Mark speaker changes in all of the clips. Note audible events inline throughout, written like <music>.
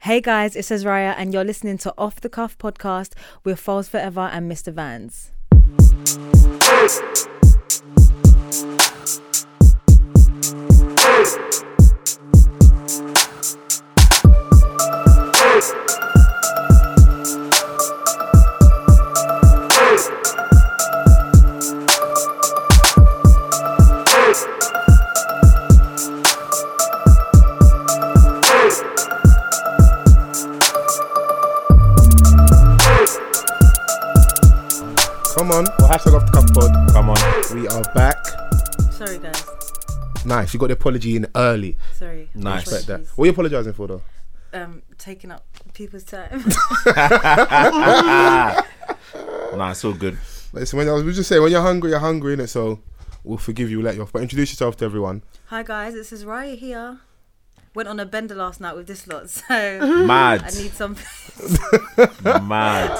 Speaker 1: Hey guys, it's Azraya, and you're listening to Off the Cuff podcast with Falls Forever and Mr. Vans.
Speaker 2: Come on, well, hashtag off the cuff pod.
Speaker 3: Come on.
Speaker 2: We are back.
Speaker 1: Sorry, guys.
Speaker 2: Nice, you got the apology in early.
Speaker 1: Sorry.
Speaker 3: Nice.
Speaker 2: Respect that. What are you apologising for though?
Speaker 1: Um, taking up people's
Speaker 2: <laughs>
Speaker 1: time.
Speaker 3: Nah, it's all good.
Speaker 2: Listen, when I was we just saying, when you're hungry, you're hungry, innit? So we'll forgive you, let you off. But introduce yourself to everyone.
Speaker 1: Hi guys, it's Azraya here. Went on a bender last night with this lot,
Speaker 2: <laughs>
Speaker 1: so I
Speaker 3: Mad.
Speaker 1: need something.
Speaker 4: <laughs>
Speaker 3: Mad.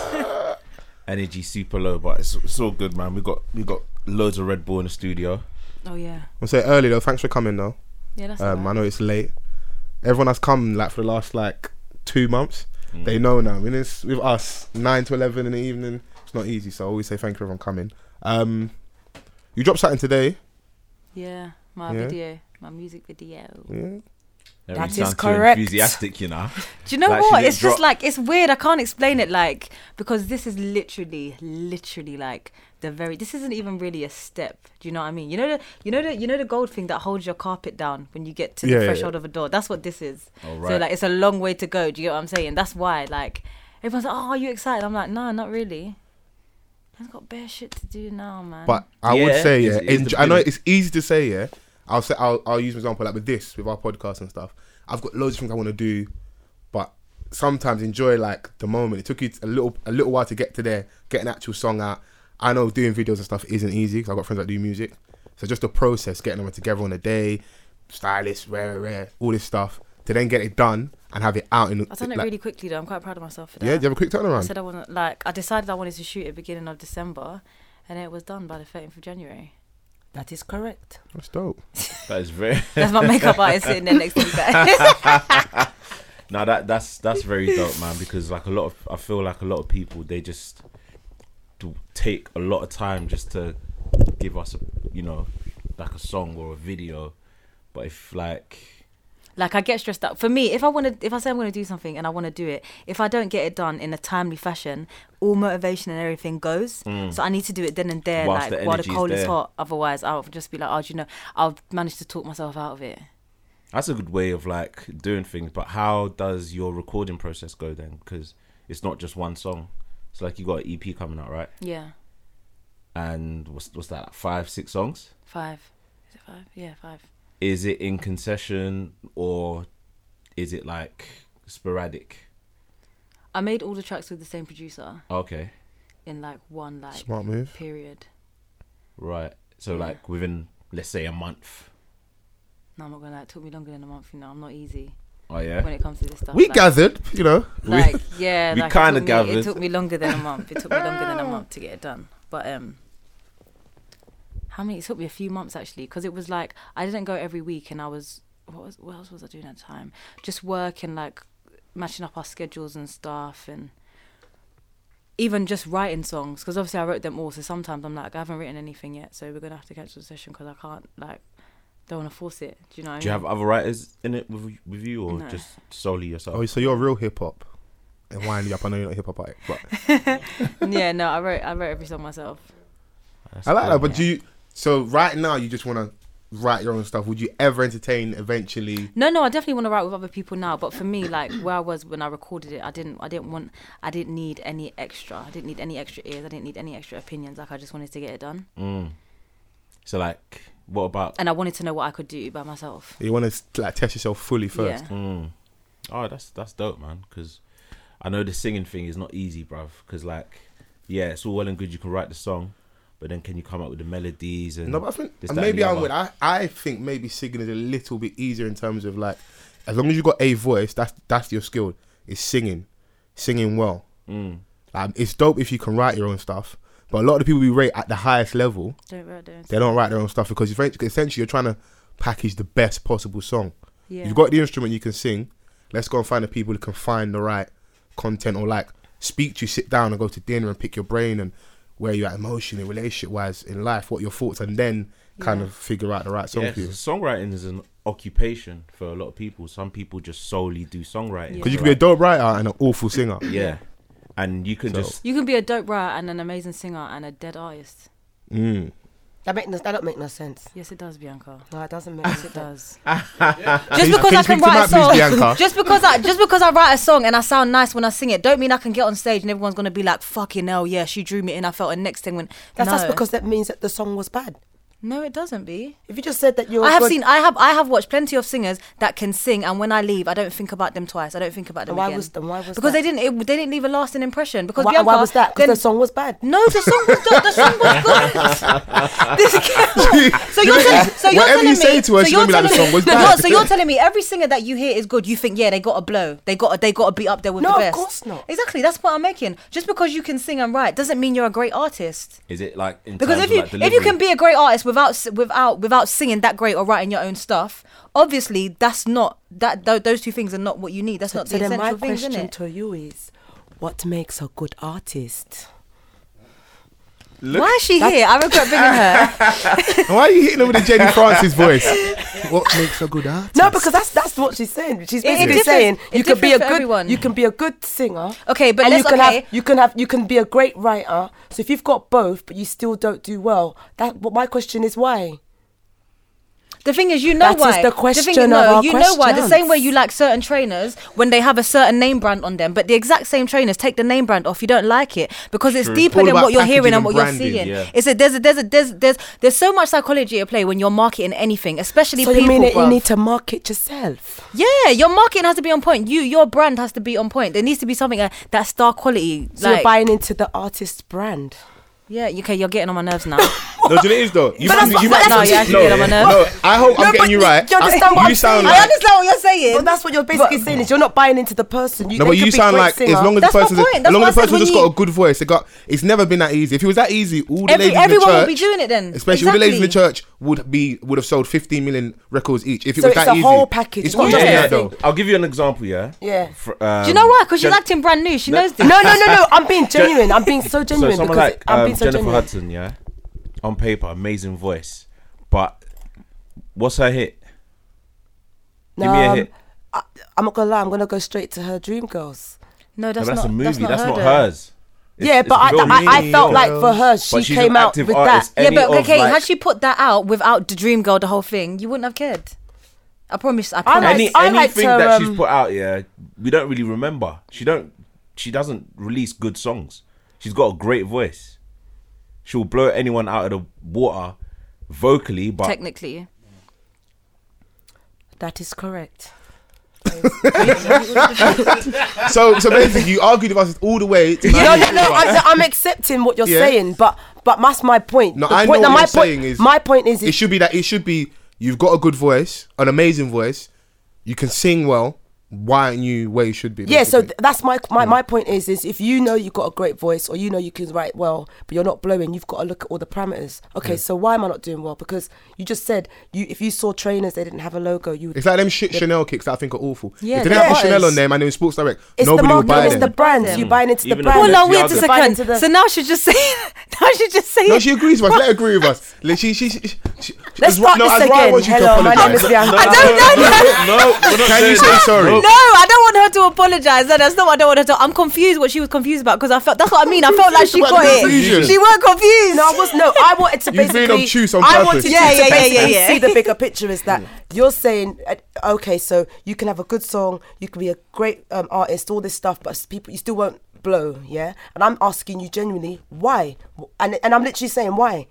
Speaker 3: Energy super low, but it's, it's all good, man. We got we got loads of Red Bull in the studio.
Speaker 1: Oh yeah,
Speaker 2: I'll say early though, thanks for coming though.
Speaker 1: yeah, that's
Speaker 2: Um, I know it's late. Everyone has come like for the last like two months.
Speaker 3: Mm.
Speaker 2: They know now. I mean, it's with us nine to eleven in the evening. It's not easy, so I always say thank you for everyone coming. Um, you dropped something today.
Speaker 4: Yeah, my
Speaker 2: Yeah.
Speaker 4: video, my music video.
Speaker 2: Yeah.
Speaker 3: That
Speaker 4: That is correct.
Speaker 3: enthusiastic,
Speaker 4: <laughs>
Speaker 3: you know.
Speaker 4: Do you know
Speaker 3: Like, she
Speaker 4: what?
Speaker 3: didn't
Speaker 4: It's just
Speaker 3: drop-
Speaker 4: like it's weird. I can't explain it. Like because this is literally, literally like the very. This isn't even really a step. Do you know what I mean? You know the, you know the, you know the gold thing that holds your carpet down when you get to
Speaker 2: Yeah,
Speaker 4: the
Speaker 2: yeah,
Speaker 4: threshold of a door. That's what this is.
Speaker 3: Oh,
Speaker 4: So
Speaker 3: right.
Speaker 4: like it's a long way to go. Do you get what I'm saying? That's why like everyone's like, oh, are you excited? I'm like, no, not really. I've got bare shit to do now, man.
Speaker 2: But I would
Speaker 3: Yeah,
Speaker 2: say, yeah,
Speaker 3: it's- it's
Speaker 2: enj-
Speaker 3: the
Speaker 2: I know
Speaker 3: feeling.
Speaker 2: it's easy to say, yeah. I'll say, I'll, I'll use an example like with this, with our podcast and stuff. I've got loads of things I want to do, but sometimes enjoy like the moment. It took you a little, a little while to get to there, get an actual song out. I know doing videos and stuff isn't easy because I've got friends that do music. So just the process, getting them together on a day, stylist, rare, rare, all this stuff, to then get it done and have it out in.
Speaker 4: I've done it
Speaker 2: like-
Speaker 4: really quickly though. I'm quite proud of myself for that.
Speaker 2: Yeah, do you have a quick
Speaker 3: Um,
Speaker 4: I
Speaker 2: turnaround?
Speaker 4: said I wasn't like I decided I wanted to shoot at beginning of December, and it was done by the 13th of January.
Speaker 1: That is correct.
Speaker 2: That's dope.
Speaker 3: That is very
Speaker 4: <laughs>
Speaker 3: <laughs>
Speaker 4: That's my
Speaker 1: <laughs>
Speaker 4: makeup artist sitting there next to me. guys.
Speaker 3: Now that that's that's very dope, man. Because like a lot of, I feel like a lot of people they just do take a lot of time just to give us, a, you know, like a song or a video. But if like,
Speaker 4: like I get stressed out. For me, if I want to, if I say I'm going to do something and I want to do it, if I don't get it done in a timely fashion, all motivation and everything goes. So I need to do it then and there,
Speaker 3: Mm. Whilst
Speaker 4: like
Speaker 3: the
Speaker 4: while the
Speaker 3: energy's
Speaker 4: coal is
Speaker 3: there.
Speaker 4: hot. Otherwise, I'll just be like, oh, do you know, I'll manage to talk myself out of it.
Speaker 3: that's a good way of like doing things. But how does your recording process go then? Because it's not just one song. It's like you got an EP coming out, right?
Speaker 4: Yeah,
Speaker 3: And what's what's that? Like five, six songs.
Speaker 4: five. Is it five? Yeah, five.
Speaker 3: Is it in concession or is it like sporadic?
Speaker 4: I made all the tracks with the same producer
Speaker 3: Okay.
Speaker 4: in like one like
Speaker 2: Smart move.
Speaker 4: period.
Speaker 3: Right. So
Speaker 4: Yeah.
Speaker 3: like within let's say a month.
Speaker 4: No, I'm not gonna lie. It took me longer than a month. You know, I'm not easy
Speaker 3: Oh
Speaker 4: when
Speaker 3: yeah.
Speaker 4: it comes to this stuff.
Speaker 2: We
Speaker 4: like,
Speaker 2: gathered, you know.
Speaker 4: Like, yeah,
Speaker 3: we
Speaker 4: like, it
Speaker 3: kinda
Speaker 4: took me-
Speaker 3: gathered.
Speaker 4: It took me longer than a month. It took me longer than a month to get it done. But um, how many? It took me a few months actually, because it was like I didn't go every week, and I was what was what else was I doing at the time? Just work and like matching up our schedules and stuff, and even just writing songs. Because obviously I wrote them all, so sometimes I'm like I haven't written anything yet, so we're gonna have to cancel the session because I can't like don't want to force it. Do you know? What
Speaker 3: Do you
Speaker 4: I mean?
Speaker 3: have other writers in it with, with you or
Speaker 4: No.
Speaker 3: just solely yourself?
Speaker 2: Oh, so you're real hip hop. And wind you up. I know you're not hip hop, but
Speaker 4: yeah, no, I wrote I wrote every song myself.
Speaker 3: That's
Speaker 2: Oh, I like that.
Speaker 3: cool.
Speaker 2: But do you? So right now, you just want to write your own stuff. Would you ever entertain eventually?
Speaker 4: No, no, I definitely want to write with other people now. But for me, like where I was when I recorded it, I didn't, I didn't want, I didn't need any extra. I didn't need any extra ears. I didn't need any extra opinions. Like I just wanted to get it done,
Speaker 3: Mm. So like, what about?
Speaker 4: and I wanted to know what I could do by myself.
Speaker 2: You want to like test yourself fully first.
Speaker 4: Yeah.
Speaker 3: Mm. Oh, that's that's dope, man. Because I know the singing thing is not easy, bruv. Because like, yeah, it's all well and good you can write the song, but then can you come up with the melodies and
Speaker 2: No, but I think
Speaker 3: this,
Speaker 2: and
Speaker 3: that, and
Speaker 2: maybe
Speaker 3: the
Speaker 2: I'm
Speaker 3: other?
Speaker 2: with. I I think maybe singing is a little bit easier in terms of like, as long as you got a voice, that's that's your skill. Is singing, singing well.
Speaker 3: Mm.
Speaker 2: Um, it's dope if you can write your own stuff. But a lot of the people we rate at the highest level,
Speaker 4: Don't write down.
Speaker 2: they don't write their own stuff because you've- essentially you're trying to package the best possible song.
Speaker 4: Yeah.
Speaker 2: You've got the instrument you can sing, Let's go and find the people who can find the right content or like speak to you, sit down and go to dinner and pick your brain and where you're at emotionally, relationship wise, in life, what your thoughts, and then kind of figure out the right song
Speaker 3: Yes,
Speaker 2: for you.
Speaker 3: songwriting is an occupation for a lot of people. Some people just solely do songwriting.
Speaker 2: Because you can be a dope writer and an awful singer. <laughs>
Speaker 3: yeah, and you can
Speaker 2: So-
Speaker 3: just
Speaker 5: You can be a dope writer and an amazing singer and a dead artist.
Speaker 2: Mm.
Speaker 6: That make no, that don't make no sense.
Speaker 5: Yes, it does, Bianca.
Speaker 6: No,
Speaker 4: <laughs>
Speaker 6: it doesn't make no
Speaker 5: Yes, it
Speaker 6: sense.
Speaker 5: does.
Speaker 6: Just
Speaker 2: Please-
Speaker 6: because
Speaker 2: can
Speaker 6: I
Speaker 2: you
Speaker 6: can
Speaker 2: speak to
Speaker 6: write a
Speaker 2: Matt, please,
Speaker 6: song,
Speaker 2: Bianca?
Speaker 4: Just because I just because I write a song and I sound nice when I sing it, don't mean I can get on stage and everyone's gonna be like, "Fucking hell, yeah, she drew me in." I felt, and next thing when
Speaker 6: that's,
Speaker 4: no.
Speaker 6: that's because that means that the song was bad.
Speaker 4: no, it doesn't be.
Speaker 6: If you just said that you're,
Speaker 4: I have
Speaker 6: good-
Speaker 4: seen, I have, I have watched plenty of singers that can sing, and when I leave, I don't think about them twice. I don't think about them
Speaker 6: And why
Speaker 4: again.
Speaker 6: was- and why was
Speaker 4: because
Speaker 6: that?
Speaker 4: they didn't, it, they didn't leave a lasting impression. Because
Speaker 6: Why,
Speaker 4: Bianca,
Speaker 6: why was that?
Speaker 4: then-
Speaker 6: Because the song was bad.
Speaker 4: no, the song was the, the song was good.
Speaker 6: <laughs>
Speaker 4: this
Speaker 2: <laughs>
Speaker 4: girl. So you're telling, so you're
Speaker 2: Whatever
Speaker 4: telling
Speaker 2: you
Speaker 4: me,
Speaker 2: say to her,
Speaker 4: so
Speaker 2: she's
Speaker 4: you're
Speaker 2: gonna be like, "The
Speaker 4: telling
Speaker 2: song was
Speaker 4: me-
Speaker 2: bad."
Speaker 4: No, so you're telling me every singer that you hear is good. You think, yeah, they got a blow. They got, they got to be up there with
Speaker 6: No,
Speaker 4: the
Speaker 6: of
Speaker 4: best.
Speaker 6: course not.
Speaker 4: Exactly. That's what I'm making. Just because you can sing and write doesn't mean you're a great artist.
Speaker 3: is it like in
Speaker 4: Because if
Speaker 3: terms
Speaker 4: you
Speaker 3: of, like,
Speaker 4: if you can
Speaker 3: delivery?
Speaker 4: be a great artist without s- without without singing that great or writing your own stuff, obviously that's not that th- those two things are not what you need. That's
Speaker 6: So,
Speaker 4: not
Speaker 6: so
Speaker 4: the
Speaker 6: then my
Speaker 4: essential things,
Speaker 6: question
Speaker 4: is it?
Speaker 6: to you is, what makes a good artist?
Speaker 4: Why is she here? I regret bringing her.
Speaker 3: <laughs>
Speaker 2: <laughs> And Why are you hitting her with
Speaker 4: <laughs>
Speaker 2: a Jenny Francis voice? what makes a good artist?
Speaker 6: No, because that's that's what she's saying. She's
Speaker 4: it
Speaker 6: basically
Speaker 4: differs-
Speaker 6: saying
Speaker 4: it
Speaker 6: you can be
Speaker 4: differs
Speaker 6: a
Speaker 4: for
Speaker 6: good
Speaker 4: everyone.
Speaker 6: you can be a good singer.
Speaker 4: Okay, but
Speaker 6: and
Speaker 4: let's-
Speaker 6: you can
Speaker 4: okay.
Speaker 6: have you can have you can be a great writer. So if you've got both, but you still don't do well, that but my question is why?
Speaker 4: The thing is, you know
Speaker 6: That is
Speaker 4: why.
Speaker 6: the
Speaker 4: thing
Speaker 6: question
Speaker 4: no,
Speaker 6: of our
Speaker 4: you know why. The same way
Speaker 6: questions.
Speaker 4: you like certain trainers when they have a certain name brand on them, but the exact same trainers take the name brand off. You don't like it because it's
Speaker 3: True.
Speaker 4: deeper
Speaker 2: All
Speaker 4: than
Speaker 2: about
Speaker 4: what you're hearing and
Speaker 2: packaging and
Speaker 4: what
Speaker 2: branding,
Speaker 4: you're seeing.
Speaker 3: yeah.
Speaker 4: It's a there's a there's a there's there's there's so much psychology at play when you're marketing anything, especially
Speaker 6: So
Speaker 4: people.
Speaker 6: you mean that you
Speaker 4: bruv.
Speaker 6: need to market yourself?
Speaker 4: Yeah, your marketing has to be on point. You, your brand has to be on point. There needs to be something uh, that's star quality.
Speaker 6: So
Speaker 4: like,
Speaker 6: you're buying into the artist's brand.
Speaker 4: yeah, okay, you're getting on my nerves now.
Speaker 2: No, do you know what it is though?
Speaker 4: But
Speaker 2: You might
Speaker 4: that's
Speaker 2: be-
Speaker 4: what-
Speaker 2: you
Speaker 4: but
Speaker 2: might
Speaker 4: that's
Speaker 2: be-
Speaker 4: what- No, you're getting on my
Speaker 2: no, I hope I'm
Speaker 6: No,
Speaker 2: getting you
Speaker 6: but
Speaker 2: right.
Speaker 6: do you
Speaker 2: I-
Speaker 6: understand what
Speaker 2: you
Speaker 6: I'm
Speaker 2: sound
Speaker 6: saying?
Speaker 4: I
Speaker 2: like.
Speaker 4: understand what you're saying.
Speaker 6: But that's what you're basically saying is you're not buying into the person. You,
Speaker 2: No,
Speaker 6: they
Speaker 2: but
Speaker 6: could
Speaker 2: you
Speaker 6: be
Speaker 2: sound
Speaker 6: great
Speaker 2: like
Speaker 6: singer.
Speaker 2: as long as
Speaker 4: That's
Speaker 2: the
Speaker 4: my
Speaker 2: person's
Speaker 4: point.
Speaker 2: as
Speaker 4: That's
Speaker 2: long
Speaker 4: why
Speaker 2: as
Speaker 4: I said
Speaker 2: the person's
Speaker 4: when
Speaker 2: just
Speaker 4: you-
Speaker 2: got a good voice, they got it's never been that easy. If it was that easy, all the
Speaker 4: Every-
Speaker 2: ladies in the
Speaker 4: everyone
Speaker 2: church,
Speaker 4: would be doing it then.
Speaker 2: Especially all the ladies in the
Speaker 4: Exactly.
Speaker 2: church would be would have sold 15 million records each. If it
Speaker 6: So
Speaker 2: was
Speaker 6: it's
Speaker 2: that
Speaker 6: a
Speaker 2: easy,
Speaker 6: whole package,
Speaker 2: It's
Speaker 6: it's not
Speaker 2: not
Speaker 6: just
Speaker 2: just
Speaker 6: one
Speaker 2: that
Speaker 6: thing.
Speaker 2: though.
Speaker 3: I'll give you an example. Yeah.
Speaker 6: Yeah.
Speaker 3: For, um,
Speaker 4: Do you know why? Because she's
Speaker 3: Jen-
Speaker 4: acting brand new. She <laughs>
Speaker 3: No.
Speaker 4: knows this.
Speaker 6: <laughs> No, no, no, no. I'm being
Speaker 2: <laughs>
Speaker 6: genuine. I'm being so genuine
Speaker 3: So someone
Speaker 6: because
Speaker 3: like
Speaker 6: I'm
Speaker 3: um,
Speaker 6: being so
Speaker 3: Jennifer
Speaker 6: genuine.
Speaker 3: Hudson, yeah, on paper, amazing voice, but what's her hit? Give me a hit.
Speaker 6: Um, I, I'm not gonna lie. I'm gonna go straight to her Dream Girls.
Speaker 4: No,
Speaker 3: No,
Speaker 4: that's,
Speaker 3: but that's
Speaker 4: not
Speaker 3: a movie. That's not,
Speaker 4: her, though.
Speaker 3: hers. It's-
Speaker 6: yeah,
Speaker 3: it's
Speaker 6: but I,
Speaker 3: film.
Speaker 6: I, I felt like for her, she
Speaker 3: But she's
Speaker 6: came
Speaker 3: an
Speaker 6: out
Speaker 3: active
Speaker 6: with
Speaker 3: artist
Speaker 6: that.
Speaker 4: Yeah,
Speaker 3: Any
Speaker 4: but
Speaker 3: of,
Speaker 4: okay,
Speaker 3: like-
Speaker 4: had she put that out without the Dream Girl, the whole thing, you wouldn't have cared. I promise. I promise.
Speaker 6: liked-
Speaker 3: Any
Speaker 6: I liked
Speaker 3: anything
Speaker 6: her,
Speaker 3: that
Speaker 6: um,
Speaker 3: she's put out, yeah, we don't really remember. She don't. She doesn't release good songs. She's got a great voice. She'll blow anyone out of the water, vocally, but
Speaker 5: Technically.
Speaker 6: That is correct.
Speaker 2: So, so basically, you argued with us all the way. To
Speaker 6: no, no, no. I'm, I'm accepting what you're
Speaker 2: Yeah.
Speaker 6: saying, but but that's my point.
Speaker 2: No,
Speaker 6: The
Speaker 2: I know
Speaker 6: point,
Speaker 2: what you're
Speaker 6: my point,
Speaker 2: saying is-
Speaker 6: my point is,
Speaker 2: it should be that it should be you've got a good voice, an amazing voice, you can sing well. Why aren't you where you should be?
Speaker 6: yeah.
Speaker 2: basically?
Speaker 6: So th- that's my my, my point is is if you know you've got a great voice or you know you can write well, but you're not blowing, you've got to look at all the parameters. Okay, so why am I not doing well? Because you just said you if you saw trainers they didn't have a logo, you would
Speaker 2: It's like them shit Chanel kicks that I think are awful.
Speaker 4: Yeah,
Speaker 2: if they didn't
Speaker 6: yeah.
Speaker 2: have a Chanel
Speaker 6: Yes.
Speaker 2: on them and they were in Sports Direct,
Speaker 6: It's
Speaker 2: nobody
Speaker 6: the
Speaker 2: would
Speaker 6: marketing,
Speaker 2: buy
Speaker 6: it's
Speaker 2: them.
Speaker 6: the brands.
Speaker 4: Mm.
Speaker 6: You buying into the
Speaker 3: Even if
Speaker 6: brands.
Speaker 3: it's
Speaker 4: Hold on, wait a
Speaker 3: Balenciaga.
Speaker 6: You're buying
Speaker 4: second.
Speaker 6: into the-
Speaker 4: So now she's just <laughs> saying. Now she's just saying.
Speaker 2: No, she agrees with us. Let her agree with us. Like, She, she, she, she,
Speaker 6: Let's
Speaker 2: as well-
Speaker 6: start
Speaker 2: no,
Speaker 6: this
Speaker 2: as well, I
Speaker 6: again.
Speaker 2: want you to
Speaker 6: Hello, my name
Speaker 2: apologise.
Speaker 6: is Bianca.
Speaker 4: I don't know.
Speaker 3: <laughs> no, we're not
Speaker 2: Can
Speaker 3: saying
Speaker 2: you say
Speaker 3: that.
Speaker 2: sorry?
Speaker 3: No.
Speaker 4: No, I don't want her to apologise. No, that's not what I don't want her to. I'm confused what she was confused about because I felt that's what I mean. I felt like she
Speaker 2: About
Speaker 4: got
Speaker 2: confusion.
Speaker 4: it. She weren't confused.
Speaker 6: No, I was no. I wanted to
Speaker 2: You've been
Speaker 6: basically.
Speaker 2: obtuse on
Speaker 6: I
Speaker 2: purpose.
Speaker 6: wanted
Speaker 4: Yeah,
Speaker 6: you
Speaker 4: yeah,
Speaker 6: to
Speaker 4: yeah, yeah,
Speaker 6: basically
Speaker 4: yeah.
Speaker 6: see the bigger picture
Speaker 4: <laughs>
Speaker 6: is that you're saying, uh, okay, so you can have a good song, you can be a great um, artist, all this stuff, but s- people, you still won't blow, yeah. And I'm asking you genuinely why, W- and and I'm literally saying why,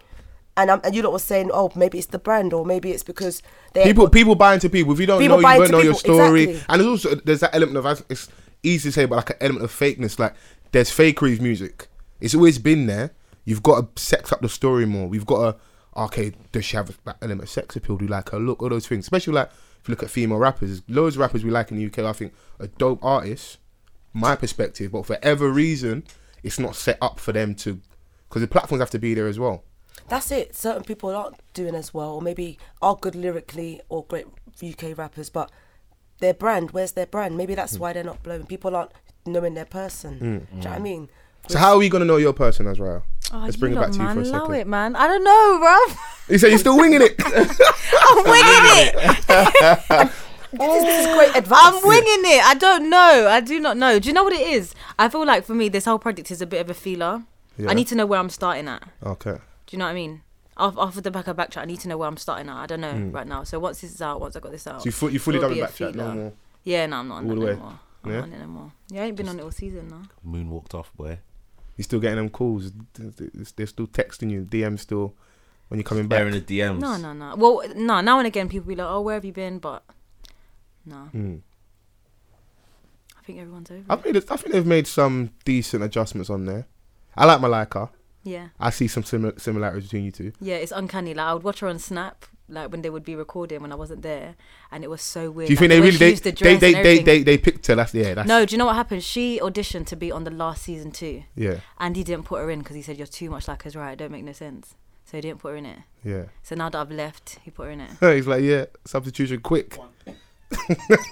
Speaker 6: and I'm, and you lot were saying, oh, maybe it's the brand, or maybe it's because they
Speaker 2: People, people buy into people. If you don't
Speaker 6: People
Speaker 2: know,
Speaker 6: buy
Speaker 2: you don't
Speaker 6: into
Speaker 2: know your
Speaker 6: people,
Speaker 2: story.
Speaker 6: exactly.
Speaker 2: And there's also there's that element of it's easy to say, but like an element of fakeness. Like there's fakery with music. It's always been there. You've got to sex up the story more. We've got to okay. Does she have that element of sex appeal? Do you like her look? All those things. Especially like if you look at female rappers, there's loads of rappers we like in the UK. I think are dope artists. My perspective, but for whatever reason, it's not set up for them to, because the platforms have to be there as well.
Speaker 6: That's it. Certain people aren't doing as well, or maybe are good lyrically or great UK rappers, but their brand. Where's their brand? Maybe
Speaker 3: Hmm.
Speaker 6: that's why they're not blowing. People aren't knowing their person. Do you know what
Speaker 3: Hmm.
Speaker 6: I mean?
Speaker 2: So how are we gonna know your person, Azrael? Let's bring it
Speaker 4: Oh, lot,
Speaker 2: back to you
Speaker 4: man,
Speaker 2: for a
Speaker 4: allow
Speaker 2: second.
Speaker 4: it, man. I don't know, bruv. <laughs>
Speaker 2: You said you're still winging it.
Speaker 4: I'm winging it.
Speaker 6: This, this is
Speaker 3: <laughs>
Speaker 6: great advice.
Speaker 4: I'm winging it. I don't know. I do not know. Do you know what it is? I feel like for me, this whole project is a bit of a feeler.
Speaker 2: Yeah.
Speaker 4: I need to know where I'm starting at.
Speaker 2: <laughs> okay.
Speaker 4: Do you know what I mean? Af- After the back of backtrack, I need to know where I'm starting at. I don't know right now. So once this is out, once I got this out,
Speaker 2: Mm. So you, fu- you fully
Speaker 4: It'll
Speaker 2: done
Speaker 4: be
Speaker 2: the
Speaker 4: a
Speaker 2: backtrack, no
Speaker 4: feeler.
Speaker 2: more.
Speaker 4: yeah, no, I'm not on
Speaker 2: All
Speaker 4: that
Speaker 2: the way.
Speaker 4: anymore. I'm
Speaker 2: Yeah?
Speaker 4: not on it anymore. Yeah, I ain't been on it all season now.
Speaker 3: Moon walked off, boy.
Speaker 2: You're still getting them calls. They're still texting you. DM still when you're coming back.
Speaker 3: Bearing the DMs.
Speaker 4: No, no, no. Well, no. Now and again, people be like, "Oh, where have you been?" But no,
Speaker 2: Mm.
Speaker 4: I think everyone's over.
Speaker 2: I've made. I think they've made some decent adjustments on there. I like Malika.
Speaker 4: Yeah,
Speaker 2: I see some similar similarities between you two.
Speaker 4: yeah. It's uncanny. Like I would watch her on Snap, like when they would be recording when I wasn't there, and it was so weird.
Speaker 2: Do you
Speaker 4: like,
Speaker 2: think they
Speaker 4: the way
Speaker 2: really
Speaker 4: she
Speaker 2: they
Speaker 4: used to
Speaker 2: they
Speaker 4: dress
Speaker 2: they,
Speaker 4: and
Speaker 2: they
Speaker 4: everything.
Speaker 2: they they picked her? That's yeah. That's
Speaker 4: No, do you know what happened? She auditioned to be on the last season too,
Speaker 2: yeah
Speaker 4: and he didn't put her in because he said you're too much like us, right? It don't make no sense. So he didn't put her in it.
Speaker 2: yeah. <laughs>
Speaker 4: So now that I've left, he put her in it.
Speaker 2: He's like yeah substitution quick.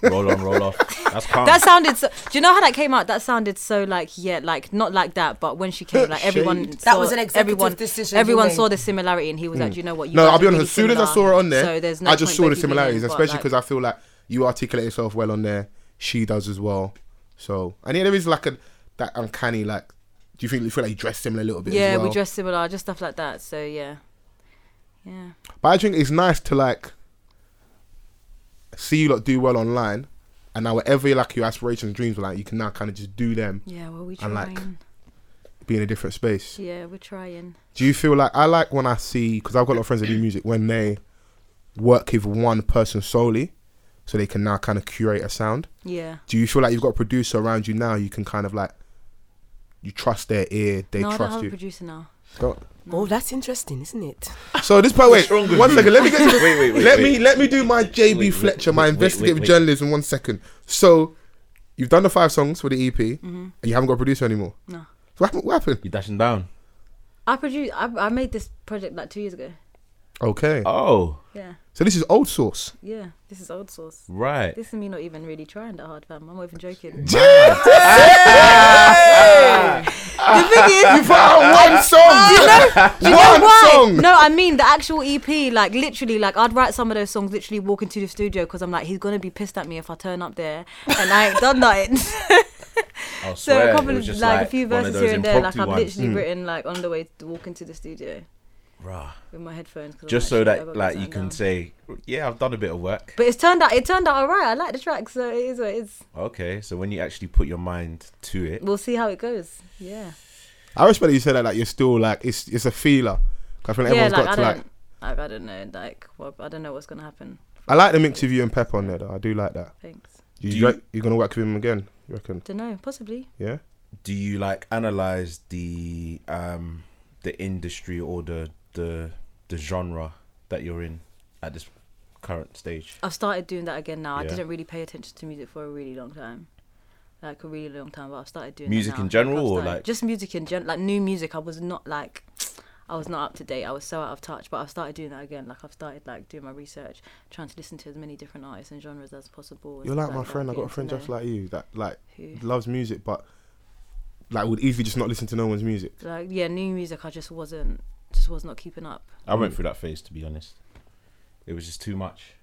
Speaker 3: Roll on,
Speaker 4: <laughs>
Speaker 3: roll off. That's
Speaker 2: Oh.
Speaker 3: calm.
Speaker 4: That sounded. So, do you know how that came out? That sounded so like yeah, like not like that, but when she came, like everyone.
Speaker 2: <laughs> Shade.
Speaker 4: Saw,
Speaker 6: That was an executive
Speaker 4: everyone,
Speaker 6: decision,
Speaker 4: Everyone
Speaker 6: you
Speaker 4: saw
Speaker 6: mean?
Speaker 4: the similarity, and he was like, "Do you know what? You
Speaker 2: Hmm. no,
Speaker 4: guys
Speaker 2: I'll be
Speaker 4: are
Speaker 2: honest.
Speaker 4: really
Speaker 2: as soon as I saw
Speaker 4: similar,
Speaker 2: her on there,
Speaker 4: so there's no
Speaker 2: I just
Speaker 4: point
Speaker 2: saw the
Speaker 4: both of you being
Speaker 2: similarities,
Speaker 4: in, but,
Speaker 2: especially
Speaker 4: like,
Speaker 2: because I feel like you articulate yourself well on there. She does as well. So and yeah, there is like a that uncanny like. Do you think you feel like you dress similar a little bit? as
Speaker 4: yeah,
Speaker 2: well?
Speaker 4: we dress similar, just stuff like that. So yeah, yeah,
Speaker 2: But I think it's nice to like see you lot do well online, and now whatever like your aspirations, dreams were like, you can now kind of just do them,
Speaker 4: yeah. Well, we trying.
Speaker 2: And, like- be in a different space.
Speaker 4: yeah, we're trying.
Speaker 2: Do you feel like I like when I see because I've got a lot of friends that do music when they work with one person solely, so they can now kind of curate a sound.
Speaker 4: Yeah.
Speaker 2: Do you feel like you've got a producer around you now? You can kind of like you trust their ear, they
Speaker 4: no, I don't
Speaker 2: trust
Speaker 4: have a
Speaker 2: you.
Speaker 4: producer now.
Speaker 2: Don't-
Speaker 6: Oh, that's interesting, isn't it?
Speaker 2: So this part, wait,
Speaker 3: wrong with
Speaker 2: one
Speaker 3: you?
Speaker 2: second. Let me get.
Speaker 3: <laughs> Wait, wait, wait,
Speaker 2: let
Speaker 3: wait.
Speaker 2: me let me do my JB
Speaker 3: Wait, wait,
Speaker 2: Fletcher, my
Speaker 3: wait, wait,
Speaker 2: investigative
Speaker 3: wait.
Speaker 2: journalism. One second. So, you've done the five songs for the EP, and you haven't got a producer anymore.
Speaker 4: Mm-hmm. No.
Speaker 2: What happened? What happened?
Speaker 3: You dashing down.
Speaker 4: I produced. I, I made this project like two years ago.
Speaker 2: Okay.
Speaker 3: Oh,
Speaker 4: Yeah,
Speaker 2: So this is
Speaker 3: <laughs>
Speaker 2: old source. <laughs>
Speaker 4: yeah. This is old source.
Speaker 3: right.
Speaker 4: This is me not even really trying that hard, fam. I'm not even
Speaker 2: <laughs>
Speaker 4: joking. the thing is,
Speaker 2: You put out one song.
Speaker 4: Do <laughs> you
Speaker 2: <laughs> one
Speaker 4: know why?
Speaker 2: song.
Speaker 4: No, I mean the actual EP. Like literally, like I'd write some of those songs literally walking to the studio because I'm like, he's gonna be pissed at me if I turn up there and I ain't done nothing.
Speaker 3: I
Speaker 4: so
Speaker 3: swear,
Speaker 4: a
Speaker 3: it
Speaker 4: couple
Speaker 3: was
Speaker 4: of
Speaker 3: just
Speaker 4: like, a few
Speaker 3: one
Speaker 4: verses
Speaker 3: of those
Speaker 4: here and there, like
Speaker 3: impromptu
Speaker 4: I've
Speaker 3: ones. Mm.
Speaker 4: literally written like on the way to walking to the studio
Speaker 3: Bruh.
Speaker 4: with my headphones. 'cause I'm
Speaker 3: Just
Speaker 4: shit,
Speaker 3: so
Speaker 4: I gotta
Speaker 3: that
Speaker 4: get
Speaker 3: like you
Speaker 4: something
Speaker 3: can
Speaker 4: down.
Speaker 3: say, yeah, I've done a bit of work.
Speaker 4: But it's turned out. It turned out alright. I like the track, so it is what it is.
Speaker 3: Okay, so when you actually put your mind to it,
Speaker 4: We'll see how it goes. Yeah.
Speaker 2: I respect that you said that. Like you're still like it's it's a feeler. 'Cause I feel like
Speaker 4: yeah.
Speaker 2: everyone's
Speaker 4: Like I
Speaker 2: got to
Speaker 4: don't.
Speaker 2: like.
Speaker 4: Like I don't know. Like what I don't know what's gonna happen.
Speaker 2: I like the mix of you and Pep on there though. I do like that.
Speaker 4: Thanks.
Speaker 2: You,
Speaker 3: Do
Speaker 2: you,
Speaker 3: you-
Speaker 2: you're gonna work with him again. You reckon?
Speaker 4: Don't know. Possibly.
Speaker 2: Yeah.
Speaker 3: do you like analyze the um the industry or the the the genre that you're in at this current stage?
Speaker 4: I've started doing that again now. I
Speaker 3: Yeah.
Speaker 4: didn't really pay attention to music for a really long time, like a really long time. But I've started doing that
Speaker 3: Music in
Speaker 4: now.
Speaker 3: general
Speaker 4: I've
Speaker 3: or,
Speaker 4: started-
Speaker 3: like-
Speaker 4: just music in general, like new music. I was not like, <sniffs> I was not up to date. I was so out of touch. But I've started doing that again. Like I've started like doing my research, trying to listen to as many different artists and genres as possible. and
Speaker 2: You're
Speaker 4: stuff
Speaker 2: like my friend. I got a
Speaker 4: getting to
Speaker 2: friend
Speaker 4: know
Speaker 2: just like you that like
Speaker 4: who-
Speaker 2: loves music, but like would easily just not listen to no one's music.
Speaker 4: like yeah, new music. I just wasn't, just was not keeping up.
Speaker 3: I
Speaker 2: Mm.
Speaker 3: went through that phase to be honest. It was just too much.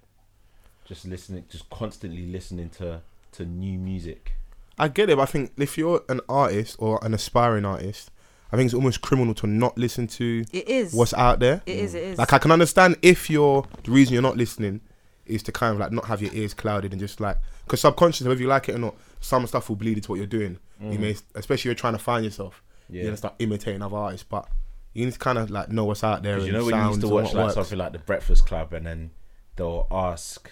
Speaker 3: Just listening, just constantly listening to to new music.
Speaker 2: I get it, but I think if you're an artist or an aspiring artist, I think it's almost criminal to not listen to
Speaker 4: It is.
Speaker 2: what's out there.
Speaker 4: It is, it is.
Speaker 2: Like I can understand if you're the reason you're not listening is to kind of like not have your ears clouded and just like because subconsciously, whether you like it or not, some stuff will bleed into what you're doing. You may, especially if you're trying to find yourself,
Speaker 3: Mm. Yeah.
Speaker 2: you're gonna start imitating other artists, but you need to kind of like know what's out there.
Speaker 3: Because
Speaker 2: And
Speaker 3: you know when you used
Speaker 2: sounds
Speaker 3: to
Speaker 2: and
Speaker 3: watch
Speaker 2: what
Speaker 3: like
Speaker 2: works.
Speaker 3: something like the Breakfast Club, and then they'll ask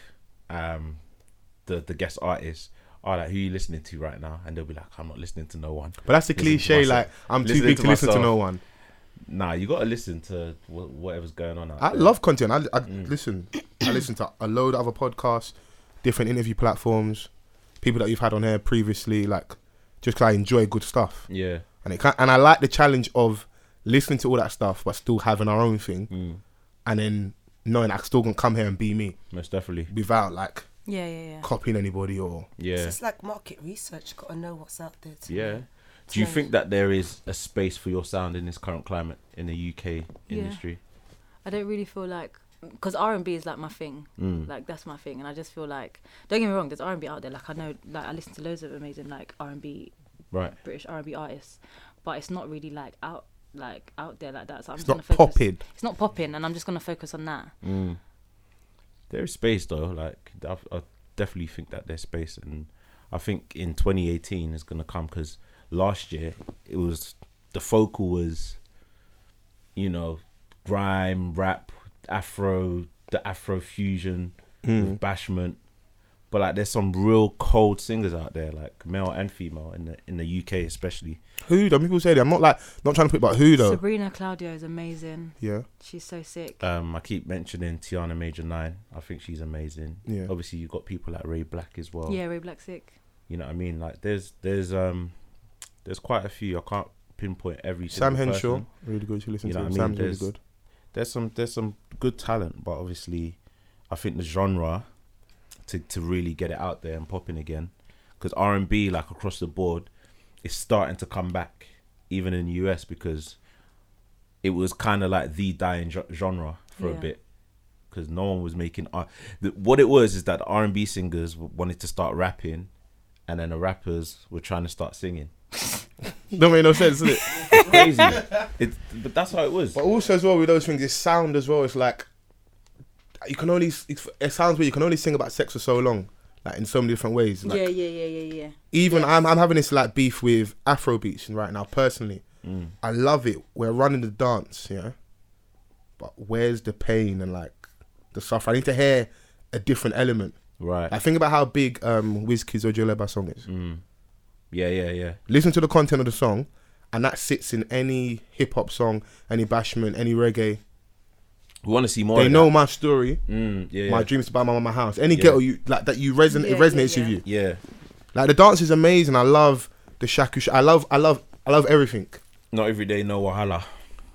Speaker 3: um, the the guest artist, "Oh, like who you listening to right now?" And they'll be like, "I'm not listening to no one."
Speaker 2: But that's the
Speaker 3: Listen to
Speaker 2: cliche,
Speaker 3: myself.
Speaker 2: like I'm too
Speaker 3: Listening
Speaker 2: big
Speaker 3: to
Speaker 2: to, listen to
Speaker 3: myself.
Speaker 2: no one.
Speaker 3: Nah, you gotta listen to wh- whatever's going on. Out
Speaker 2: I
Speaker 3: there.
Speaker 2: love content. I, I
Speaker 3: Mm.
Speaker 2: listen. I listen to a load of other podcasts, different interview platforms, people that you've had on here previously. Like, just 'cause I enjoy good stuff,
Speaker 3: Yeah,
Speaker 2: and it can, and I like the challenge of listening to all that stuff, but still having our
Speaker 3: mm,
Speaker 2: own thing, and then knowing I still can come here and be me
Speaker 3: most definitely.
Speaker 2: without like
Speaker 5: Yeah, yeah, yeah.
Speaker 2: copying anybody or
Speaker 3: Yeah.
Speaker 6: It's like market research. Got to know what's out there. To
Speaker 3: Yeah. Do you
Speaker 6: So-
Speaker 3: think that there is a space for your sound in this current climate in the UK industry?
Speaker 4: I don't really feel like because R and B is like my thing,
Speaker 2: Mm.
Speaker 3: Mm.
Speaker 4: like that's my thing, and I just feel like don't get me wrong, there's R and B out there. Like I know, like I listen to loads of amazing like R and B
Speaker 3: Right.
Speaker 4: British R and B artists, but it's not really like out like out there like that. So I'm
Speaker 2: it's
Speaker 4: just gonna
Speaker 2: not
Speaker 4: focus.
Speaker 2: popping.
Speaker 4: It's not popping, and I'm just gonna focus on that.
Speaker 3: There is space though. Like I, I definitely think that there's space, and I think in 2018 is gonna come because last year it was the focal was, you know, grime, rap, Afro, the Afro fusion, with bashment. But like, there's some real cold singers out there, like male and female, in the in the UK especially.
Speaker 2: Who though? People say that. I'm not like not trying to put about who though.
Speaker 4: Sabrina Claudio is amazing.
Speaker 2: yeah.
Speaker 4: She's so sick.
Speaker 3: Um, I keep mentioning Tiana Major Nine. I think she's amazing.
Speaker 2: Yeah.
Speaker 3: Obviously, you've got people like Ray Black as well.
Speaker 4: Yeah, Ray Black sick.
Speaker 3: You know what I mean? Like, there's there's um, there's quite a few. I can't pinpoint every.
Speaker 2: Sam
Speaker 3: single
Speaker 2: Henshaw,
Speaker 3: person.
Speaker 2: really good. You listen
Speaker 3: You
Speaker 2: to
Speaker 3: know
Speaker 2: him.
Speaker 3: what I mean?
Speaker 2: Sam's really
Speaker 3: There's-
Speaker 2: good.
Speaker 3: There's some there's some good talent, but obviously, I think the genre to to really get it out there and popping again, because R and B like across the board, is starting to come back, even in the US because it was kind of like the dying gen- genre for a
Speaker 4: Yeah.
Speaker 3: bit because no one was making art. The, what it was is that the R and B singers w- wanted to start rapping, and then the rappers were trying to start singing.
Speaker 2: Don't make no
Speaker 3: <laughs>
Speaker 2: sense, does it?
Speaker 3: Crazy, it, but that's how it was.
Speaker 2: But also as well with those things, it's sound as well. It's like you can only it's, it sounds weird. You can only sing about sex for so long, like in so many different ways. Like
Speaker 4: yeah, yeah, yeah, yeah, yeah.
Speaker 2: even I'm I'm having this like beef with Afro beats right now personally.
Speaker 3: Mm.
Speaker 2: I love it. We're running the dance, yeah. But where's the pain and like the suffering? I need to hear a different element.
Speaker 3: Right?
Speaker 2: I think about how big um Wizkid's Ojo song is.
Speaker 3: Mm. Yeah, yeah, yeah.
Speaker 2: listen to the content of the song, and that sits in any hip hop song, any bashment, any reggae.
Speaker 3: We want to see more.
Speaker 2: they
Speaker 3: of
Speaker 2: know my story,
Speaker 3: that. Mm, Oh, yeah,
Speaker 2: my
Speaker 3: yeah.
Speaker 2: dreams to buy my mama house. Any
Speaker 3: Yeah.
Speaker 2: ghetto you like that you reson-
Speaker 4: Yeah,
Speaker 2: it resonates
Speaker 4: yeah,
Speaker 2: with
Speaker 4: yeah.
Speaker 2: you.
Speaker 3: yeah.
Speaker 2: Like the dance is amazing. I love the shaku. Sh- I love, I love, I love everything.
Speaker 3: Not every day, no wahala,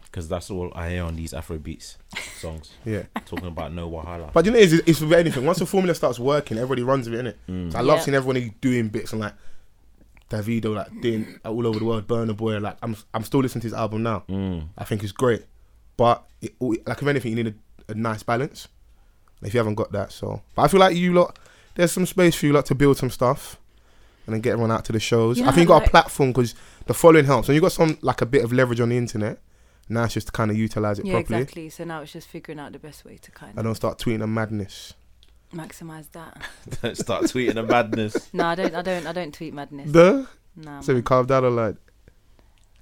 Speaker 3: because that's all I hear on these Afro beats
Speaker 4: <laughs>
Speaker 3: songs.
Speaker 2: Yeah,
Speaker 3: Talking about no wahala.
Speaker 2: but you know, it's, it's with anything. Once the formula starts working, everybody runs with it. Innit?
Speaker 3: Mm,
Speaker 2: So I love
Speaker 4: Yeah.
Speaker 2: seeing everyone doing bits and like Davido, like doing all over the world. Burner Boy, like I'm, I'm still listening to his album now.
Speaker 3: Mm. <laughs>
Speaker 2: I think it's great, but it, al- like if anything, you need a, a nice balance. If you haven't got that, so but I feel like you lot, there's some space for you lot to build some stuff, and then get everyone out to the shows.
Speaker 4: You
Speaker 2: I
Speaker 4: know,
Speaker 2: think you got a
Speaker 4: like-
Speaker 2: platform because the following helps, and you got some like a bit of leverage on the internet. Now it's just to kind of utilize it
Speaker 4: Yeah,
Speaker 2: properly.
Speaker 4: exactly. So now it's just figuring out the best way to kind
Speaker 2: I
Speaker 4: of
Speaker 2: don't start tweeting a madness.
Speaker 4: maximize that.
Speaker 3: Don't start tweeting the madness.
Speaker 4: No, I don't. I don't. I don't tweet
Speaker 2: <laughs>
Speaker 4: madness.
Speaker 2: Duh.
Speaker 4: No.
Speaker 2: So we carved out a line.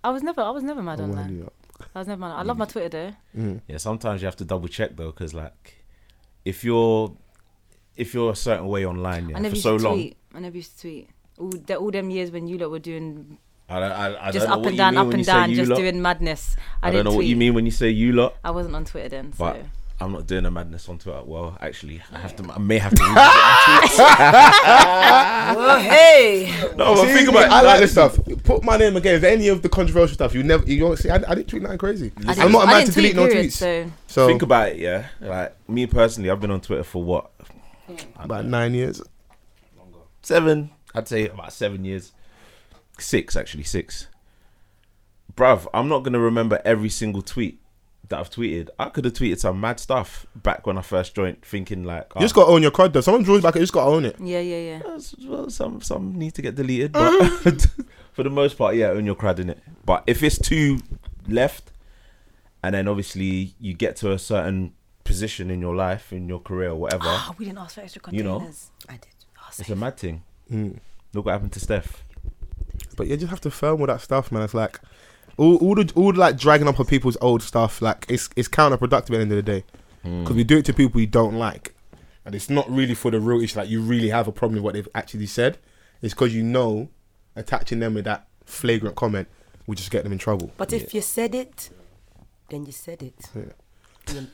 Speaker 4: I was never. I was never mad
Speaker 2: Oh, well,
Speaker 4: online.
Speaker 2: yeah.
Speaker 4: I was never mad. I love my Twitter though.
Speaker 2: Mm.
Speaker 3: Yeah, sometimes you have to double check though, because like, if you're, if you're a certain way online,
Speaker 4: I
Speaker 3: yeah,
Speaker 4: never
Speaker 3: for
Speaker 4: used
Speaker 3: so
Speaker 4: to
Speaker 3: long,
Speaker 4: tweet. I never used to tweet. All, the, all them years when you lot were doing
Speaker 3: I don't, I, I
Speaker 4: just
Speaker 3: don't know
Speaker 4: up
Speaker 3: what
Speaker 4: and
Speaker 3: you
Speaker 4: down,
Speaker 3: mean
Speaker 4: up
Speaker 3: when you
Speaker 4: and
Speaker 3: say
Speaker 4: down,
Speaker 3: you
Speaker 4: just
Speaker 3: lot.
Speaker 4: doing madness. I,
Speaker 3: I, don't
Speaker 4: didn't
Speaker 3: know
Speaker 4: tweet.
Speaker 3: what you mean when you say you lot.
Speaker 4: I wasn't on Twitter then, so
Speaker 3: But I'm not doing a madness on Twitter. Well, actually, I have to. I
Speaker 4: <laughs>
Speaker 3: may have to. revisit my tweets.
Speaker 7: Oh,
Speaker 6: Well, hey.
Speaker 3: <laughs> no, but
Speaker 2: See,
Speaker 3: think about it.
Speaker 2: I like
Speaker 3: like-
Speaker 2: this stuff. Put my name again. If any of the controversial stuff, you never, you don't see. I, I didn't tweet nothing crazy.
Speaker 4: I
Speaker 2: I'm
Speaker 4: didn't-
Speaker 2: not a
Speaker 4: I
Speaker 2: man to
Speaker 4: didn't
Speaker 2: delete
Speaker 4: tweet,
Speaker 2: no
Speaker 4: period,
Speaker 2: tweets.
Speaker 4: So
Speaker 2: So
Speaker 3: Think about it, yeah. Like me personally, I've been on Twitter for what
Speaker 2: about nine years.
Speaker 3: seven? I'd say about seven years, six actually, six. Bruv, I'm not gonna remember every single tweet that I've tweeted. I could have tweeted some mad stuff back when I first joined, thinking like, "Ah,
Speaker 2: You just got to own your card though. Someone draws back, you just got to own it.
Speaker 4: yeah, yeah, yeah.
Speaker 3: well, some some need to get deleted, but
Speaker 2: Mm.
Speaker 3: <laughs> for the most part, yeah, own your crowd in it. But if it's two left, and then obviously you get to a certain position in your life, in your career, or whatever,
Speaker 4: Oh, we didn't ask for extra
Speaker 3: You know.
Speaker 4: containers.
Speaker 6: I did.
Speaker 3: it's a mad thing.
Speaker 2: Mm.
Speaker 3: Look what happened to Steph.
Speaker 2: But you just have to firm all that stuff, man. It's like all, all the all the, like dragging up on people's old stuff. Like it's it's counterproductive at the end of the day
Speaker 7: Hmm.
Speaker 2: because we do it to people we don't like, and it's not really for the real issue. Like you really have a problem with what they've actually said. It's because you know attaching them with that flagrant comment will just get them in trouble.
Speaker 6: But if you said it, then you said it. Then-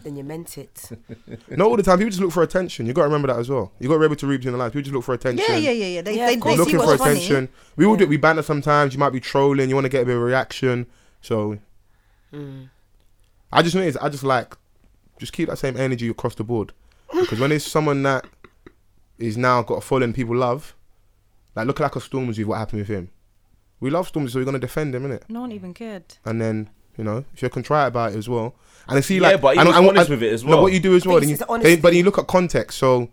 Speaker 6: Then you meant it.
Speaker 3: <laughs>
Speaker 2: not all the time. People just look for attention. You got to remember that as well. You got to be able to read between the lines. People just look for attention.
Speaker 7: Yeah, yeah, yeah, yeah. They,
Speaker 6: Yeah,
Speaker 7: they, they
Speaker 6: of course.
Speaker 7: see
Speaker 2: looking for
Speaker 7: what's funny.
Speaker 2: attention. We all do. We banter sometimes. You might be trolling. You want to get a bit of reaction. So,
Speaker 7: Mm.
Speaker 2: I just noticed. I just like just keep that same energy across the board because when it's someone that is now got a following people love. Like look like a Storms with what happened with him. We love Storms, so we're gonna defend him, innit?
Speaker 4: No one even cared.
Speaker 2: And then you know if you're contrite about it as well, and I see
Speaker 3: Yeah,
Speaker 2: like
Speaker 3: but he
Speaker 2: and,
Speaker 3: was
Speaker 2: and-
Speaker 3: honest
Speaker 2: and-
Speaker 3: with it as
Speaker 2: no,
Speaker 3: well.
Speaker 2: what you do as
Speaker 6: But
Speaker 2: well,
Speaker 6: it's
Speaker 2: then you,
Speaker 6: the honesty.
Speaker 2: then- but you look at context. So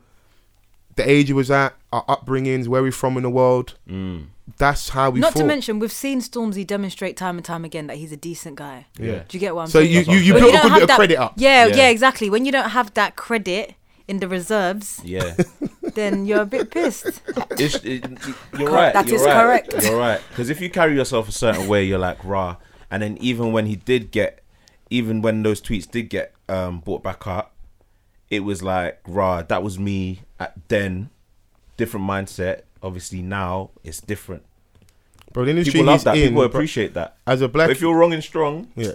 Speaker 2: the age he was at, our upbringings, where we're from in the world.
Speaker 3: Mm.
Speaker 2: That's how we.
Speaker 4: Not
Speaker 2: fought.
Speaker 4: to mention, we've seen Stormzy demonstrate time and time again that he's a decent guy.
Speaker 2: Yeah.
Speaker 4: Do you get what I'm
Speaker 2: So
Speaker 4: saying?
Speaker 2: you you, you
Speaker 4: When
Speaker 2: built a
Speaker 4: don't
Speaker 2: good
Speaker 4: have
Speaker 2: bit of
Speaker 4: that-
Speaker 2: credit up.
Speaker 4: Yeah,
Speaker 3: Yeah.
Speaker 4: yeah, exactly. When you don't have that credit in the reserves,
Speaker 3: Yeah,
Speaker 2: <laughs>
Speaker 4: then you're a bit pissed.
Speaker 3: It's, it, you're
Speaker 6: Cor-
Speaker 3: right.
Speaker 6: that
Speaker 3: you're
Speaker 6: is
Speaker 3: right,
Speaker 6: correct.
Speaker 3: You're right. Because if you carry yourself a certain way, you're like rah. And then even when he did get, even when those tweets did get um, brought back up, it was like rah. That was me at then, different mindset. Obviously now it's different.
Speaker 2: Bro, the industry
Speaker 3: People love
Speaker 2: he's
Speaker 3: that.
Speaker 2: in,
Speaker 3: People
Speaker 2: bro,
Speaker 3: appreciate that.
Speaker 2: as a black.
Speaker 3: But if you're wrong and strong,
Speaker 2: yeah,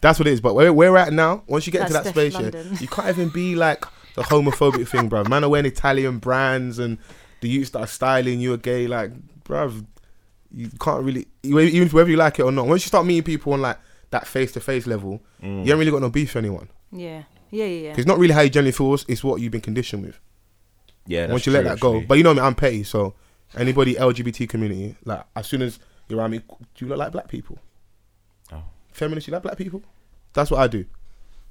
Speaker 2: that's what it is. But where we're at now, once you get into
Speaker 4: That's
Speaker 2: that space,
Speaker 4: Def
Speaker 2: yeah,
Speaker 4: London.
Speaker 2: you can't even be like the homophobic thing, bro. Man are wearing Italian brands and the youths that are styling you are gay, like, bruv, you can't really you- even whether you like it or not. Once you start meeting people on like that face to face level, you ain't really got no beef with anyone.
Speaker 4: Yeah, yeah, yeah.
Speaker 2: 'Cause
Speaker 4: yeah.
Speaker 2: It's not really how you generally feel. it's- It's what you've been conditioned with.
Speaker 3: yeah. that's
Speaker 2: once you let
Speaker 3: true,
Speaker 2: that go.
Speaker 3: actually.
Speaker 2: But you know me, I'm petty. So anybody LGBT community, like as soon as you're around me, do you look like black people?
Speaker 3: Oh.
Speaker 2: Feminist, you like black people? That's what I do,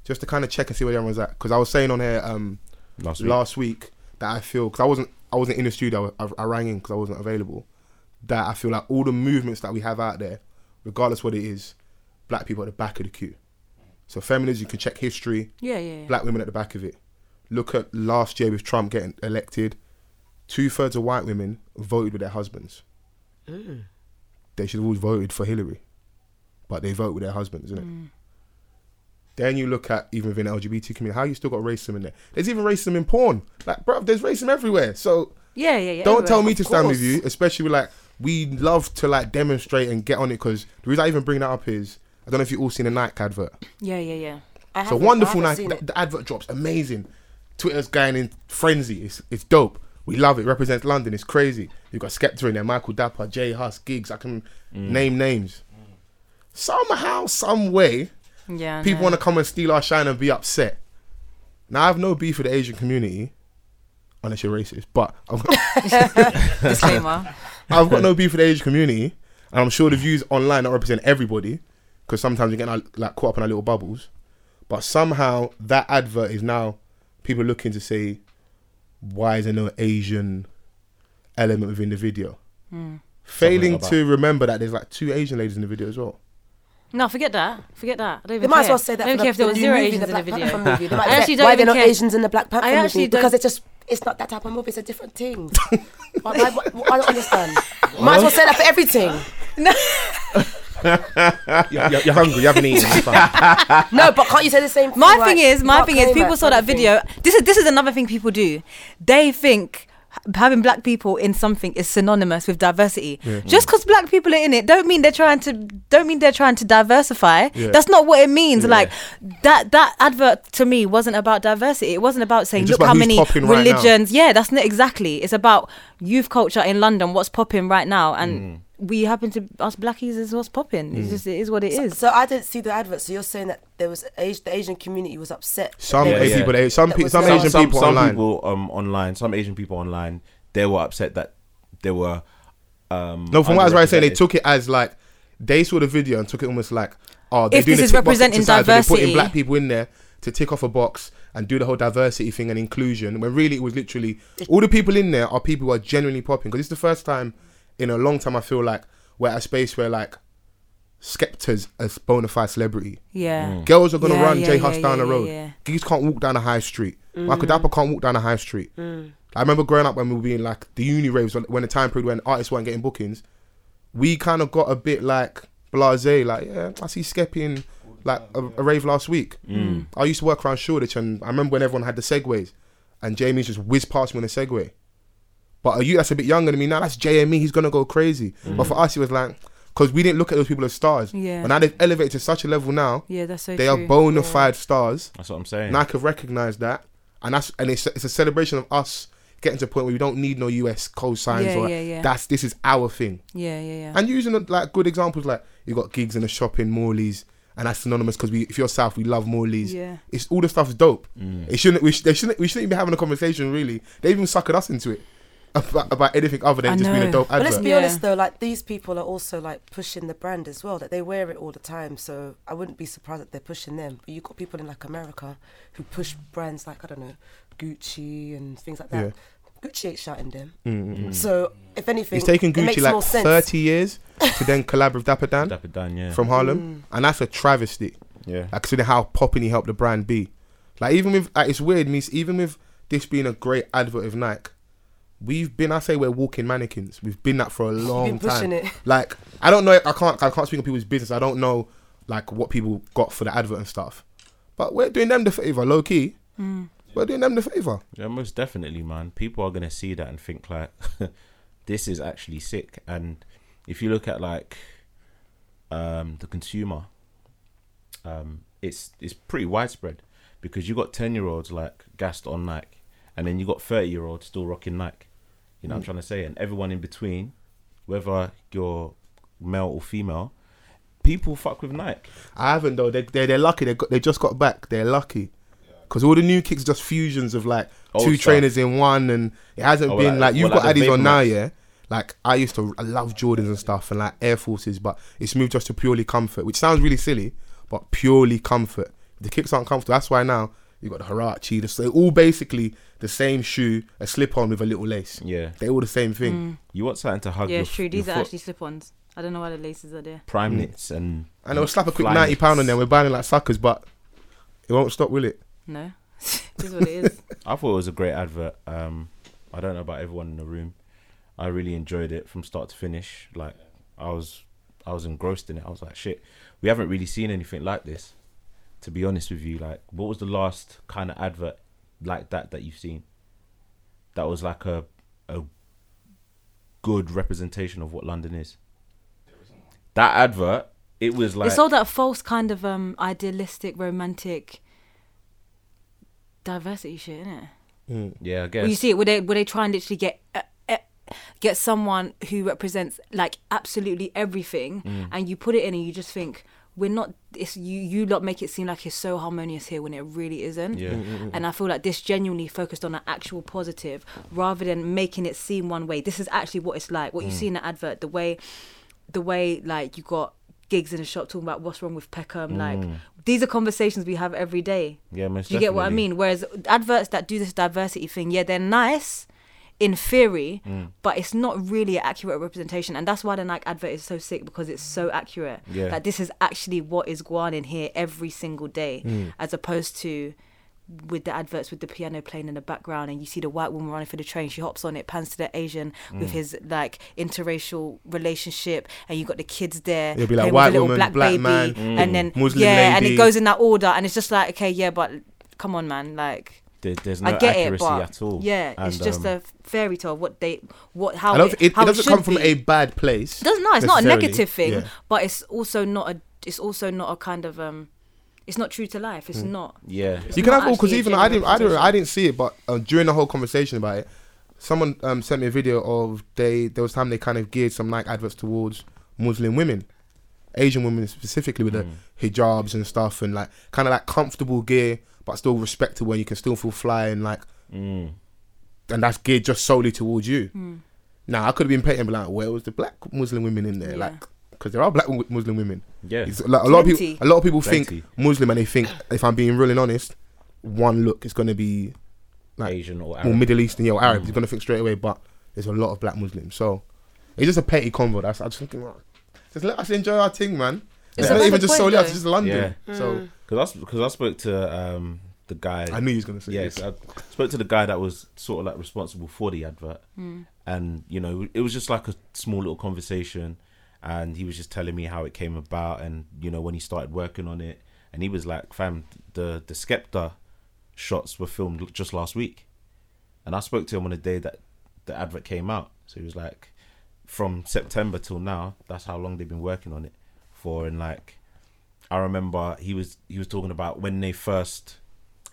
Speaker 2: just to kind of check and see where everyone's at. Because I was saying on here um,
Speaker 3: last week,
Speaker 2: last week that I feel because I wasn't I wasn't in the studio. I, I rang in because I wasn't available. That I feel like all the movements that we have out there, regardless what it is, black people at the back of the queue. So feminism, you can check history
Speaker 4: Yeah, yeah, yeah.
Speaker 2: black women at the back of it. Look at last year with Trump getting elected, two thirds of white women voted with their husbands. They should have all voted for Hillary, but they vote with their husbands, isn't it?
Speaker 4: Mm.
Speaker 2: Then you look at even within the LGBT community, how you still got racism in there. There's even racism in porn. Like, bro, there's racism everywhere. So
Speaker 4: Yeah, yeah, yeah.
Speaker 2: don't
Speaker 4: everywhere.
Speaker 2: tell
Speaker 4: Oh,
Speaker 2: me to
Speaker 4: Of
Speaker 2: stand with
Speaker 4: course.
Speaker 2: you, especially with like we love to like demonstrate and get on it because the reason I even bring that up is I don't know if you all seen the Nike advert.
Speaker 4: Yeah, yeah, yeah.
Speaker 6: I
Speaker 2: So
Speaker 6: haven't- I
Speaker 2: wonderful
Speaker 6: haven't
Speaker 2: night.
Speaker 6: seen
Speaker 2: The,
Speaker 6: it.
Speaker 2: the advert drops amazing. Twitter's going in frenzy. It's it's dope. We love it. Represents London. It's crazy. You've got Skepta in there, Michael Dapper, Jay Huss, Gigs. I can name names. Somehow, some way,
Speaker 4: Yeah. <laughs>
Speaker 2: people want to come and steal our shine and be upset. Now I have no beef with the Asian community, unless you're racist. But I've got,
Speaker 4: to disclaimer.
Speaker 2: I've <laughs> got no beef with the Asian community, and I'm sure the views online don't represent everybody, because sometimes we get our, like caught up in our little bubbles. But somehow that advert is now people looking to say, why is there no Asian element within the video?
Speaker 6: Hmm.
Speaker 2: Failing
Speaker 3: Something
Speaker 2: to remember that there's like two Asian ladies in the video as well.
Speaker 4: No, forget that. Forget that. I don't even
Speaker 6: They
Speaker 4: care.
Speaker 6: might as well say that.
Speaker 4: I don't
Speaker 6: for
Speaker 4: care
Speaker 6: the,
Speaker 4: if there
Speaker 6: the
Speaker 4: was
Speaker 6: new
Speaker 4: zero
Speaker 6: movie,
Speaker 4: Asians
Speaker 6: the
Speaker 4: in the
Speaker 6: Black Panther
Speaker 4: video.
Speaker 6: movie. They might
Speaker 4: I
Speaker 6: say,
Speaker 4: actually don't
Speaker 6: why
Speaker 4: even
Speaker 6: they're not
Speaker 4: care.
Speaker 6: Asians in the Black Panther
Speaker 4: actually
Speaker 6: movie? Because
Speaker 4: don't-
Speaker 6: it's just it's not that type of movie. It's a
Speaker 4: <laughs>
Speaker 6: different thing. Why- why- why- I don't understand. Might as well say that for everything.
Speaker 2: You're, you're- you're hungry, you haven't eaten. it's <laughs> fine.
Speaker 6: No, but can't you say the same? thing,
Speaker 4: My
Speaker 6: like,
Speaker 4: thing is, my
Speaker 6: Mark
Speaker 4: thing is,
Speaker 6: Kramer
Speaker 4: people saw
Speaker 6: kind
Speaker 4: that
Speaker 6: of thing?
Speaker 4: video. This is this is another thing people do. They think h- having black people in something is synonymous with diversity. Just because black people are in it, don't mean they're trying to don't mean they're trying to diversify.
Speaker 2: Yeah.
Speaker 4: That's not what it means.
Speaker 2: Yeah.
Speaker 4: Like that that advert to me wasn't about diversity. It wasn't about saying
Speaker 2: It's
Speaker 4: look
Speaker 2: just about
Speaker 4: how
Speaker 2: who's
Speaker 4: many
Speaker 2: popping right now."
Speaker 4: religions. yeah, that's not exactly. It's about youth culture in London. What's popping right now and.
Speaker 2: Mm.
Speaker 4: We happen to us blackies is what's popping. It's just it is what it is.
Speaker 6: So I didn't see the advert. So you're saying that there was Asi- the Asian community was upset. that
Speaker 2: Some
Speaker 6: they
Speaker 3: Yeah,
Speaker 6: were-
Speaker 3: yeah.
Speaker 2: Asian people, they- some,
Speaker 6: That
Speaker 2: pe-
Speaker 6: was
Speaker 2: some
Speaker 6: so-
Speaker 2: Asian
Speaker 3: some,
Speaker 2: people
Speaker 3: some
Speaker 2: online.
Speaker 3: people um, online, some Asian people online, they were upset that they were. Um,
Speaker 2: No, from what I was right saying, they
Speaker 3: underrepresented.
Speaker 2: took it as like they saw the video and took it almost like, oh, they're
Speaker 4: If
Speaker 2: doing
Speaker 4: this
Speaker 2: the
Speaker 4: is
Speaker 2: tick box
Speaker 4: representing
Speaker 2: exercise where They're putting
Speaker 4: diversity.
Speaker 2: black people in there to tick off a box and do the whole diversity thing and inclusion. When really it was literally all the people in there are people who are genuinely popping because it's the first time in a long time I feel like we're at a space where like Skepta's a bona fide celebrity.
Speaker 4: Yeah.
Speaker 2: Girls are gonna
Speaker 4: Yeah,
Speaker 2: run
Speaker 4: yeah,
Speaker 2: J
Speaker 4: yeah,
Speaker 2: Huss down
Speaker 4: yeah,
Speaker 2: the
Speaker 4: yeah,
Speaker 2: road.
Speaker 4: yeah. Mm.
Speaker 2: Geese can't walk down a high street. Michael Dapper can't walk down a high street. I remember growing up when we were being like the uni raves when- when the time period when artists weren't getting bookings, we kind of got a bit like blasé. Like yeah, I see Skeppy in like a, a rave last week. I used to work around Shoreditch, and I remember when everyone had the segways, and Jamie's just whizzed past me on a segway. But a you that's a bit younger than me now, that's JME, he's gonna go crazy. But for us, it was like, because we didn't look at those people as stars.
Speaker 4: Yeah.
Speaker 2: But now they've elevated to such a level now,
Speaker 4: Yeah, that's so
Speaker 2: they
Speaker 4: true.
Speaker 2: are bona fide stars.
Speaker 3: That's what I'm saying.
Speaker 2: Nike have recognised that, and that's and it's, it's a celebration of us getting to a point where we don't need no US co-signs
Speaker 4: Yeah,
Speaker 2: or
Speaker 4: yeah, yeah.
Speaker 2: that's this is our thing.
Speaker 4: yeah, yeah, yeah.
Speaker 2: And using like good examples, like you got gigs in the shop in Morley's, and that's synonymous because we, if you're South, we love Morley's.
Speaker 4: Yeah.
Speaker 2: It's all the stuff's dope.
Speaker 3: Mm.
Speaker 2: It shouldn't. We sh- they shouldn't. We shouldn't be having a conversation. Really, they even suckered us into it about, about anything other than
Speaker 4: I
Speaker 2: just being a
Speaker 4: know.
Speaker 2: dope
Speaker 4: But
Speaker 6: But
Speaker 2: advert.
Speaker 6: let's be
Speaker 4: Yeah.
Speaker 6: honest though, like these people are also like pushing the brand as well. That they wear it all the time, so I wouldn't be surprised that they're pushing them. But you got people in like America who push brands like I don't know, Gucci and things like that. Gucci ain't shouting them.
Speaker 3: Mm,
Speaker 6: So if anything,
Speaker 2: It's taken
Speaker 6: it makes
Speaker 2: Mm. Gucci like
Speaker 6: more sense.
Speaker 2: 30 years to then collab with Dapper Dan
Speaker 3: Dapper Dan, yeah.
Speaker 2: from
Speaker 4: Mm.
Speaker 2: Harlem, and that's a travesty.
Speaker 3: yeah.
Speaker 2: Like, considering how popping he helped the brand be. Like, even with like, it's weird, means even with this being a great advert of Nike, we've been. I say we're walking mannequins. We've been that for a long
Speaker 6: been pushing
Speaker 2: time.
Speaker 6: it.
Speaker 2: Like, I don't know. I can't. I can't speak on people's business. I don't know like what people got for the advert and stuff. But we're doing them the favor, low key. We're doing them the favor.
Speaker 3: Yeah, most definitely, man. People are gonna see that and think like, <laughs> this is actually sick. And if you look at like, um, the consumer, um, it's it's pretty widespread because you got ten year olds like gassed on Nike, and then you got thirty year olds still rocking Nike. You know
Speaker 4: Mm.
Speaker 3: what I'm trying to say? And everyone in between, whether you're male or female, people fuck with Nike.
Speaker 2: I haven't though. They they they're lucky. They got they just got back. They're lucky. Because all the new kicks just fusions of like
Speaker 3: Old
Speaker 2: two
Speaker 3: stuff.
Speaker 2: trainers in one, and it hasn't
Speaker 3: Oh,
Speaker 2: been
Speaker 3: like-
Speaker 2: like you've
Speaker 3: well, like
Speaker 2: got
Speaker 3: the
Speaker 2: Adidas on
Speaker 3: Vapormax.
Speaker 2: now, yeah. Like I used to, I love Jordans and stuff, and like Air Forces, but it's moved just to purely comfort, which sounds really silly, but purely comfort. The kicks aren't comfortable. That's why now you got the Harachi. The, they're all basically the same shoe, a slip on with a little lace.
Speaker 3: Yeah,
Speaker 2: They're all the same thing.
Speaker 3: you want something to hug.
Speaker 4: Yeah,
Speaker 3: your,
Speaker 4: it's true.
Speaker 3: your
Speaker 4: These are
Speaker 3: foot.
Speaker 4: actually Mm. slip-ons. I don't know why the laces are there.
Speaker 3: prime knits and
Speaker 2: And they'll slap a quick
Speaker 3: fly
Speaker 2: ninety pound on
Speaker 3: knits.
Speaker 2: them. We're buying it like suckers, but it won't stop, will it?
Speaker 4: No, <laughs> this is what it is.
Speaker 3: I thought it was a great advert. Um, I don't know about everyone in the room. I really enjoyed it from start to finish. Like I was, I was engrossed in it. I was like, shit, we haven't really seen anything like this. To be honest with you, like, what was the last kind of advert like that that you've seen? That was like a a good representation of what London is. That advert, it was <laughs> like
Speaker 4: it's all that false kind of um idealistic, romantic diversity shit, isn't it?
Speaker 3: yeah, I guess.
Speaker 4: Well, you see it. Would they would they try and literally get uh, uh, get someone who represents like absolutely everything, and you put it in, and you just think we're not. It's you. You lot make it seem like it's so harmonious here when it really isn't.
Speaker 3: Yeah. Mm,
Speaker 4: And I feel like this genuinely focused on an actual positive rather than making it seem one way. This is actually what it's like. What you see in the advert, the way, the way like you got gigs in a shop talking about what's wrong with Peckham. Like these are conversations we have every day.
Speaker 3: yeah, most
Speaker 4: Do you get what I
Speaker 3: definitely.
Speaker 4: mean? Whereas adverts that do this diversity thing, yeah, they're nice in theory,
Speaker 2: Mm.
Speaker 4: but it's not really an accurate representation. And that's why the Nike advert is so sick because it's so accurate.
Speaker 3: Yeah.
Speaker 4: Like this is actually what is going on in here every single day,
Speaker 2: Mm.
Speaker 4: as opposed to with the adverts with the piano playing in the background and you see the white woman running for the train she hops on it pans to the asian with
Speaker 2: Mm.
Speaker 4: his like interracial relationship and you got the kids there
Speaker 2: It'll be like,
Speaker 4: playing with
Speaker 2: white
Speaker 4: a little
Speaker 2: woman,
Speaker 4: black,
Speaker 2: black
Speaker 4: baby
Speaker 2: man,
Speaker 4: and then
Speaker 2: Mm. Muslim
Speaker 4: yeah and
Speaker 2: lady.
Speaker 4: it goes in that order and it's just like okay yeah but come on man like
Speaker 3: There, there's
Speaker 4: I
Speaker 3: no
Speaker 4: get it
Speaker 3: accuracy
Speaker 4: but
Speaker 3: at all.
Speaker 4: yeah it's
Speaker 3: And,
Speaker 4: just
Speaker 3: um,
Speaker 4: a fairy tale of what they what how
Speaker 2: I don't. It, it,
Speaker 4: how
Speaker 2: doesn't
Speaker 4: should
Speaker 2: come from
Speaker 4: be.
Speaker 2: a bad place.
Speaker 4: It doesn't no it's not a
Speaker 2: necessarily.
Speaker 4: negative thing
Speaker 2: Yeah.
Speaker 4: but it's also not a it's also not a kind of um it's not true to life
Speaker 2: Mm.
Speaker 4: it's not
Speaker 3: yeah.
Speaker 2: You can
Speaker 4: not
Speaker 2: have all because
Speaker 4: actually a
Speaker 2: even I didn't, I didn't,
Speaker 4: general
Speaker 2: I didn't see it, but uh, during the whole conversation about it, someone um, sent me a video of they there was time they kind of geared some Nike adverts towards Muslim women, Asian women specifically with the hijabs and stuff and like kind of like comfortable gear but still respectable and you can still feel fly and like
Speaker 3: Mm.
Speaker 2: and that's geared just solely towards you.
Speaker 4: Hmm.
Speaker 2: Now I could have been painting, but like, where was the black Muslim women in there?
Speaker 4: Yeah.
Speaker 2: Like 'cause Like, because there are black w- Muslim women.
Speaker 3: Yeah.
Speaker 2: It's like a lot of
Speaker 4: Plenty.
Speaker 2: people. A lot of people think
Speaker 3: Plenty.
Speaker 2: Muslim, and they think, if I'm being real and honest, one look is going to be like
Speaker 3: Asian or
Speaker 2: more
Speaker 3: Arab. Mm.
Speaker 2: Middle Eastern, yeah, or Arab. You're going to think straight away, but there's a lot of black Muslims. So it's just a petty convo. That's I'm just thinking, like, just let us enjoy our thing, man. It's
Speaker 4: Yeah.
Speaker 2: not
Speaker 4: That's
Speaker 2: even
Speaker 4: the
Speaker 2: just
Speaker 4: point,
Speaker 2: solely us.
Speaker 4: though. Mm.
Speaker 2: It's just London. So
Speaker 3: Because I, because I spoke to um, the guy.
Speaker 2: I knew he was going to say
Speaker 3: Yes,
Speaker 2: this.
Speaker 3: I spoke to the guy that was sort of like responsible for the advert, and you know, it was just like a small little conversation, and he was just telling me how it came about, and you know, when he started working on it, and he was like, "Fam, the the Skepta shots were filmed just last week," and I spoke to him on the day that the advert came out, so he was like, "From September till now, that's how long they've been working on it for," and like. I remember he was he was talking about when they first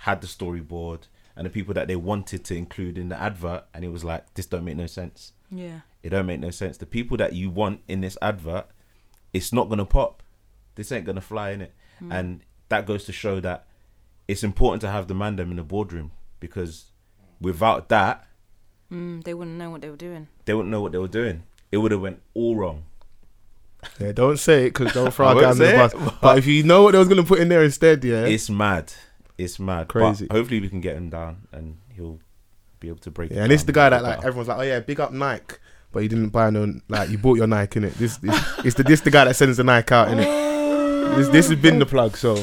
Speaker 3: had the storyboard and the people that they wanted to include in the advert, and it was like this don't make no sense.
Speaker 4: yeah
Speaker 3: It don't make no sense. The people that you want in this advert, it's not gonna pop. This ain't gonna fly in it. and that goes to show that it's important to have the man them in the boardroom because without that,
Speaker 4: Mm, they wouldn't know what they were doing.
Speaker 3: they wouldn't know what they were doing. It would have went all wrong.
Speaker 2: Yeah, don't say it because don't
Speaker 3: <laughs>
Speaker 2: throw
Speaker 3: I
Speaker 2: our guy
Speaker 3: won't
Speaker 2: under the
Speaker 3: say
Speaker 2: bus.
Speaker 3: it,
Speaker 2: But,
Speaker 3: but-
Speaker 2: if you know what they was gonna put in there instead, yeah,
Speaker 3: It's mad. It's mad. But
Speaker 2: Crazy.
Speaker 3: hopefully we can get him down and he'll be able to break.
Speaker 2: yeah, and this is the guy that like
Speaker 3: every
Speaker 2: everyone's like, oh yeah, big up Nike, but you didn't buy no like you bought your Nike in it. This this- it's the this the guy that sends the Nike out in it. This this has been the plug. So,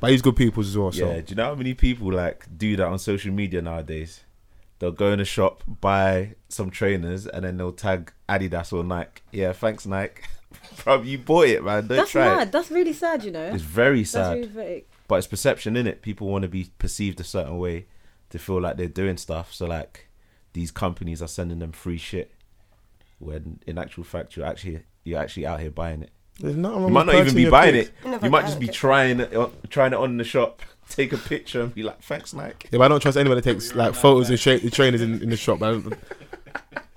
Speaker 2: but he's good people as well. So
Speaker 3: Oh. Yeah, do you know how many people like do that on social media nowadays? They'll go in a shop, buy some trainers, and then they'll tag Adidas or Nike. Yeah, thanks Nike. <laughs> Bro, you bought it, man. Don't
Speaker 8: That's
Speaker 3: try it.
Speaker 8: mad. That's really sad, you know.
Speaker 3: It's very sad,
Speaker 8: That's really pathetic.
Speaker 3: but it's perception in it. People want to be perceived a certain way to feel like they're doing stuff. So like, these companies are sending them free shit, when in actual fact you're actually you're actually out here buying it.
Speaker 2: there's nothing wrong
Speaker 3: You might
Speaker 2: with
Speaker 3: not even
Speaker 2: purchasing
Speaker 3: be
Speaker 2: your
Speaker 3: buying
Speaker 2: kicks.
Speaker 3: it.
Speaker 6: Never
Speaker 3: You might
Speaker 6: buy
Speaker 3: just
Speaker 6: it.
Speaker 3: be trying it, on- trying it on in the shop, <laughs> take a picture, and be like, "Thanks, Nike."
Speaker 2: Yeah, but I don't trust anyone that takes like photos and shape the trainers in, in the shop. I don't-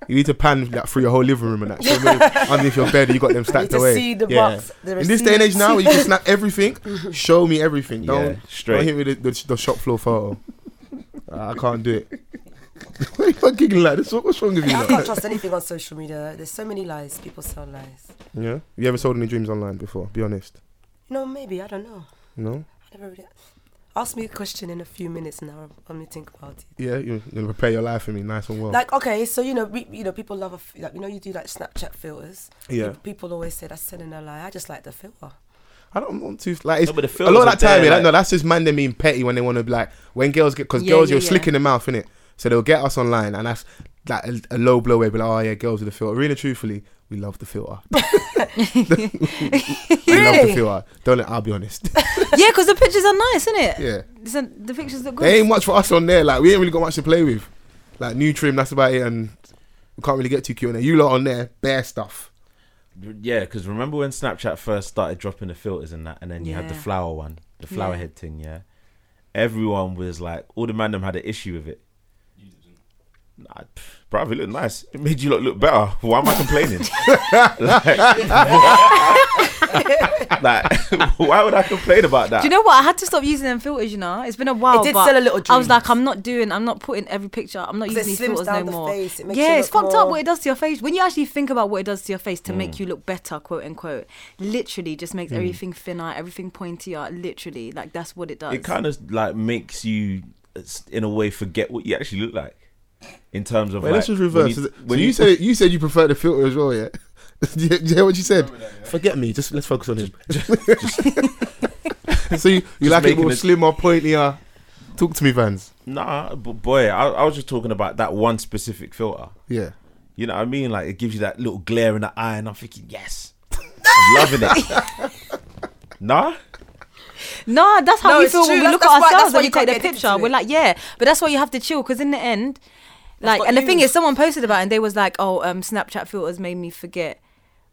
Speaker 2: you need to pan like through your whole living room and that. So
Speaker 3: <laughs>
Speaker 2: maybe underneath your bed, you got them
Speaker 6: I need
Speaker 2: stacked
Speaker 6: to
Speaker 2: away.
Speaker 6: see the
Speaker 2: Yeah.
Speaker 6: box. The
Speaker 2: In this day and age
Speaker 6: receipt.
Speaker 2: now,
Speaker 6: <laughs>
Speaker 2: where you can snap everything, show me everything. Don't,
Speaker 3: Yeah,
Speaker 2: don't
Speaker 3: straight.
Speaker 2: hit me with the, the, the shop floor
Speaker 6: <laughs>
Speaker 2: photo. Uh, I can't do it. <laughs> Why are you fucking giggling like this? What- What's wrong with you?
Speaker 6: I
Speaker 2: lot?
Speaker 6: can't trust anything on social media. There's so many lies. People sell lies.
Speaker 2: Yeah. You ever sold any dreams online before? Be honest.
Speaker 6: You know, maybe I don't know.
Speaker 2: No.
Speaker 6: I never really. Ask me a question in a few minutes now. Let me think about it.
Speaker 2: Yeah. You, you prepare your life for me, nice and well.
Speaker 6: Like okay, so you know, we, you know, people love a f- like you know, you do like Snapchat filters.
Speaker 2: yeah.
Speaker 6: People always say that's selling a lie. I just like the filter.
Speaker 2: I don't want to like it's,
Speaker 3: No, but the
Speaker 2: a
Speaker 3: filters
Speaker 2: lot
Speaker 3: are
Speaker 2: of that time.
Speaker 3: there,
Speaker 2: yeah,
Speaker 3: like-
Speaker 2: like, no, that's just man. They mean petty when they want to be like when girls get because
Speaker 4: Yeah,
Speaker 2: girls
Speaker 4: yeah,
Speaker 2: you're
Speaker 4: yeah.
Speaker 2: slicking the mouth in it, so they'll get us online and that's like a, a low blow. Where be like, oh yeah, girls with the filter. Really, truthfully, we love the filter. <laughs> we love the
Speaker 6: Really?
Speaker 2: filter. Don't let. I'll be
Speaker 4: <laughs>
Speaker 2: honest.
Speaker 4: yeah, because the pictures are nice, isn't it?
Speaker 2: yeah,
Speaker 4: the pictures look
Speaker 2: there
Speaker 4: good.
Speaker 2: ain't much for us on there. Like we ain't really got much to play with. Like new trim, that's about it, and we can't really get too cute on there. You lot on there, bare stuff.
Speaker 3: Yeah, because remember when Snapchat first started dropping the filters and that, and then you had the
Speaker 4: Yeah.
Speaker 3: flower one, the flower
Speaker 4: Yeah.
Speaker 3: head thing. Yeah, everyone was like, all the man them had an issue with it. Nah, pff, bruv, it looked nice. It made you lot look better. Why am I complaining? like, <laughs> like, why would I complain about that?
Speaker 4: Do you know what? I had to stop using them filters. You know, it's been a while.
Speaker 6: It did
Speaker 4: but
Speaker 6: sell a
Speaker 4: I
Speaker 6: little
Speaker 4: was
Speaker 6: dreams.
Speaker 4: like, I'm not doing. I'm not putting every picture. I'm not
Speaker 6: 'Cause
Speaker 4: using
Speaker 6: it
Speaker 4: these
Speaker 6: slims
Speaker 4: filters
Speaker 6: down
Speaker 4: no
Speaker 6: the
Speaker 4: more.
Speaker 6: face, it makes
Speaker 4: yeah,
Speaker 6: you
Speaker 4: it's
Speaker 6: look
Speaker 4: fucked up
Speaker 6: more- Mm.
Speaker 4: what it does to your face. When you actually think about what it does to your face to make you look better, quote unquote, literally just makes everything thinner, everything pointier. Literally, like that's what it does.
Speaker 3: it kind of like makes you, s- in a way, forget what you actually look like. In terms of
Speaker 2: Wait,
Speaker 3: like,
Speaker 2: let's just
Speaker 3: when
Speaker 2: reverse.
Speaker 3: you-
Speaker 2: So
Speaker 3: when
Speaker 2: you <laughs> said you said you prefer the filter as well, yeah. <laughs> Do you, do you hear what you said? Forget me. <laughs> Just let's focus on him. <laughs> so you, you
Speaker 3: Just
Speaker 2: like it
Speaker 3: making
Speaker 2: more
Speaker 3: it-
Speaker 2: slimmer, pointier? Talk to me, Vans.
Speaker 3: Nah, but boy, I, I was just talking about that one specific filter.
Speaker 2: Yeah.
Speaker 3: You know what I mean? Like it gives you that little glare in the eye, and I'm thinking, yes, I'm loving it.
Speaker 4: <laughs>
Speaker 3: nah,
Speaker 4: No, that's how
Speaker 6: No,
Speaker 4: we
Speaker 6: it's
Speaker 4: feel
Speaker 6: true.
Speaker 4: when we
Speaker 6: That's-
Speaker 4: look
Speaker 6: that's
Speaker 4: at
Speaker 6: why-
Speaker 4: ourselves
Speaker 6: that's why
Speaker 4: when we
Speaker 6: you
Speaker 4: take the
Speaker 6: can't get addicted
Speaker 4: picture.
Speaker 6: to
Speaker 4: We're
Speaker 6: it.
Speaker 4: like, yeah, but that's why you have to chill because in the end, like,
Speaker 6: what
Speaker 4: and the
Speaker 6: you-
Speaker 4: thing is, someone posted about it and they was like, oh, um, Snapchat filters made me forget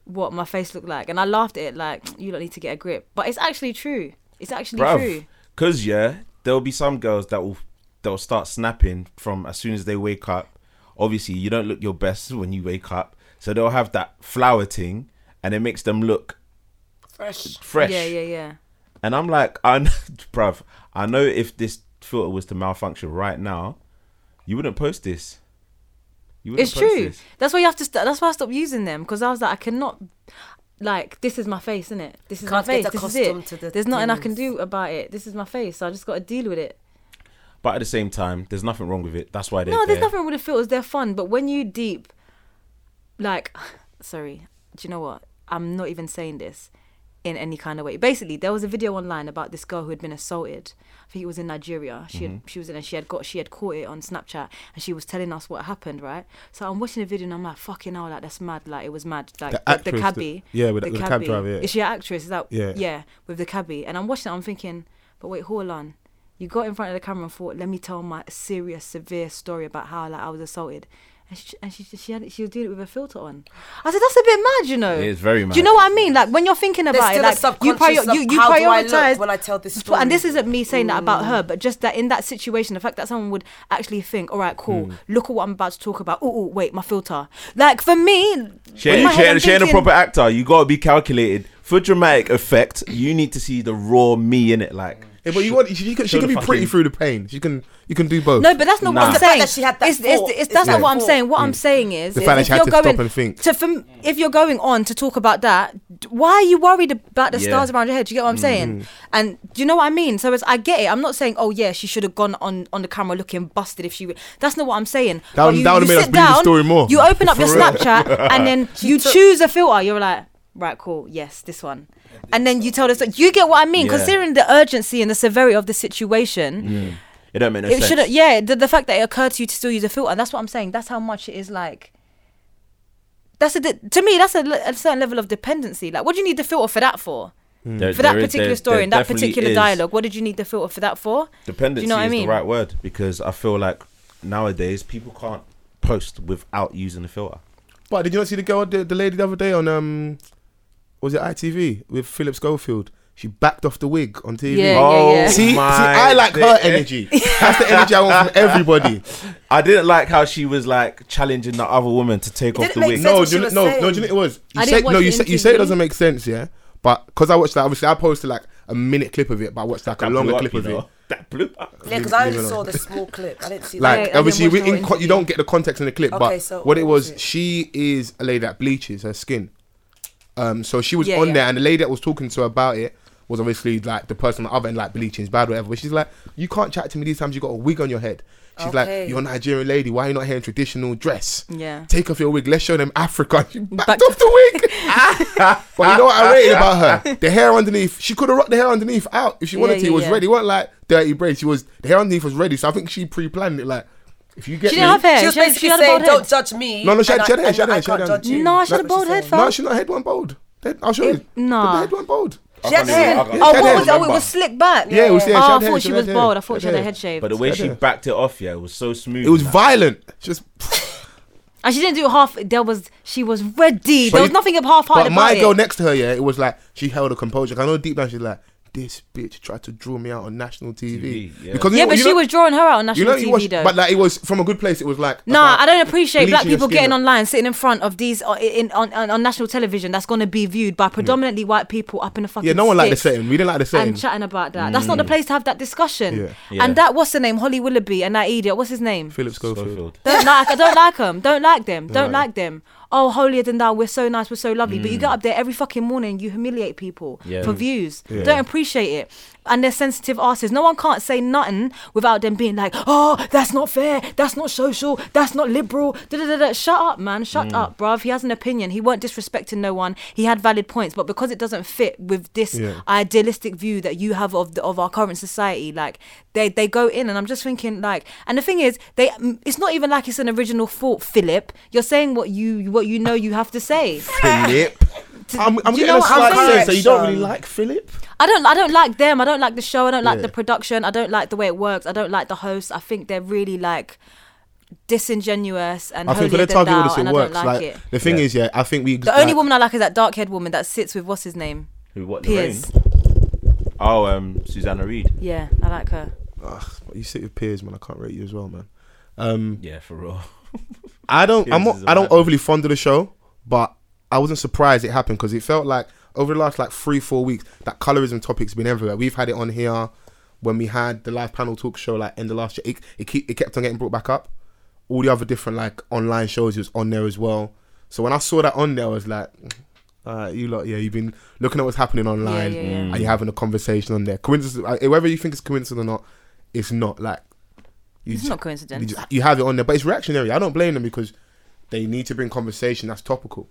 Speaker 4: what my face looked like, and I laughed at it like, you don't need to get a grip, but it's actually true. It's actually
Speaker 3: bruv.
Speaker 4: true.
Speaker 3: Cause yeah, there'll be some girls that will they'll start snapping from as soon as they wake up. Obviously, you don't look your best when you wake up, so they'll have that flower thing, and it makes them look
Speaker 6: Fresh.
Speaker 3: fresh.
Speaker 4: Yeah, yeah, yeah.
Speaker 3: And I'm like, I know, <laughs> bruv, I know if this filter was to malfunction right now, you wouldn't post this. You wouldn't
Speaker 4: It's true. That's why you have to. St- that's why I stopped using them because I was like, I cannot. Like this is my face, isn't it? This is
Speaker 6: Can't
Speaker 4: my face.
Speaker 6: get
Speaker 4: This is
Speaker 6: accustomed
Speaker 4: it.
Speaker 6: to the
Speaker 4: There's nothing I can
Speaker 6: things.
Speaker 4: do about it. This is my face. So I just got to deal with it.
Speaker 3: But at the same time, there's nothing wrong with it. That's why they.
Speaker 4: No, there's nothing wrong with the filters. They're fun, but when you deep, like, <sighs> sorry, do you know what? I'm not even saying this in any kind of way. Basically, there was a video online about this girl who had been assaulted. I think it was in Nigeria. She
Speaker 2: Mm-hmm.
Speaker 4: had, she was in and she had got she had caught it on Snapchat and she was telling us what happened, right? So I'm watching the video and I'm like, fucking hell, like that's mad. Like it was mad. Like
Speaker 2: The
Speaker 4: the, the
Speaker 2: actress,
Speaker 4: cabbie.
Speaker 2: the- yeah, with the- with the cab driver, yeah.
Speaker 4: Is she an actress? Is that
Speaker 2: Yeah.
Speaker 4: yeah, with the cabbie. And I'm watching it, I'm thinking, but wait, hold on. You got in front of the camera and thought, let me tell my serious, severe story about how like I was assaulted. And she, and she, she had she was doing it with a filter on. I said, that's a bit mad, you know.
Speaker 3: It is very
Speaker 4: Do you
Speaker 3: mad.
Speaker 4: know what I mean? Like when you're thinking
Speaker 6: There's
Speaker 4: about
Speaker 6: still
Speaker 4: it,
Speaker 6: a
Speaker 4: like you,
Speaker 6: subconscious
Speaker 4: prior- you,
Speaker 6: of
Speaker 4: you
Speaker 6: how do I
Speaker 4: prioritize
Speaker 6: look when I tell this
Speaker 4: And this
Speaker 6: story? Mm.
Speaker 4: isn't me saying that about her, but just that in that situation, the fact that someone would actually think, all right, cool,
Speaker 3: Mm.
Speaker 4: look at what I'm about to talk about. Oh, wait, my filter. Like for me, in my
Speaker 3: Share,
Speaker 4: head,
Speaker 3: share,
Speaker 4: I'm
Speaker 3: share the
Speaker 4: thinking-
Speaker 3: proper actor. You gotta be calculated. for dramatic effect, you need to see the raw me in it. Like,
Speaker 2: Yeah, but you want she, she can, she
Speaker 3: show
Speaker 2: can
Speaker 3: the
Speaker 2: be
Speaker 3: fucking-
Speaker 2: pretty through the pain. She can you can do both.
Speaker 4: No, but that's not
Speaker 3: Nah.
Speaker 4: what I'm
Speaker 3: It's
Speaker 6: the fact
Speaker 4: saying.
Speaker 6: that she had that
Speaker 4: It's- it's-
Speaker 6: thought.
Speaker 4: it's- that's
Speaker 6: Yeah.
Speaker 4: not what I'm
Speaker 6: Thought.
Speaker 4: saying. What I'm saying is,
Speaker 2: Mm. The fact that
Speaker 4: is
Speaker 2: she
Speaker 4: if
Speaker 2: had
Speaker 4: you're
Speaker 2: to stop
Speaker 4: going
Speaker 2: and think.
Speaker 4: to from, if you're going on to talk about that, d- why are you worried about the
Speaker 3: Yeah.
Speaker 4: stars around your head? Do you get what I'm
Speaker 2: Mm-hmm.
Speaker 4: saying? And do you know what I mean? So it's, I get it. I'm not saying, oh yeah, she should have gone on on the camera looking busted if she. w-" That's not what I'm saying.
Speaker 2: That
Speaker 4: But
Speaker 2: would-
Speaker 4: you,
Speaker 2: that
Speaker 4: you
Speaker 2: would have made us
Speaker 4: sit
Speaker 2: believe the
Speaker 4: down,
Speaker 2: story more.
Speaker 4: You open up your
Speaker 2: <laughs> For real.
Speaker 4: Snapchat and
Speaker 2: <laughs>
Speaker 4: then you choose a filter. You're like, right, cool, yes, this one. And then you tell us, you get what I mean,
Speaker 3: Yeah.
Speaker 4: considering the urgency and the severity of the situation
Speaker 3: it don't make no
Speaker 4: it
Speaker 3: sense.
Speaker 4: should yeah the, the fact that it occurred to you to still use a filter that's what i'm saying that's how much it is like that's a de- to me that's a, le- a certain level of dependency like what do you need the filter for that for
Speaker 3: Mm. There-
Speaker 4: for that
Speaker 3: there is-
Speaker 4: particular
Speaker 3: there-
Speaker 4: story
Speaker 3: there
Speaker 4: and that
Speaker 3: definitely
Speaker 4: particular
Speaker 3: is.
Speaker 4: dialogue what did you need the filter for that for
Speaker 3: Dependency
Speaker 4: Do you know what I
Speaker 3: is
Speaker 4: mean?
Speaker 3: the right word because I feel like nowadays people can't post without using the filter.
Speaker 2: But did you not see the girl, the, the lady the other day on um, was it ITV with Philip Schofield? She backed off the wig on TV.
Speaker 4: Yeah, Oh yeah, yeah.
Speaker 2: See, see,
Speaker 3: my
Speaker 2: I like her
Speaker 3: day.
Speaker 2: energy. That's the energy I want
Speaker 3: <laughs>
Speaker 2: from everybody.
Speaker 3: I didn't like how she was like challenging the other woman to take off
Speaker 6: didn't
Speaker 3: the
Speaker 6: make
Speaker 3: wig.
Speaker 6: sense.
Speaker 2: no, do you,
Speaker 6: what she
Speaker 2: know-
Speaker 6: was
Speaker 2: no,
Speaker 6: saying.
Speaker 2: no, do you know what it was? You
Speaker 4: I
Speaker 2: say,
Speaker 4: didn't watch
Speaker 2: no, you
Speaker 4: the
Speaker 2: say, you say it
Speaker 4: interview.
Speaker 2: doesn't make sense, yeah. But because I watched that, obviously I posted like a minute clip of it, but I watched like a
Speaker 3: That blew
Speaker 2: longer
Speaker 3: up,
Speaker 2: clip
Speaker 3: you
Speaker 2: of
Speaker 3: know.
Speaker 2: it.
Speaker 3: That blew up.
Speaker 6: Yeah, because
Speaker 2: Leave-
Speaker 6: I
Speaker 2: leave
Speaker 6: only
Speaker 2: it
Speaker 6: saw
Speaker 2: alone.
Speaker 6: the small clip. I didn't see
Speaker 2: Like
Speaker 4: I didn't
Speaker 2: obviously,
Speaker 4: watch
Speaker 2: we,
Speaker 4: the
Speaker 2: in
Speaker 4: whole
Speaker 2: co- you don't get the context in the clip,
Speaker 6: Okay,
Speaker 2: but
Speaker 6: so
Speaker 2: what it
Speaker 6: what
Speaker 2: was,
Speaker 6: was it?
Speaker 2: she is a lady that bleaches her skin. Um, so she was
Speaker 4: Yeah,
Speaker 2: on
Speaker 4: yeah.
Speaker 2: there, and the lady that was talking to her about it was obviously like the person on the other end, like bleaching is bad, whatever. But she's like, you can't chat to me these times. You got a wig on your head. She's like,
Speaker 6: Okay.
Speaker 2: you're a Nigerian lady. Why are you not here in traditional dress?
Speaker 4: Yeah.
Speaker 2: Take off your wig. Let's show them Africa. <laughs> She backed
Speaker 4: Back-
Speaker 2: off the
Speaker 4: <laughs>
Speaker 2: wig. <laughs> but you know what I rated about her? The hair underneath. She could have rocked the hair underneath out if she wanted
Speaker 4: Yeah,
Speaker 2: to. It
Speaker 4: yeah,
Speaker 2: was
Speaker 4: yeah.
Speaker 2: ready. It wasn't like dirty braids. She was the hair underneath was ready. So I think she pre-planned it. Like, if you get
Speaker 4: she
Speaker 2: me,
Speaker 4: didn't have hair
Speaker 6: She was
Speaker 4: had-
Speaker 6: basically
Speaker 4: had a
Speaker 6: saying,
Speaker 4: bald
Speaker 6: "Don't
Speaker 4: head."
Speaker 6: judge me."
Speaker 2: No, no, she had-
Speaker 6: and
Speaker 2: she had
Speaker 6: I-
Speaker 2: hair, she had
Speaker 6: and I
Speaker 2: hair, she had
Speaker 6: can't
Speaker 2: hair.
Speaker 6: judge you.
Speaker 4: No, she had
Speaker 6: That's
Speaker 4: a
Speaker 6: what
Speaker 4: bald head,
Speaker 6: saying.
Speaker 4: fam.
Speaker 2: No, she not head one bold. They- I'll show you.
Speaker 4: nah.
Speaker 2: The head one bold.
Speaker 6: She
Speaker 3: I can't
Speaker 6: had
Speaker 3: even-
Speaker 6: hair.
Speaker 3: I can't-
Speaker 4: oh
Speaker 3: I
Speaker 4: what
Speaker 3: can't
Speaker 4: was oh it
Speaker 3: remember.
Speaker 4: was slick back
Speaker 2: Yeah, it was- yeah, she
Speaker 4: oh
Speaker 2: had
Speaker 4: I
Speaker 2: hair,
Speaker 4: thought
Speaker 2: she
Speaker 4: she
Speaker 2: had
Speaker 4: was
Speaker 2: hair.
Speaker 4: bald I thought
Speaker 2: She
Speaker 4: she
Speaker 2: had
Speaker 4: had a
Speaker 2: hair.
Speaker 4: head shave
Speaker 3: But the way she
Speaker 2: Yeah.
Speaker 3: backed it off, yeah, it was so smooth.
Speaker 2: It was
Speaker 3: like,
Speaker 2: violent. Just
Speaker 4: and she didn't do half there was she was ready
Speaker 2: But
Speaker 4: there was
Speaker 2: you-
Speaker 4: nothing of half hearted
Speaker 2: but
Speaker 4: about
Speaker 2: my
Speaker 4: it
Speaker 2: girl next to her, yeah, it was like she held her composure. 'Cause I know deep down she's like, this bitch tried to draw me out on national TV.
Speaker 3: TV, yeah.
Speaker 2: you
Speaker 4: yeah
Speaker 2: know-
Speaker 4: but
Speaker 2: you
Speaker 4: she
Speaker 2: know-
Speaker 4: was drawing her out on
Speaker 2: You
Speaker 4: national
Speaker 2: know, you
Speaker 4: TV
Speaker 2: watched,
Speaker 4: though
Speaker 2: but like it was from a good place. It was like
Speaker 4: No,
Speaker 2: about-
Speaker 4: I don't appreciate black
Speaker 2: bleaching your
Speaker 4: people
Speaker 2: skin
Speaker 4: getting
Speaker 2: up.
Speaker 4: online, sitting in front of these uh, in on, on, on national television. That's going to be viewed by predominantly white people up in the fucking
Speaker 2: Mm. Yeah, no one liked the
Speaker 4: sticks
Speaker 2: setting. We didn't like the setting. Mm.
Speaker 4: and chatting about that. That's not the place to have that discussion.
Speaker 2: Yeah.
Speaker 3: Yeah.
Speaker 4: And that what's the name? Holly Willoughby and that idiot. What's his name?
Speaker 2: Philip Schofield.
Speaker 3: Schofield.
Speaker 2: <laughs>
Speaker 4: Don't like. I don't like them. Don't like them. Don't like them. Oh, holier than thou. We're so nice. We're so lovely.
Speaker 2: Mm.
Speaker 4: But you get up there every fucking morning. You humiliate people
Speaker 3: Yeah.
Speaker 4: for
Speaker 3: Mm.
Speaker 4: views. Don't appreciate it. And they're sensitive asses. No one can't say nothing without them being like, "Oh, that's not fair. That's not social. That's not liberal." Da, da, da, da. Shut up, man. Shut up, bruv. He has an opinion. He weren't disrespecting no one. He had valid points, but because it doesn't fit with this
Speaker 2: Yeah.
Speaker 4: idealistic view that you have of the, of our current society like they they go in and i'm just thinking like and the thing is they mm, it's not even like it's an original thought philip you're saying what you what you know you have to say
Speaker 2: Philip. I'm,
Speaker 4: <laughs>
Speaker 2: I'm
Speaker 4: do you
Speaker 2: getting
Speaker 4: know
Speaker 2: a
Speaker 4: what I'm
Speaker 2: slight
Speaker 4: saying?
Speaker 2: sense that you don't really like Philip.
Speaker 4: i don't i don't like them i don't like the show i don't like
Speaker 2: Yeah.
Speaker 4: the production i don't like the way it works i don't like the hosts i think they're really like disingenuous and
Speaker 2: I think for
Speaker 4: holier
Speaker 2: the
Speaker 4: than
Speaker 2: target
Speaker 4: thou,
Speaker 2: audience,
Speaker 4: and
Speaker 2: it
Speaker 4: i
Speaker 2: works.
Speaker 4: don't like,
Speaker 2: Like,
Speaker 4: it
Speaker 2: the thing
Speaker 3: Yeah.
Speaker 2: is, yeah, I think we.
Speaker 4: the only woman i like is that dark haired woman that sits with what's his name
Speaker 3: Who what?
Speaker 4: Piers.
Speaker 3: Lorraine? Oh, um, Susanna Reid.
Speaker 4: yeah i like her
Speaker 2: you sit with peers, man. I can't rate you as well, man. Um,
Speaker 3: Yeah, for real.
Speaker 2: I don't. I'm
Speaker 3: Piers
Speaker 2: not.
Speaker 3: is a
Speaker 2: I don't
Speaker 3: madman.
Speaker 2: overly fond of the show, but I wasn't surprised it happened because it felt like over the last like three, four weeks that colorism topic's been everywhere. We've had it on here when we had the live panel talk show like in the last year. It it, keep, it kept on getting brought back up. All the other different like online shows it was on there as well. So when I saw that on there, I was like. Uh, you lot, yeah, you've been looking at what's happening online,
Speaker 4: yeah, yeah.
Speaker 2: and you're having a conversation on there. Coincidence, uh, whether you think it's coincidence or not, it's not. Like, you
Speaker 4: it's
Speaker 2: just-
Speaker 4: not coincidence
Speaker 2: you, just- you have it on there, but it's reactionary. I don't blame them because they need to bring conversation that's topical,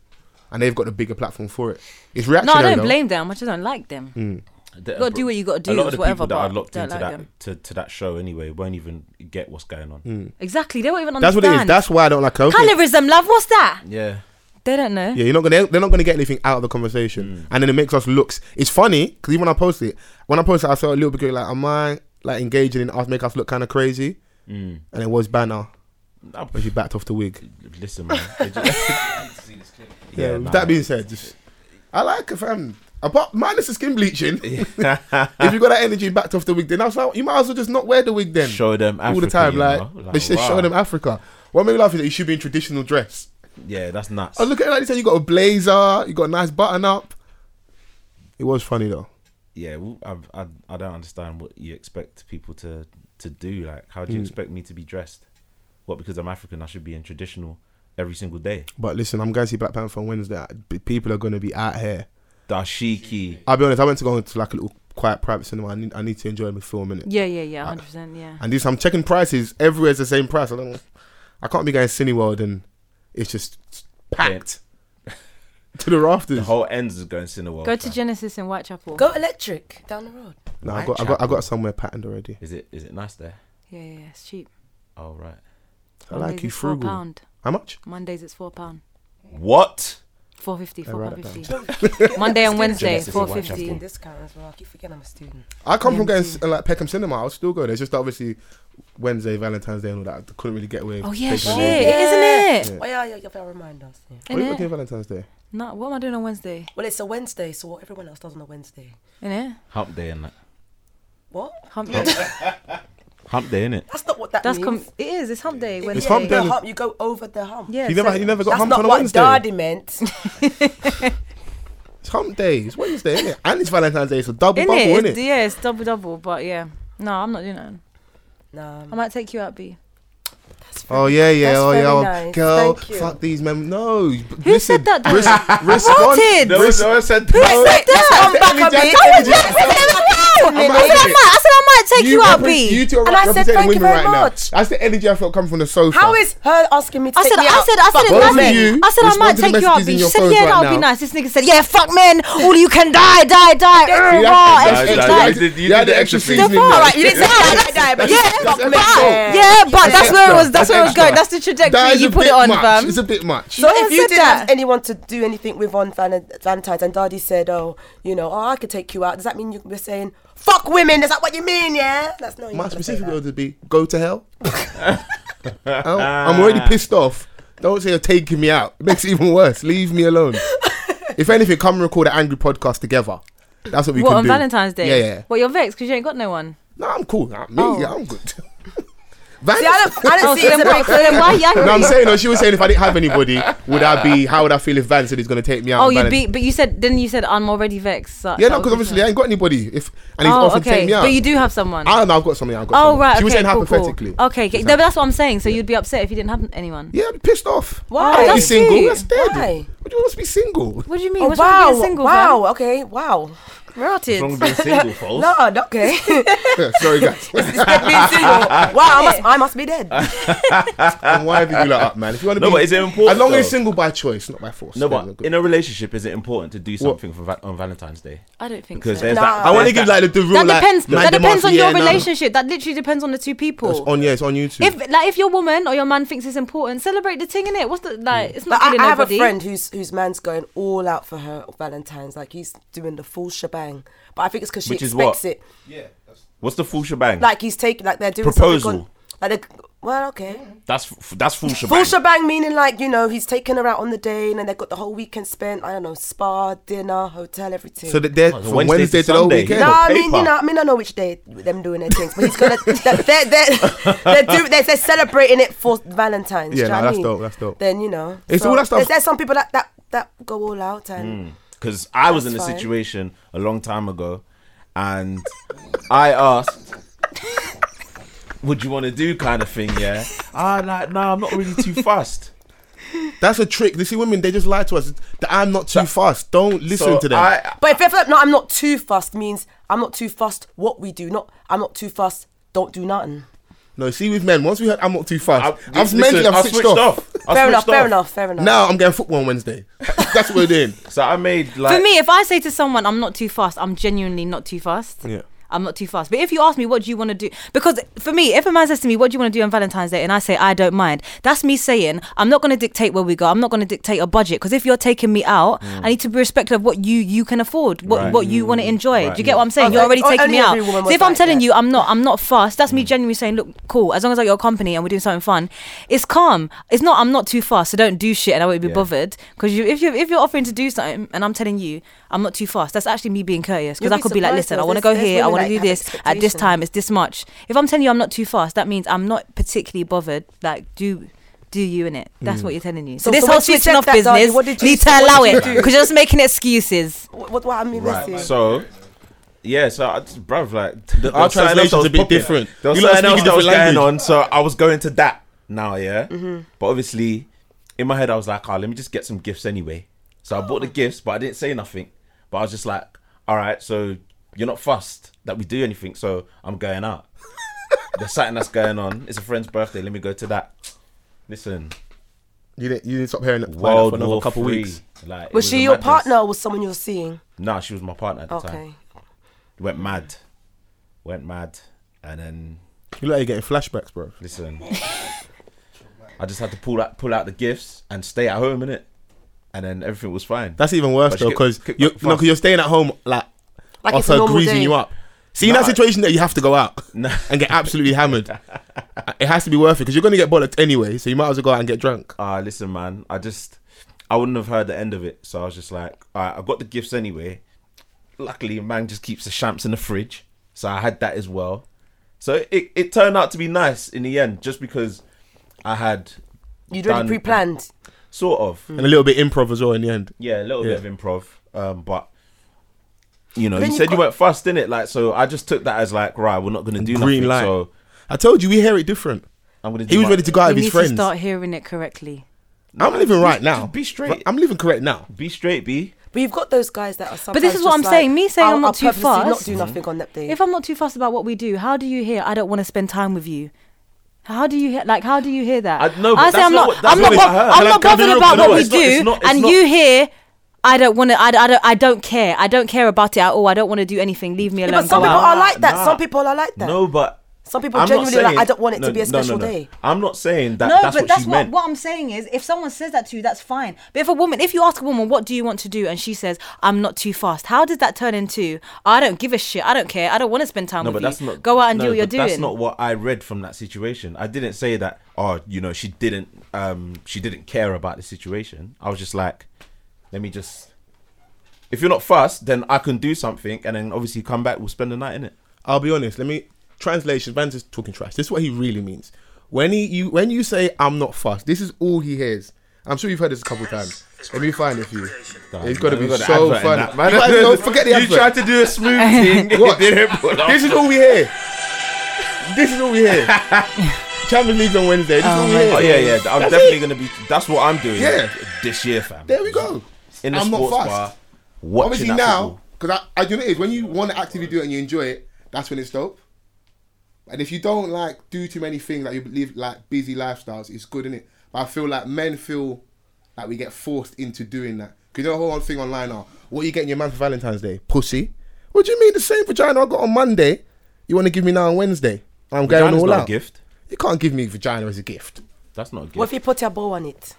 Speaker 2: and they've got a bigger platform for it. It's
Speaker 4: no
Speaker 2: reactionary.
Speaker 4: i don't
Speaker 2: though.
Speaker 4: blame them i just don't like them
Speaker 2: Hmm.
Speaker 3: You
Speaker 4: gotta do what you gotta do,
Speaker 3: uh, A lot of
Speaker 4: it's
Speaker 3: the
Speaker 4: whatever,
Speaker 3: people that are
Speaker 4: but
Speaker 3: locked
Speaker 4: don't
Speaker 3: into
Speaker 4: like them.
Speaker 3: that to, to that show anyway won't even get what's going on.
Speaker 4: Exactly. They won't even
Speaker 2: That's
Speaker 4: understand.
Speaker 2: what it is. That's why I don't like her.
Speaker 4: colorism, love. What's that?
Speaker 3: Yeah.
Speaker 4: They don't know.
Speaker 2: Yeah, you're not gonna. They're not gonna get anything out of the conversation,
Speaker 4: Mm.
Speaker 2: and then it makes us looks. It's funny because even when I post it, when I post it, I felt a little bit like, am I like engaging in us make us look kind of crazy?
Speaker 4: Mm.
Speaker 2: And it was banner
Speaker 3: Nah, <laughs>
Speaker 2: when she backed off the wig.
Speaker 3: Listen, <laughs> man. They just- <laughs>
Speaker 2: Yeah. with
Speaker 3: nah,
Speaker 2: that being said, just, I like her fam. Apart minus the skin bleaching,
Speaker 3: <laughs> man.
Speaker 2: <laughs> if you got that energy backed off the wig, then I was like, you might as well just not wear the wig then.
Speaker 3: show them Africa,
Speaker 2: all the time.
Speaker 3: you
Speaker 2: Like,
Speaker 3: know?
Speaker 2: they should
Speaker 3: wow.
Speaker 2: show them Africa. What made me laugh is that you should be in traditional dress. Oh,
Speaker 3: Yeah, that's nuts.
Speaker 2: I look at it like you said, you got a blazer, you got a nice button up. It was funny though.
Speaker 3: yeah, w- I've, I I don't understand what you expect people to to do. Like, how
Speaker 2: Hmm.
Speaker 3: do you expect me to be dressed? What because I'm African, I should be in traditional every single day.
Speaker 2: But listen, I'm going to see Black Panther on Wednesday. B- People are going to be out here.
Speaker 3: Dashiki.
Speaker 2: I'll be honest. I went to go into like a little quiet private cinema. I need, I need to enjoy my film in
Speaker 4: Yeah, yeah, yeah,
Speaker 2: I-
Speaker 4: hundred percent, yeah.
Speaker 2: And this, I'm checking prices. Everywhere's the same price. I don't. I can't be going Cineworld and it's just packed to the rafters.
Speaker 3: The whole ends is going Cineworld.
Speaker 4: Go to
Speaker 3: fam.
Speaker 4: Genesis in Whitechapel.
Speaker 6: Go electric down the road.
Speaker 2: no, I got, I got, I got somewhere patterned already.
Speaker 3: Is it is it nice there?
Speaker 4: Yeah, yeah, yeah, it's cheap.
Speaker 3: Oh right.
Speaker 2: I like you
Speaker 4: it's four
Speaker 2: frugal.
Speaker 4: pound.
Speaker 2: How much?
Speaker 4: Mondays it's four pound.
Speaker 3: What?
Speaker 4: Four fifty,
Speaker 2: I
Speaker 4: four
Speaker 2: write
Speaker 4: pound
Speaker 2: that
Speaker 4: fifty. Monday and Wednesday,
Speaker 3: Genesis in
Speaker 4: four
Speaker 3: Whitechapel.
Speaker 4: fifty.
Speaker 6: Discount as well. I keep forgetting I'm a student.
Speaker 2: I come from
Speaker 4: Yeah,
Speaker 2: going
Speaker 4: me
Speaker 2: uh, like Peckham Cinema. I'll still go there. It's just obviously Wednesday, Valentine's Day, and all that. I couldn't really get away.
Speaker 4: Oh
Speaker 2: with
Speaker 4: yeah,
Speaker 2: taking
Speaker 4: shit,
Speaker 2: it.
Speaker 4: isn't it?
Speaker 2: Yeah.
Speaker 6: Oh yeah, yeah, you better remind us. Yeah.
Speaker 2: What are you
Speaker 4: Isn't
Speaker 2: looking
Speaker 4: it?
Speaker 2: at Valentine's Day?
Speaker 4: No, what am I doing on Wednesday?
Speaker 6: Well, it's a Wednesday, so what everyone else does on a Wednesday.
Speaker 4: Isn't it?
Speaker 3: Hump day and that.
Speaker 6: What?
Speaker 4: Hump day.
Speaker 3: Hump day in it.
Speaker 6: That's not what that
Speaker 4: That's
Speaker 6: means.
Speaker 4: com- it is. It's hump day.
Speaker 6: It-
Speaker 4: Wednesday.
Speaker 2: It's hump day.
Speaker 6: No, hump, you go over the hump.
Speaker 4: Yeah.
Speaker 2: you never,
Speaker 4: so-
Speaker 2: you never got
Speaker 6: That's
Speaker 2: hump
Speaker 6: not
Speaker 2: on a
Speaker 6: what
Speaker 2: Wednesday.
Speaker 6: Daddy meant.
Speaker 2: It's hump day. It's Wednesday, isn't it? And it's Valentine's Day. It's a double
Speaker 4: Innit?
Speaker 2: bubble,
Speaker 4: It's-
Speaker 2: isn't it?
Speaker 4: Yeah, it's double double, but yeah. No, I'm not doing that.
Speaker 6: nah,
Speaker 4: I might take you out, B.
Speaker 2: Oh yeah, yeah,
Speaker 6: That's
Speaker 2: oh
Speaker 6: very
Speaker 2: yeah, oh,
Speaker 6: nice.
Speaker 2: girl,
Speaker 6: Thank you.
Speaker 2: fuck these men. No, who
Speaker 4: said that, though?
Speaker 2: respond.
Speaker 4: Rotted.
Speaker 3: No,
Speaker 2: Res-
Speaker 3: no, I said
Speaker 4: Who said that?
Speaker 6: Come back a
Speaker 2: Jack-
Speaker 6: bit.
Speaker 2: Emily Jack-
Speaker 4: I said I might. I said I might. I said I might take you, out,
Speaker 2: represent-
Speaker 4: B.
Speaker 2: You two are
Speaker 6: And I said
Speaker 2: representing
Speaker 6: thank you
Speaker 2: women
Speaker 6: very
Speaker 2: right now.
Speaker 6: much.
Speaker 2: That's the energy I felt coming from the sofa.
Speaker 6: How is her asking me to
Speaker 4: I
Speaker 6: take
Speaker 4: said,
Speaker 6: me
Speaker 4: I
Speaker 6: out?
Speaker 4: said, I said,
Speaker 6: Fuck
Speaker 4: it
Speaker 2: both
Speaker 4: nice.
Speaker 6: men.
Speaker 2: of you
Speaker 4: I said, I
Speaker 2: respond
Speaker 4: might
Speaker 2: to the
Speaker 4: take you out, B.
Speaker 2: messages in
Speaker 4: She
Speaker 2: your
Speaker 4: said,
Speaker 2: phones
Speaker 4: yeah,
Speaker 2: right
Speaker 4: that would be
Speaker 2: now.
Speaker 4: nice. This nigga said, yeah, fuck men. All you can die, die, die. Er,
Speaker 2: You
Speaker 4: rah,
Speaker 2: had,
Speaker 4: extra,
Speaker 2: you
Speaker 3: die,
Speaker 2: had-
Speaker 3: die. You did- you
Speaker 2: you had
Speaker 3: did
Speaker 2: the extra
Speaker 3: extra
Speaker 2: seasoning.
Speaker 4: All
Speaker 2: there.
Speaker 4: right, you didn't say die, die, die, but yeah,
Speaker 2: that's
Speaker 4: fuck
Speaker 2: extra.
Speaker 4: men. Yeah, but that's where it was. That's where it was
Speaker 2: extra.
Speaker 4: going. That's the trajectory
Speaker 2: That is
Speaker 4: you
Speaker 2: a
Speaker 4: put
Speaker 2: bit
Speaker 4: it on,
Speaker 2: much.
Speaker 4: fam.
Speaker 2: It's a bit much.
Speaker 4: No
Speaker 6: So
Speaker 4: one
Speaker 6: if you
Speaker 4: said uh,
Speaker 6: didn't
Speaker 4: that.
Speaker 6: have anyone to do anything with on Val- Valentine's and Daddy said, oh, you know, oh, I could take you out, does that mean you were saying, fuck women? Is that what you mean, yeah? That's not
Speaker 2: My
Speaker 6: what you
Speaker 2: specific order would be go to <laughs> hell. Oh, I'm already pissed off. Don't say you're taking me out. It makes it even worse. Leave
Speaker 4: <laughs>
Speaker 2: me alone. if anything, come and record an angry podcast together. That's what we
Speaker 4: What
Speaker 2: can
Speaker 4: on
Speaker 2: do.
Speaker 4: Valentine's Day?
Speaker 2: Yeah, yeah.
Speaker 4: What you're vexed because you ain't got no one.
Speaker 2: No, I'm cool. Nah, me,
Speaker 4: Oh.
Speaker 2: yeah,
Speaker 4: <laughs>
Speaker 2: I'm good. Van-
Speaker 6: See, I don't, I
Speaker 4: Oh,
Speaker 6: don't see
Speaker 4: so
Speaker 6: it
Speaker 4: then,
Speaker 6: as a
Speaker 4: why,
Speaker 6: big
Speaker 4: so then why are you <laughs>
Speaker 2: <laughs> no, I'm
Speaker 4: angry?
Speaker 2: saying, no, she was saying if I didn't have anybody, would I be, how would I feel if Van said he's going to take me out?
Speaker 4: Oh,
Speaker 2: on
Speaker 4: you'd
Speaker 2: Valent-
Speaker 4: be, but you said, then you said, I'm already vexed. So
Speaker 2: Yeah,
Speaker 4: that
Speaker 2: no,
Speaker 4: was
Speaker 2: because obviously I
Speaker 4: different.
Speaker 2: ain't got anybody. If And he's
Speaker 4: oh,
Speaker 2: often
Speaker 4: okay.
Speaker 2: taking me out.
Speaker 4: But you do have someone.
Speaker 2: I don't know, Ah, I've got something. I've got
Speaker 4: oh,
Speaker 2: something.
Speaker 4: right.
Speaker 2: She was
Speaker 4: okay,
Speaker 2: saying
Speaker 4: cool, cool.
Speaker 2: hypothetically.
Speaker 4: Okay, okay. No, but that's what I'm saying. So you'd be upset if you didn't have anyone.
Speaker 2: Yeah, I'd be pissed off.
Speaker 6: Why?
Speaker 2: I'd be
Speaker 4: That's
Speaker 2: single.
Speaker 4: you.
Speaker 2: That's dead.
Speaker 6: Why?
Speaker 2: What do you want us to be single? <laughs>
Speaker 4: What do you mean?
Speaker 6: Oh,
Speaker 4: What's wrong
Speaker 6: wow,
Speaker 4: with being single?
Speaker 6: wow, okay, wow.
Speaker 4: fam? Rotted.
Speaker 3: Wrong being
Speaker 2: <laughs>
Speaker 3: single, folks.
Speaker 6: No, okay.
Speaker 4: <laughs>
Speaker 2: Yeah, Sorry, guys. <laughs>
Speaker 6: It's dead <laughs> being single. Wow, I must, I must be dead.
Speaker 2: and why have you do that up, man? If you want to
Speaker 3: No,
Speaker 2: be,
Speaker 3: but is it important,
Speaker 2: As long as
Speaker 3: though?
Speaker 2: it's single by choice, not by force.
Speaker 3: No,
Speaker 2: Then we're
Speaker 3: but
Speaker 2: good.
Speaker 3: in a relationship, is it important to do something for va- on Valentine's Day?
Speaker 4: I don't think
Speaker 3: Because
Speaker 4: so.
Speaker 3: there's
Speaker 6: Nah.
Speaker 3: that.
Speaker 6: I
Speaker 2: I want to
Speaker 3: there's
Speaker 2: give like the, the real
Speaker 4: that
Speaker 2: like,
Speaker 4: depends.
Speaker 2: man,
Speaker 4: that
Speaker 2: them
Speaker 4: depends
Speaker 2: off,
Speaker 4: on
Speaker 2: yeah,
Speaker 4: your
Speaker 2: no, no.
Speaker 4: relationship. That literally depends on the two
Speaker 2: It's
Speaker 4: people.
Speaker 2: on yeah, it's on YouTube.
Speaker 4: If like if your woman or your man thinks it's important, celebrate the thing in it. What's the like? It's not
Speaker 6: But I,
Speaker 4: killing
Speaker 6: I have a
Speaker 4: nobody.
Speaker 6: friend whose whose man's going all out for her on Valentine's. Like he's doing the full shebang. But I think it's because she
Speaker 3: Which is
Speaker 6: expects
Speaker 3: what?
Speaker 6: it.
Speaker 3: What's the full shebang?
Speaker 6: Like he's taking like they're doing
Speaker 3: Proposal.
Speaker 6: something on- Like they well, okay.
Speaker 3: that's f- that's full shebang.
Speaker 6: Full shebang meaning like you know he's taking her out on the day and then they've got the whole weekend spent. I don't know spa, dinner, hotel, everything.
Speaker 2: so that they're
Speaker 3: Oh,
Speaker 2: from
Speaker 3: so
Speaker 2: Wednesday, to, the whole
Speaker 3: Sunday.
Speaker 2: weekend.
Speaker 6: no,
Speaker 3: on
Speaker 6: I mean you
Speaker 3: paper.
Speaker 6: know, I mean I know which day them doing their things, but he's gonna <laughs> they're they're they're, they're, do, they're, they're celebrating it for Valentine's.
Speaker 2: Yeah,
Speaker 6: do you know
Speaker 2: nah,
Speaker 6: what I
Speaker 2: that's
Speaker 6: mean?
Speaker 2: dope, that's dope.
Speaker 6: Then you know,
Speaker 2: It's
Speaker 6: so
Speaker 2: all that stuff- Hmm.
Speaker 6: There's, there's some people that that that go all out and
Speaker 3: because I was
Speaker 6: That's
Speaker 3: in a
Speaker 6: fine.
Speaker 3: situation a long time ago, and I asked, <laughs> "Would you want to do kind of thing?" Yeah, I like, no, I'm not really
Speaker 6: <laughs>
Speaker 3: too fussed.
Speaker 2: That's a trick. They see women, they just lie to us. That I'm not too fast. Don't listen
Speaker 3: So
Speaker 2: to them.
Speaker 3: I,
Speaker 6: But if I feel like, no, I'm not too fussed means I'm not too fussed what we do. Not I'm not too fussed. Don't do nothing.
Speaker 2: no, see with men, once we heard I'm not too fast,
Speaker 3: I,
Speaker 2: I've, mentally I've switched, off.
Speaker 3: I
Speaker 6: fair enough.
Speaker 3: switched
Speaker 6: Fair
Speaker 3: off.
Speaker 6: enough. Fair enough.
Speaker 2: Now I'm getting football on Wednesday. That's what we're doing.
Speaker 3: So I made like
Speaker 4: For me, if I say to someone, "I'm not too fast," I'm genuinely not too fast.
Speaker 2: Yeah.
Speaker 4: I'm not too fast. But if you ask me, what do you want to do? Because for me, if a man says to me, what do you want to do on Valentine's Day? And I say, I don't mind. That's me saying, I'm not going to dictate where we go. I'm not going to dictate a budget. Because if you're taking me out, I need to be respectful of what you you can afford, what,
Speaker 3: Right.
Speaker 4: what you want to enjoy.
Speaker 3: Right.
Speaker 4: Do you get what I'm saying?
Speaker 6: Oh,
Speaker 4: you're already
Speaker 6: oh,
Speaker 4: taking
Speaker 6: only
Speaker 4: me out.
Speaker 6: every woman
Speaker 4: So
Speaker 6: was
Speaker 4: if I'm
Speaker 6: like
Speaker 4: telling
Speaker 6: that.
Speaker 4: you, I'm not, I'm not fast. That's
Speaker 3: Mm.
Speaker 4: me genuinely saying, look, cool. As long as I got your company and we're doing something fun, it's calm. It's not, I'm not too fast. So don't do shit and I won't be
Speaker 3: Yeah.
Speaker 4: bothered. Because you, if you're if you're offering to do something and I'm telling you, I'm not too fast. That's actually me being courteous because
Speaker 6: You'll
Speaker 4: I
Speaker 6: be
Speaker 4: could be like,
Speaker 6: surprised
Speaker 4: listen, I
Speaker 6: though,
Speaker 4: want to
Speaker 6: there's-
Speaker 4: go
Speaker 6: there's
Speaker 4: here, I
Speaker 6: women
Speaker 4: want to
Speaker 6: that
Speaker 4: do
Speaker 6: have
Speaker 4: this at this
Speaker 6: expectations.
Speaker 4: time. It's this much. If I'm telling you I'm not too fast, that means I'm not particularly bothered. Like, do do you in it?
Speaker 2: Mm.
Speaker 4: That's what you're telling you. So,
Speaker 6: So-
Speaker 4: this
Speaker 6: so
Speaker 4: whole
Speaker 6: when she
Speaker 4: switching
Speaker 6: said
Speaker 4: off
Speaker 6: that, darling,
Speaker 4: business
Speaker 6: what did you-
Speaker 4: need to
Speaker 6: what
Speaker 4: allow
Speaker 6: did
Speaker 4: it
Speaker 6: you do?
Speaker 4: because you're just making excuses.
Speaker 6: Wh- What, what, what am I missing?
Speaker 3: Right. So, yeah, so I just, bruv, like, th- there
Speaker 9: Our
Speaker 3: was something else
Speaker 9: translation's
Speaker 3: that was
Speaker 9: a bit
Speaker 3: popping.
Speaker 9: different.
Speaker 3: There was
Speaker 9: You lot are
Speaker 3: something else
Speaker 9: speaking
Speaker 3: that was
Speaker 9: different
Speaker 3: going on, so I was going to that now, yeah?
Speaker 6: Mm-hmm.
Speaker 3: But obviously, in my head, I was like, oh, let me just get some gifts anyway. So I bought
Speaker 6: Oh.
Speaker 3: the gifts, but I didn't say nothing. But I was just like, all right, so you're not fussed that we do anything, so I'm going
Speaker 6: <laughs>
Speaker 3: out. There's something that's going on. It's a friend's birthday. Let me go to that. Listen,
Speaker 2: You didn't, you didn't stop hearing it.
Speaker 9: out for
Speaker 3: World
Speaker 9: another
Speaker 3: War
Speaker 9: couple
Speaker 3: couple
Speaker 9: weeks.
Speaker 3: weeks. Like, it
Speaker 6: was
Speaker 3: a
Speaker 6: she your
Speaker 3: madness.
Speaker 6: partner or was someone you were seeing?
Speaker 3: No, she was my partner at the time.
Speaker 6: Okay.
Speaker 3: Went mad. Went mad. And then
Speaker 2: You look like you're getting flashbacks, bro.
Speaker 3: listen. I just had to pull out pull out the gifts and stay at home in it. And then everything was fine.
Speaker 2: That's even worse
Speaker 3: But she
Speaker 2: though,
Speaker 3: get-
Speaker 2: because
Speaker 3: kicked
Speaker 2: you're,
Speaker 3: back
Speaker 2: no,
Speaker 3: fast.
Speaker 2: 'cause you're staying at home like,
Speaker 6: Like
Speaker 2: off
Speaker 6: it's a
Speaker 2: her
Speaker 6: normal
Speaker 2: greasing
Speaker 6: day.
Speaker 2: you up. See, in that
Speaker 3: Nah.
Speaker 2: situation that you have to go out
Speaker 3: <laughs> Nah.
Speaker 2: and get
Speaker 3: <laughs>
Speaker 2: absolutely hammered. it has to be worth it because you're gonna get bollocked anyway, so you might as well go out and get drunk.
Speaker 3: Ah, listen, man. I just I wouldn't have heard the end of it. So I was just like, alright, I got the gifts anyway. Luckily, man just keeps the champs in the fridge. So I had that as well. So it, it turned out to be nice in the end, just because I had
Speaker 6: You'd already
Speaker 3: done-
Speaker 6: pre-planned.
Speaker 3: sort of.
Speaker 2: And a little bit improv as well in the end.
Speaker 3: Yeah, a little
Speaker 2: Yeah.
Speaker 3: bit of improv. Um, but you know,
Speaker 6: Then
Speaker 3: you
Speaker 6: you
Speaker 3: said you
Speaker 6: got-
Speaker 3: weren't fussed in it, like so. I just took that as like, right, we're not gonna do
Speaker 2: Green
Speaker 3: nothing.
Speaker 2: light.
Speaker 3: So
Speaker 2: I told you we hear it different.
Speaker 3: I'm gonna. Do
Speaker 2: He was
Speaker 3: my-
Speaker 2: ready to go
Speaker 4: you
Speaker 2: out with
Speaker 4: need
Speaker 2: his
Speaker 4: to
Speaker 2: friends.
Speaker 4: start hearing it correctly.
Speaker 2: I'm living right now.
Speaker 3: be straight.
Speaker 2: I'm living correct now.
Speaker 3: Be straight, B.
Speaker 6: But you've got those guys that are sometimes
Speaker 4: this is what
Speaker 6: just
Speaker 4: I'm
Speaker 6: like,
Speaker 4: saying. Me saying
Speaker 6: I'll,
Speaker 4: I'm not
Speaker 6: I'll
Speaker 4: too
Speaker 6: purposely not
Speaker 4: fussed.
Speaker 6: do nothing on that day.
Speaker 4: If I'm not too fussed about what we do, how do you hear? I don't want to spend time with you. How do you hear? Like, how do you hear that?
Speaker 3: I- no, but
Speaker 4: I
Speaker 3: that's
Speaker 4: I'm
Speaker 3: not
Speaker 4: not.
Speaker 3: what- that's
Speaker 4: I'm
Speaker 3: not
Speaker 4: not.
Speaker 3: what
Speaker 4: bo-
Speaker 3: I heard.
Speaker 4: I'm
Speaker 3: Can I-
Speaker 4: not
Speaker 3: can I be
Speaker 4: bothered
Speaker 3: real?
Speaker 4: about
Speaker 3: No,
Speaker 4: what we
Speaker 3: it's not- it's
Speaker 4: do,
Speaker 3: not- it's
Speaker 4: and
Speaker 3: not-
Speaker 4: you hear. I don't want to. I, I don't. I don't care. I don't care about it at all. I don't want to do anything. Leave me
Speaker 6: yeah,
Speaker 4: alone.
Speaker 6: but some
Speaker 4: go
Speaker 6: people
Speaker 4: out.
Speaker 6: are like that.
Speaker 3: Nah.
Speaker 6: Some people are like that.
Speaker 3: No, but
Speaker 6: Some
Speaker 3: I'm
Speaker 6: people
Speaker 3: not
Speaker 6: genuinely like,
Speaker 3: saying-
Speaker 6: I don't want it
Speaker 3: no,
Speaker 6: to be a
Speaker 3: no, no,
Speaker 6: special
Speaker 3: no.
Speaker 6: day.
Speaker 3: I'm not saying that.
Speaker 4: no,
Speaker 3: that's
Speaker 4: but
Speaker 3: what
Speaker 4: that's
Speaker 3: she
Speaker 4: what
Speaker 3: meant.
Speaker 4: what I'm saying is, if someone says that to you, that's fine. But if a woman, if you ask a woman, what do you want to do, and she says, "I'm not too fast," how does that turn into, "I don't give a shit, I don't care, I don't want to spend time
Speaker 3: No,
Speaker 4: with
Speaker 3: but
Speaker 4: you.
Speaker 3: that's not
Speaker 4: Go out and
Speaker 3: no,
Speaker 4: do what you're
Speaker 3: but
Speaker 4: doing."
Speaker 3: That's not what I read from that situation. I didn't say that. Oh, you know, she didn't. Um, she didn't care about the situation. I was just like, let me just. If you're not fussed, then I can do something, and then obviously come back. We'll spend the night in it.
Speaker 2: I'll be honest. Let me translation. Van's just talking trash. This is what he really means. When he you when you say I'm not fussed, this is all he hears. I'm sure you've heard this a couple times. Let me find it for you. It's got to be
Speaker 3: We've got an
Speaker 2: so
Speaker 3: advert in
Speaker 2: funny.
Speaker 3: that, man.
Speaker 2: You <laughs> guys
Speaker 3: <laughs>
Speaker 2: don't forget the
Speaker 3: You tried
Speaker 2: advert.
Speaker 3: to do a <laughs>
Speaker 2: <laughs>
Speaker 3: smooth thing. it
Speaker 2: What?
Speaker 3: didn't pull off.
Speaker 2: This is all we hear. This is all we
Speaker 3: <laughs>
Speaker 2: hear. Champions League on Wednesday. This is all we hear.
Speaker 3: Oh yeah, yeah. I'm
Speaker 2: That's
Speaker 3: definitely
Speaker 2: it.
Speaker 3: gonna be. That's what I'm doing.
Speaker 2: Yeah.
Speaker 3: This year, fam.
Speaker 2: There we go.
Speaker 3: In the
Speaker 2: I'm not
Speaker 3: sports
Speaker 2: fussed.
Speaker 3: bar. Watching
Speaker 2: Obviously
Speaker 3: that
Speaker 2: now,
Speaker 3: football.
Speaker 2: because I, I do know it is when you want to actively do it and you enjoy it, that's when it's dope. And if you don't like do too many things, like you live like busy lifestyles, it's good in it. But I feel like men feel like we get forced into doing that. Cause you know the whole thing online are what are you getting your man for Valentine's Day? Pussy. What do you mean the same vagina I got on Monday? You want to give me now on Wednesday? I'm going
Speaker 3: Vagina's
Speaker 2: all
Speaker 3: not
Speaker 2: out.
Speaker 3: a gift.
Speaker 2: You can't give me vagina as a gift.
Speaker 3: That's not a gift.
Speaker 6: What if you put your bow on it?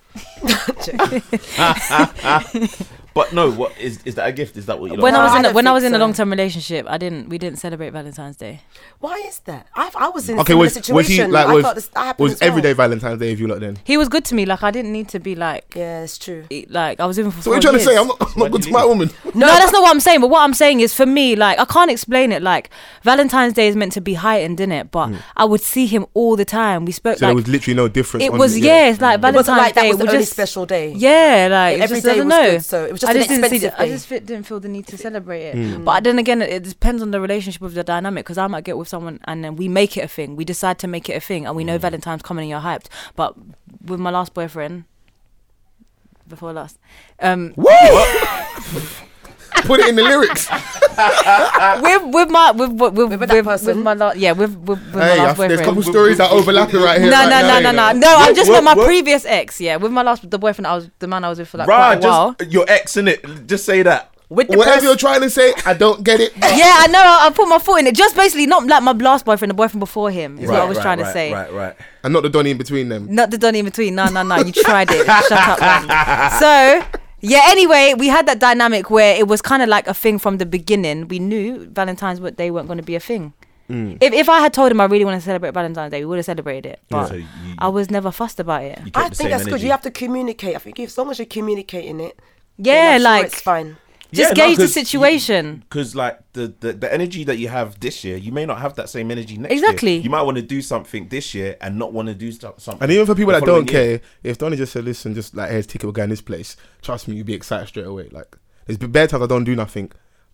Speaker 3: But no, what is is that a gift? Is that what you?
Speaker 4: when
Speaker 6: No,
Speaker 4: I was
Speaker 6: I
Speaker 4: in a,
Speaker 6: don't
Speaker 4: when I
Speaker 6: think
Speaker 4: was in a
Speaker 6: so.
Speaker 4: long term relationship, I didn't we didn't celebrate Valentine's Day.
Speaker 6: Why is that? I, I was in a
Speaker 2: Okay,
Speaker 6: similar
Speaker 2: was,
Speaker 6: situation.
Speaker 2: was he like
Speaker 6: I
Speaker 2: was,
Speaker 6: thought this, that happened
Speaker 2: was
Speaker 6: as well.
Speaker 2: everyday Valentine's Day if you lot then?
Speaker 4: He was good to me. Like I didn't need to be like
Speaker 6: Yeah, it's true.
Speaker 4: e- like I was even for.
Speaker 2: So what are
Speaker 4: four
Speaker 2: you trying to say?
Speaker 4: years.
Speaker 2: I'm not, I'm not
Speaker 3: why
Speaker 2: good
Speaker 3: do
Speaker 2: to
Speaker 3: you
Speaker 2: my
Speaker 3: leave?
Speaker 2: woman.
Speaker 4: No, that's not what I'm saying. But what I'm saying is, for me, like I can't explain it. Like Valentine's Day is meant to be heightened, in it? But I would see him all the time. We spoke
Speaker 2: Hmm. So
Speaker 4: like
Speaker 2: there was literally no difference.
Speaker 4: it
Speaker 2: on
Speaker 4: was
Speaker 2: the-
Speaker 4: yeah, it's like
Speaker 6: It
Speaker 4: Valentine's
Speaker 6: wasn't like that
Speaker 4: Day.
Speaker 6: was the
Speaker 4: we
Speaker 6: only
Speaker 4: just,
Speaker 6: special day.
Speaker 4: Yeah, like it's
Speaker 6: Yeah, every
Speaker 4: just,
Speaker 6: day
Speaker 4: I don't
Speaker 6: was
Speaker 4: know.
Speaker 6: good, so it was just
Speaker 4: I
Speaker 6: an
Speaker 4: just didn't see
Speaker 6: expensive
Speaker 4: the, I
Speaker 6: day.
Speaker 4: just fit, didn't feel the need to celebrate it. But then again, it, it depends on the relationship of the dynamic because I might get with someone and then we make it a thing. We decide to make it a thing, and we
Speaker 6: Mm.
Speaker 4: know Valentine's coming and you're hyped. But with my last boyfriend, before last, um,
Speaker 2: Put it in
Speaker 4: <laughs>
Speaker 2: the lyrics.
Speaker 4: with with my with with with,
Speaker 6: that
Speaker 4: with, with,
Speaker 6: person?
Speaker 4: my last yeah with with, with
Speaker 2: Hey,
Speaker 4: my
Speaker 2: I
Speaker 4: last
Speaker 2: think there's a couple
Speaker 4: boyfriend.
Speaker 2: stories that are overlapping right
Speaker 4: No,
Speaker 2: here.
Speaker 4: no,
Speaker 2: right now,
Speaker 4: no,
Speaker 2: you
Speaker 4: no, no,
Speaker 2: know.
Speaker 4: no. I'm just
Speaker 3: what-
Speaker 4: with my
Speaker 3: what-
Speaker 4: previous ex. Yeah, with my last the boyfriend I was the man I was with for like
Speaker 3: Right,
Speaker 4: Uh, quite a while.
Speaker 3: just your ex in it. Just say that.
Speaker 6: With the
Speaker 2: Whatever
Speaker 6: press-
Speaker 2: you're trying to say, I don't
Speaker 4: <laughs>
Speaker 2: get it.
Speaker 4: yeah, I know. I, I put my foot in it. Just basically, not like my last boyfriend, the boyfriend before him, is what I was trying to
Speaker 3: right,
Speaker 4: say.
Speaker 3: Right, right.
Speaker 2: And not the Donny in between them.
Speaker 4: Not the Donny in between. No, no, no. You tried it. Shut up,
Speaker 3: <laughs>
Speaker 4: man. So. Yeah, anyway, we had that dynamic where it was kind of like a thing from the beginning. We knew Valentine's Day weren't going to be a thing.
Speaker 3: Mm.
Speaker 4: If, if I had told him I really want to celebrate Valentine's Day, we would have celebrated it. But
Speaker 3: So you-
Speaker 4: I was never fussed about it.
Speaker 3: You kept
Speaker 6: I
Speaker 3: the
Speaker 6: think
Speaker 3: same
Speaker 6: that's good.
Speaker 3: energy.
Speaker 6: You have to communicate. I think if, as long as you're communicating it, then
Speaker 4: Yeah,
Speaker 6: I'm sure
Speaker 4: like,
Speaker 6: it's fine.
Speaker 4: just
Speaker 3: Yeah, no,
Speaker 4: gauge the
Speaker 3: 'cause you-
Speaker 4: situation.
Speaker 3: Because like the, the the energy that you have this year, you may not have that same energy next year.
Speaker 4: Exactly.
Speaker 3: You might want to do something this year and not want to do so- something.
Speaker 2: And even for people
Speaker 3: the
Speaker 2: that don't
Speaker 3: following year.
Speaker 2: care, if Donny just said, listen, just like, here's ticket, we're going this place, trust me, you'd be excited straight away. Like, There's been bare times I don't do nothing.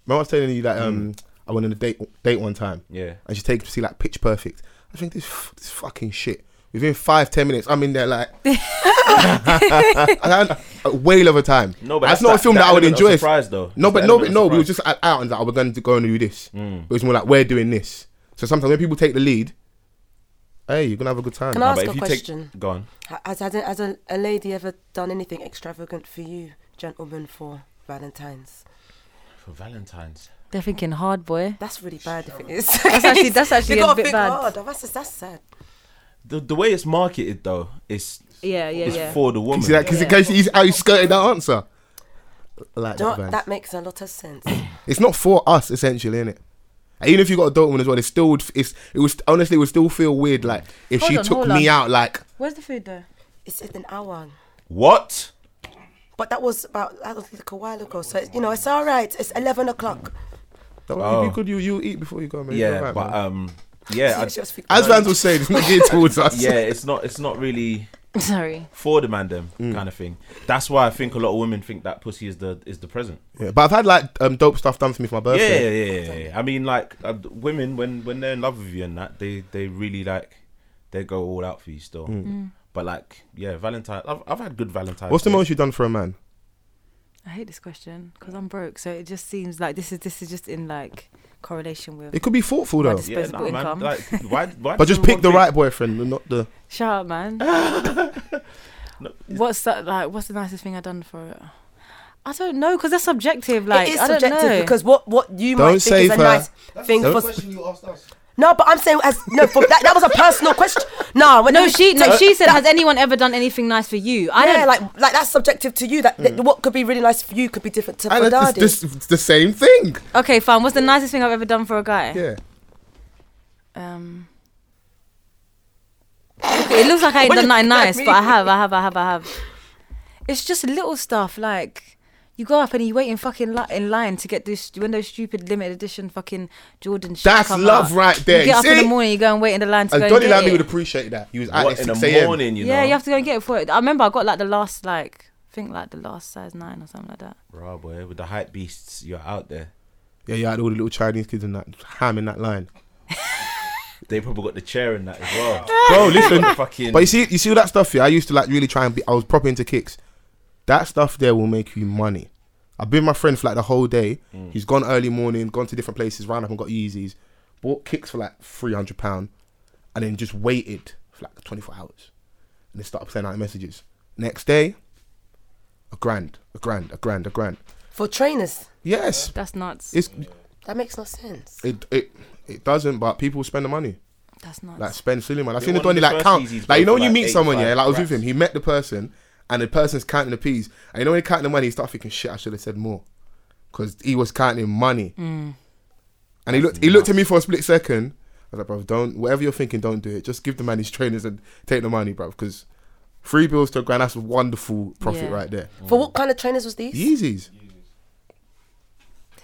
Speaker 2: Remember I was telling you that um I went on a date date one time
Speaker 3: Mm. Yeah.
Speaker 2: and she takes me to see like Pitch Perfect. I think this f- this fucking shit. Within five ten minutes, I'm in there like <laughs> and I, way of a time.
Speaker 3: No, but
Speaker 2: that's, not a film that, I would
Speaker 3: element of
Speaker 2: enjoy.
Speaker 3: Surprise though.
Speaker 2: No,
Speaker 3: It's the
Speaker 2: but no, but
Speaker 3: element
Speaker 2: no.
Speaker 3: of
Speaker 2: We
Speaker 3: surprise.
Speaker 2: were
Speaker 3: Mm.
Speaker 2: just at, out and like, we're going to go and do this. It was more like we're doing this. So sometimes when people take the lead, hey, you're gonna have a good time.
Speaker 6: Can I-
Speaker 3: But
Speaker 6: Ask
Speaker 3: if
Speaker 6: a
Speaker 3: you
Speaker 6: question.
Speaker 3: take, go on.
Speaker 6: Ha- Has, has, a, has a, a lady ever done anything extravagant for you, gentlemen, for Valentine's?
Speaker 3: For Valentine's.
Speaker 4: They're thinking hard boy.
Speaker 6: That's really bad if it is.
Speaker 4: That's actually that's
Speaker 6: <laughs> you
Speaker 4: actually a
Speaker 6: got
Speaker 4: bit
Speaker 6: think
Speaker 4: bad.
Speaker 6: hard. That's, that's sad.
Speaker 3: The, the way it's marketed though, it's
Speaker 4: Yeah, yeah,
Speaker 3: it's
Speaker 4: yeah.
Speaker 3: for the
Speaker 2: You
Speaker 3: woman.
Speaker 2: see that? Because you see how you skirted oh, that answer. Like
Speaker 6: Do you know
Speaker 2: that,
Speaker 6: what?
Speaker 2: Vans.
Speaker 6: That makes a lot of
Speaker 2: <coughs>
Speaker 6: sense.
Speaker 2: It's not for us essentially, innit? And Even if you got a dope one as well, it still would. It's it was honestly it would still feel weird. Like if
Speaker 4: Hold
Speaker 2: she
Speaker 4: on,
Speaker 2: took
Speaker 4: hold
Speaker 2: me
Speaker 4: on.
Speaker 2: out, like
Speaker 4: Where's the food though?
Speaker 6: it's it's an hour.
Speaker 3: What?
Speaker 6: But that was about that was like a while ago. So, you know, it's all right. It's 11 o'clock.
Speaker 2: don't
Speaker 3: Oh.
Speaker 2: worry, you could you you eat before you go, man. You're
Speaker 3: Yeah,
Speaker 2: right,
Speaker 3: but
Speaker 2: man.
Speaker 3: um, yeah.
Speaker 6: It's
Speaker 3: I,
Speaker 6: just-
Speaker 2: as Vans was saying, it's not
Speaker 3: <laughs>
Speaker 2: geared towards us.
Speaker 3: yeah, it's not. It's not really.
Speaker 4: <laughs> Sorry.
Speaker 3: for the man them
Speaker 2: Mm.
Speaker 3: kind of thing. That's why I think a lot of women think that pussy is the is the present.
Speaker 2: Yeah, but I've had like um, dope stuff done for me for my
Speaker 3: Yeah,
Speaker 2: birthday.
Speaker 3: yeah, yeah, yeah, yeah. I mean, like uh, women when when they're in love with you and that they they really like they go all out for you still.
Speaker 6: Mm.
Speaker 3: But like yeah, Valentine. I've, I've had good Valentine's.
Speaker 2: Mm. What's the
Speaker 3: days.
Speaker 2: most you've done for a man?
Speaker 4: I hate this question because I'm broke, so it just seems like this is this is just in like correlation with.
Speaker 2: It could be thoughtful though,
Speaker 4: dis- disposable
Speaker 3: nah,
Speaker 4: income?
Speaker 3: Like,
Speaker 6: <laughs>
Speaker 3: why, why
Speaker 2: but
Speaker 3: does
Speaker 2: just pick
Speaker 3: everyone
Speaker 2: the
Speaker 3: think-
Speaker 2: right boyfriend, and not the.
Speaker 4: Shut up, man. what's that like? What's the nicest thing I've done for it? I don't know because that's subjective. Like
Speaker 6: it is
Speaker 4: I don't
Speaker 6: subjective
Speaker 4: know.
Speaker 6: because what, what you
Speaker 2: Don't
Speaker 6: might think
Speaker 2: save
Speaker 6: is a
Speaker 2: her.
Speaker 6: nice thing
Speaker 2: Don't-
Speaker 6: for. No, but I'm saying as no. For, that, that was a personal question. No, when
Speaker 4: no,
Speaker 6: you-
Speaker 4: she no,
Speaker 6: so-
Speaker 4: she said, has anyone ever done anything nice for you? I
Speaker 6: yeah,
Speaker 4: don't.
Speaker 6: like like that's subjective to you. That, that
Speaker 2: Mm.
Speaker 6: what could be really nice for you could be different to
Speaker 2: And
Speaker 6: for
Speaker 2: it's,
Speaker 6: Dadi.
Speaker 2: it's, it's the same thing.
Speaker 4: Okay, fine. What's the nicest thing I've ever done for a guy?
Speaker 2: Yeah.
Speaker 4: Um. Okay, it looks like I ain't
Speaker 6: What
Speaker 4: done
Speaker 6: does
Speaker 4: nothing
Speaker 6: that
Speaker 4: nice, but I
Speaker 6: mean?
Speaker 4: have, I have, I have, I have. It's just little stuff like you go up and you wait in fucking li- in line to get this when those stupid limited edition fucking Jordan. shit
Speaker 2: That's
Speaker 4: come
Speaker 2: love
Speaker 4: out.
Speaker 2: right there,
Speaker 4: You get
Speaker 2: you
Speaker 4: up in
Speaker 2: see?
Speaker 4: the morning, you go and wait in the line to
Speaker 2: And
Speaker 4: go
Speaker 2: Donny
Speaker 4: and
Speaker 2: Lammy
Speaker 4: get
Speaker 2: would
Speaker 4: it.
Speaker 2: appreciate that. He was out
Speaker 3: What
Speaker 2: at
Speaker 3: in the
Speaker 2: six a.m.
Speaker 3: morning? You know.
Speaker 4: yeah, you have to go and get it for it. I remember I got like the last like I think like the last size nine or something like that.
Speaker 3: Rah, boy, with the hype beasts, you're out there.
Speaker 2: Yeah, yeah, all the little Chinese kids in that ham in that line.
Speaker 3: They probably got the chair in that as well.
Speaker 2: Bro, <laughs> listen.
Speaker 3: fucking.
Speaker 2: But you see, you see all that stuff here. I used to like really try and be. I was proper into kicks. That stuff there will make you money. I've been with my friend for like the whole day. He's gone early morning, gone to different places, ran up and got Yeezys, bought kicks for like three hundred pound, and then just waited for like twenty four hours, and they started sending out messages. Next day, a grand, a grand, a grand, a grand.
Speaker 6: for trainers.
Speaker 2: Yes,
Speaker 4: That's nuts.
Speaker 2: it's
Speaker 6: That makes no sense.
Speaker 2: it it it doesn't, but people spend the money.
Speaker 4: That's nuts.
Speaker 2: Like spend silly man. I
Speaker 3: Yeah,
Speaker 2: seen the
Speaker 3: one of the
Speaker 2: Donny like
Speaker 3: first
Speaker 2: count.
Speaker 3: Yeezys
Speaker 2: Like you know
Speaker 3: broke
Speaker 2: when you
Speaker 3: like
Speaker 2: meet someone, yeah.
Speaker 3: 85
Speaker 2: Like I was with him.
Speaker 3: racks.
Speaker 2: He met the person, and the person's counting the peas. And you know when he counting the money, he started thinking, "Shit, I should have said more," because he was counting money.
Speaker 4: Mm.
Speaker 2: And he looked. He looked at me for a split second. I was like, "Bro, don't. Whatever you're thinking, don't do it. Just give the man his trainers and take the money, bro. Because three bills to a grand. That's a wonderful profit
Speaker 4: Yeah.
Speaker 2: right there.
Speaker 6: For what kind of trainers was these?
Speaker 2: Yeezys.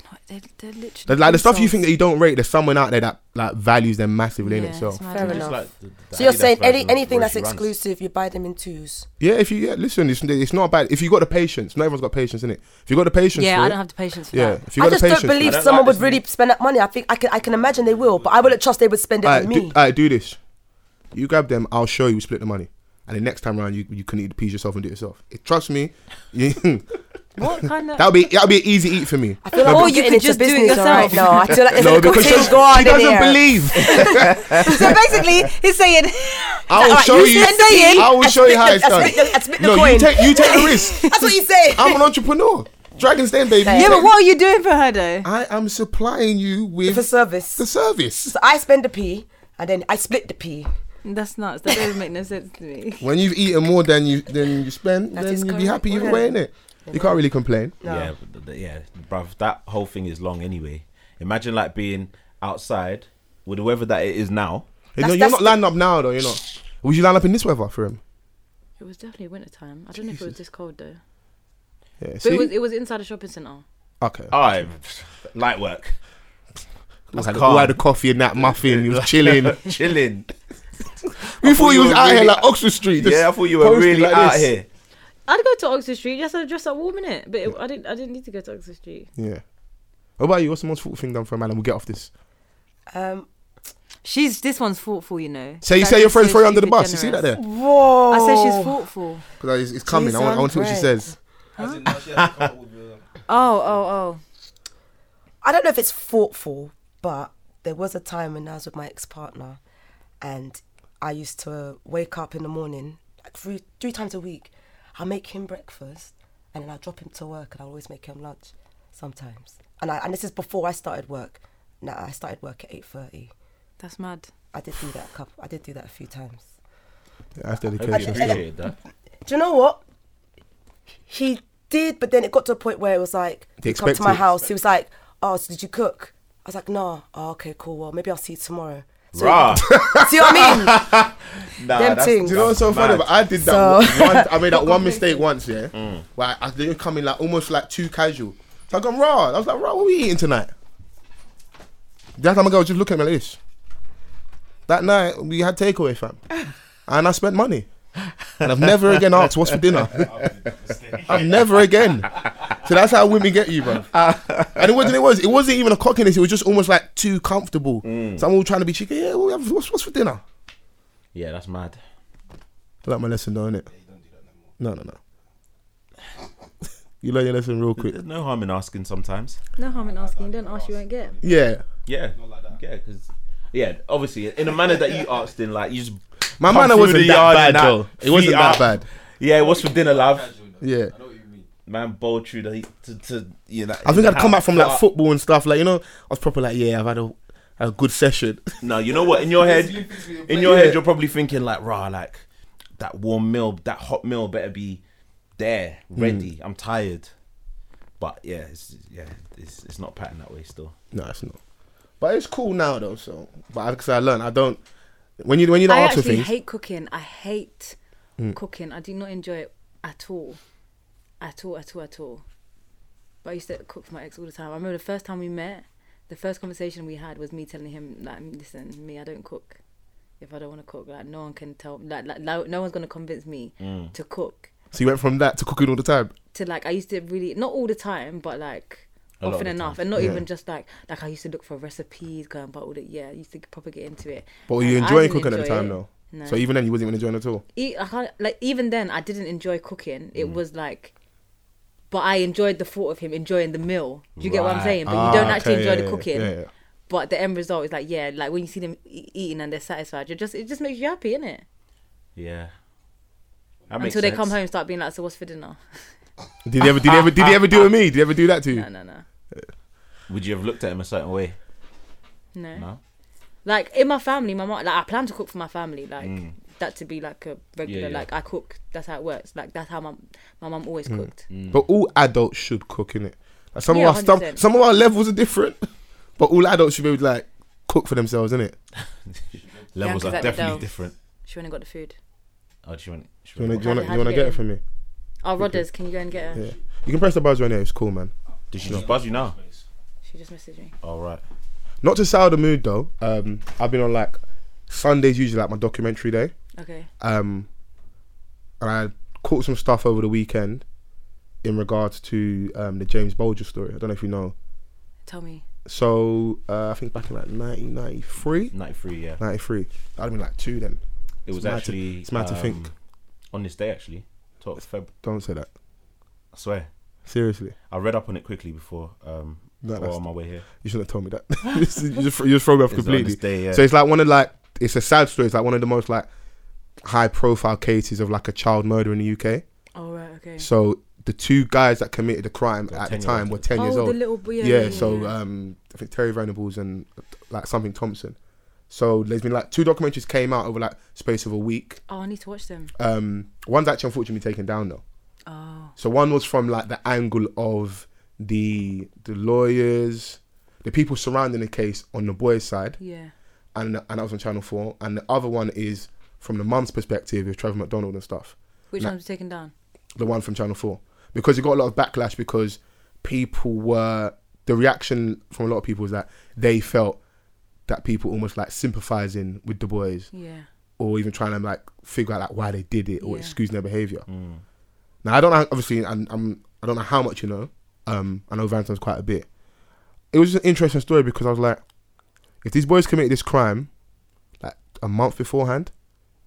Speaker 4: They're not- they're, they're literally
Speaker 2: Like, the stuff you
Speaker 4: insults.
Speaker 2: think that you don't rate, there's someone out there that like values them massively in
Speaker 4: Yeah,
Speaker 2: itself.
Speaker 4: it's mad.
Speaker 6: Fair
Speaker 3: Just
Speaker 6: enough.
Speaker 3: like the- the
Speaker 6: so you're
Speaker 3: Adidas
Speaker 6: saying
Speaker 3: version
Speaker 6: any
Speaker 3: of
Speaker 6: anything
Speaker 3: where
Speaker 6: that's
Speaker 3: she runs.
Speaker 6: exclusive, you buy them in twos.
Speaker 2: Yeah, if you yeah, listen, it's, it's not bad. If you got the patience, not everyone's got patience in it. If you got the patience,
Speaker 4: Yeah,
Speaker 2: for
Speaker 4: I
Speaker 2: it-
Speaker 4: don't have the patience for
Speaker 2: Yeah,
Speaker 4: that.
Speaker 2: if you
Speaker 6: I
Speaker 2: got
Speaker 6: just
Speaker 2: the
Speaker 6: don't
Speaker 2: patience,
Speaker 6: believe
Speaker 3: I don't
Speaker 6: someone
Speaker 3: like
Speaker 6: would
Speaker 3: this
Speaker 6: really
Speaker 3: new-
Speaker 6: spend that money. I think I can I can imagine they will, but I wouldn't trust they would spend it on
Speaker 2: Alright, do,
Speaker 6: me.
Speaker 2: alright, do this. You grab them, I'll show you. Split the money, and the next time round, you you can eat the peas yourself and do it yourself. It, trust me, <laughs> you,
Speaker 4: What kind
Speaker 2: <laughs>
Speaker 4: of?
Speaker 2: that'll be that'll be an easy eat for me.
Speaker 6: I feel like
Speaker 4: Or
Speaker 6: I'm
Speaker 4: you
Speaker 6: getting
Speaker 4: could
Speaker 6: into
Speaker 4: just do it
Speaker 6: business, alright?
Speaker 4: yourself.
Speaker 6: No, I feel like
Speaker 2: <laughs>
Speaker 6: it's <laughs>
Speaker 2: No,
Speaker 6: a
Speaker 2: because she,
Speaker 6: competition go on
Speaker 2: she
Speaker 6: in
Speaker 2: doesn't
Speaker 6: here. <laughs>
Speaker 2: believe.
Speaker 4: so basically, he's saying.
Speaker 6: <laughs>
Speaker 2: I'll
Speaker 6: Alright,
Speaker 2: show you.
Speaker 6: you spend the yen,
Speaker 2: I will
Speaker 6: I
Speaker 2: show you
Speaker 6: split
Speaker 2: how
Speaker 6: the-
Speaker 2: it's
Speaker 6: I
Speaker 2: done.
Speaker 6: split the- I split the
Speaker 2: no, you
Speaker 6: coin.
Speaker 2: take you
Speaker 6: <laughs>
Speaker 2: take the risk.
Speaker 6: That's what you say.
Speaker 2: I'm an entrepreneur. Dragon's Den, baby.
Speaker 6: Yeah,
Speaker 4: Yeah, but what are you doing for her though?
Speaker 2: I am supplying you
Speaker 6: for
Speaker 2: with
Speaker 6: service.
Speaker 2: the service.
Speaker 6: So I spend the P and then I split the P.
Speaker 4: That's nuts. That doesn't make no sense to me.
Speaker 2: When you've eaten more than you than you spend,
Speaker 6: That
Speaker 2: then
Speaker 6: is
Speaker 2: you'll be
Speaker 6: correct.
Speaker 2: happy either
Speaker 6: Yeah.
Speaker 2: way, innit? You can't really complain.
Speaker 6: No.
Speaker 3: Yeah, but th- th- yeah, bruv. That whole thing is long anyway. Imagine like being outside with the weather that it is now.
Speaker 2: Hey,
Speaker 6: That's-
Speaker 2: no, you're
Speaker 6: that's
Speaker 2: not
Speaker 6: the-
Speaker 2: lining up now, though. You're not. Would you line up in this weather for him?
Speaker 4: <laughs> It was definitely winter time. I don't know if it was this cold though.
Speaker 2: Yeah.
Speaker 4: But
Speaker 2: See?
Speaker 4: it was, it was inside a shopping centre.
Speaker 2: okay.
Speaker 3: I light
Speaker 2: <laughs>
Speaker 3: work,
Speaker 2: We
Speaker 3: that's
Speaker 2: had,
Speaker 3: calm.
Speaker 2: we had a coffee and that muffin. <laughs> He was chilling. we
Speaker 3: chilling.
Speaker 2: thought he was
Speaker 3: were
Speaker 2: out here
Speaker 3: really-
Speaker 2: like Oxford Street. just
Speaker 3: Yeah, I thought you were
Speaker 2: posting
Speaker 3: really
Speaker 2: like
Speaker 3: out
Speaker 2: this.
Speaker 3: here.
Speaker 4: I'd go to Oxford Street just to dress up warm in it, but it, I didn't. I didn't need to go to Oxford Street.
Speaker 2: Yeah. What about you? What's the most thoughtful thing done for a man? And we'll get off this.
Speaker 6: Um,
Speaker 4: She's this one's thoughtful, you know.
Speaker 2: So you
Speaker 4: Like,
Speaker 2: say your
Speaker 4: she's
Speaker 2: friends
Speaker 4: so
Speaker 2: throw you under the
Speaker 4: stupid
Speaker 2: bus. You see that there? Oh.
Speaker 4: generous.
Speaker 6: whoa.
Speaker 4: I said she's thoughtful.
Speaker 2: Because it's, it's coming. I want, I want to see what she
Speaker 6: Jeez,
Speaker 2: says.
Speaker 4: Oh, oh, oh.
Speaker 6: I don't know if it's thoughtful, but there was a time when I was with my ex partner, and I used to wake up in the morning like three three times a week. I make him breakfast, and then I drop him to work, and I always make him lunch sometimes. And I and this is before I started work. No, I started work at eight thirty.
Speaker 4: That's mad.
Speaker 6: I did do that a couple. I did do that a few times.
Speaker 2: Yeah, That's
Speaker 3: I hope you
Speaker 2: dedication. still.
Speaker 3: appreciated that.
Speaker 6: Do you know what? He did, but then it got to a point where it was like,
Speaker 2: They
Speaker 6: he come
Speaker 2: expect
Speaker 6: to my
Speaker 2: it.
Speaker 6: house. He was like, oh, so did you cook? I was like, nah. Oh, okay, cool. Well, maybe I'll see you tomorrow. So
Speaker 3: Rah.
Speaker 6: <laughs> See what I mean?
Speaker 2: <laughs>
Speaker 3: Nah,
Speaker 6: Them
Speaker 3: that's-
Speaker 6: things.
Speaker 2: Do you know what's so funny?
Speaker 3: Mad.
Speaker 2: But I did that. one, I made that one mistake once. Yeah. Where I, I didn't come in like almost like too casual. So I gone raw. I was like, raw. What we eating tonight? That time a girl was just looking at me like this. That night we had takeaway, fam, and I spent money. And I've never again asked what's for dinner. I've never again. So that's how women get you, bro. And it wasn't. It was. It wasn't even a cockiness. It was just almost like too comfortable. So I'm all trying to be cheeky. Yeah. we have- What's, what's for dinner?
Speaker 3: Yeah, that's mad.
Speaker 2: I learned my lesson though, innit? No, no, no. <laughs> you learn your lesson real quick.
Speaker 3: There's no harm in asking sometimes.
Speaker 4: No harm in asking. Don't ask, you won't get.
Speaker 2: Yeah.
Speaker 3: Yeah, yeah, because yeah, obviously in a manner that
Speaker 2: <laughs>
Speaker 3: you asked in, like you just
Speaker 2: My
Speaker 3: come
Speaker 2: manner
Speaker 3: through
Speaker 2: wasn't
Speaker 3: the
Speaker 2: that
Speaker 3: yard
Speaker 2: bad
Speaker 3: and
Speaker 2: though. It wasn't
Speaker 3: feet
Speaker 2: that
Speaker 3: up.
Speaker 2: bad.
Speaker 3: Yeah, what's for dinner, love?
Speaker 2: Yeah.
Speaker 3: Man, bowled through the to, to you know.
Speaker 2: I think I'd come back from like
Speaker 3: foot.
Speaker 2: football and stuff. Like you know, I was proper like, yeah, I've had a, a good session. <laughs>
Speaker 3: No, you know what? In your head, in your
Speaker 2: Yeah.
Speaker 3: head, you're probably thinking like, rah, like that warm meal, that hot meal better be there,
Speaker 2: Hmm.
Speaker 3: ready. I'm tired, but yeah, it's, yeah, it's it's not patterned that way still.
Speaker 2: no, it's not. But it's cool now though. So, but because I learned, I don't. When you when you don't
Speaker 4: I
Speaker 2: ask for
Speaker 4: actually
Speaker 2: things, Mm.
Speaker 4: hate cooking. I hate cooking. I do not enjoy it at all. At all, at all, at all. But I used to cook for my ex all the time. I remember the first time we met, the first conversation we had was me telling him, like, listen, me, I don't cook. If I don't want to cook, like, no one can tell, like, like no no one's going to convince me
Speaker 3: Mm.
Speaker 4: to cook.
Speaker 2: so you went from that to cooking all the time.
Speaker 4: to like I used to really not all the time, but like
Speaker 3: A lot of
Speaker 4: often
Speaker 3: the
Speaker 4: enough,
Speaker 3: time.
Speaker 4: and not
Speaker 2: Yeah.
Speaker 4: even just like like I used to look for recipes, go and buy all the yeah. I used to proper get into it.
Speaker 2: But were you
Speaker 4: And I
Speaker 2: enjoying
Speaker 4: didn't
Speaker 2: cooking at the
Speaker 4: enjoy
Speaker 2: time
Speaker 4: it.
Speaker 2: though?
Speaker 4: No.
Speaker 2: So even then, you wasn't even enjoying it at all.
Speaker 4: E- I can't, like even then, I didn't enjoy cooking.
Speaker 2: Mm.
Speaker 4: It was like, but I enjoyed the thought of him enjoying the meal. Do you get what I'm
Speaker 3: Right.
Speaker 4: saying? But you don't
Speaker 2: Ah,
Speaker 4: actually
Speaker 2: okay,
Speaker 4: enjoy
Speaker 2: yeah,
Speaker 4: the
Speaker 2: yeah,
Speaker 4: cooking.
Speaker 2: yeah, yeah.
Speaker 4: But the end result is like yeah, like when you see them e- eating and they're satisfied, you just it just makes you happy, innit?
Speaker 3: Yeah. That makes
Speaker 4: Until they come
Speaker 3: sense.
Speaker 4: home, and start being like, so what's for dinner?
Speaker 2: Did he ever? Did he ever? Did he ever do it with me? Did he ever do that to you?
Speaker 4: No, no, no,
Speaker 3: Would you have looked at him a certain way?
Speaker 4: no.
Speaker 3: No.
Speaker 4: like in my family my mom like i plan to cook for my family like
Speaker 2: Mm.
Speaker 4: that to be like a regular
Speaker 3: yeah.
Speaker 4: like i cook that's how it works like that's how my my mum always
Speaker 2: Mm.
Speaker 4: cooked
Speaker 2: But all adults should cook in it. Like some
Speaker 4: Yeah,
Speaker 2: of our stuff,
Speaker 4: 100%.
Speaker 2: some of our levels are different, <laughs> but all adults should be able to like cook for themselves, innit?
Speaker 3: Levels
Speaker 4: 'cause
Speaker 3: are
Speaker 4: at the
Speaker 3: definitely
Speaker 4: Dells-
Speaker 3: different.
Speaker 4: she went and got the food
Speaker 3: Oh, do you want? do you
Speaker 2: Do you
Speaker 3: want-
Speaker 2: wanna, do you wanna,
Speaker 4: How-
Speaker 2: you wanna
Speaker 4: how do you
Speaker 2: get
Speaker 4: get
Speaker 2: it for me?
Speaker 4: oh rodders can you go and get her
Speaker 2: Yeah. You can press the buzzer on there. It's cool, man.
Speaker 3: Did she just buzz you now?
Speaker 4: she just messaged me
Speaker 3: All right.
Speaker 2: Not to sour the mood though. Um, I've been on like Sundays usually like my documentary day.
Speaker 4: okay
Speaker 2: Um, and I caught some stuff over the weekend in regards to um, the James Bolger story. I don't know if you know.
Speaker 4: tell me
Speaker 2: So uh, I think back in like 1993,
Speaker 3: Ninety-three. Yeah.
Speaker 2: 93. I'd have been like two then.
Speaker 3: It was
Speaker 2: mad to-
Speaker 3: actually.
Speaker 2: it's mad to
Speaker 3: um,
Speaker 2: think.
Speaker 3: On this day, actually, 12th Feb.
Speaker 2: Don't say that.
Speaker 3: I swear,
Speaker 2: Seriously.
Speaker 3: I read up on it quickly before. Um,
Speaker 2: No,
Speaker 3: before
Speaker 2: that's-
Speaker 3: on my way here.
Speaker 2: You shouldn't have told me that.
Speaker 4: <laughs>
Speaker 2: <laughs> you, just, you just- you just throw me off
Speaker 3: It was on
Speaker 2: completely.
Speaker 3: this day, yeah.
Speaker 2: So it's like one of like it's a sad story. It's like one of the most like high profile cases of like a child murder in the UK.
Speaker 4: oh right okay
Speaker 2: So the two guys that committed the crime
Speaker 3: Were
Speaker 2: at
Speaker 3: 10
Speaker 2: the
Speaker 3: years
Speaker 2: time
Speaker 3: old.
Speaker 2: were ten
Speaker 4: oh
Speaker 2: years
Speaker 4: the
Speaker 2: old.
Speaker 4: little yeah,
Speaker 2: yeah,
Speaker 4: yeah, yeah
Speaker 2: So
Speaker 4: yeah.
Speaker 2: um, I think Terry Venables and uh, like something Thompson. So there's been like two documentaries came out over like space of a week.
Speaker 4: oh i need to watch them
Speaker 2: Um, one's actually unfortunately taken down though.
Speaker 4: oh
Speaker 2: So one was from like the angle of the the lawyers, the people surrounding the case on the boys' side
Speaker 4: yeah
Speaker 2: and and that was on Channel Four. And the other one is from the mum's perspective with Trevor McDonald and stuff.
Speaker 4: which
Speaker 2: No.
Speaker 4: one's taken down
Speaker 2: The one from Channel Four because it got a lot of backlash because people were the reaction from a lot of people was that they felt that people almost like sympathizing with the boys
Speaker 4: yeah
Speaker 2: or even trying to like figure out like why they did it or
Speaker 4: Yeah.
Speaker 2: excusing their behavior. Now I don't know. Obviously, I'm, I'm I don't know how much you know. Um, I know Vanton's quite a bit. It was just an interesting story because I was like, if these boys committed this crime, like a month beforehand,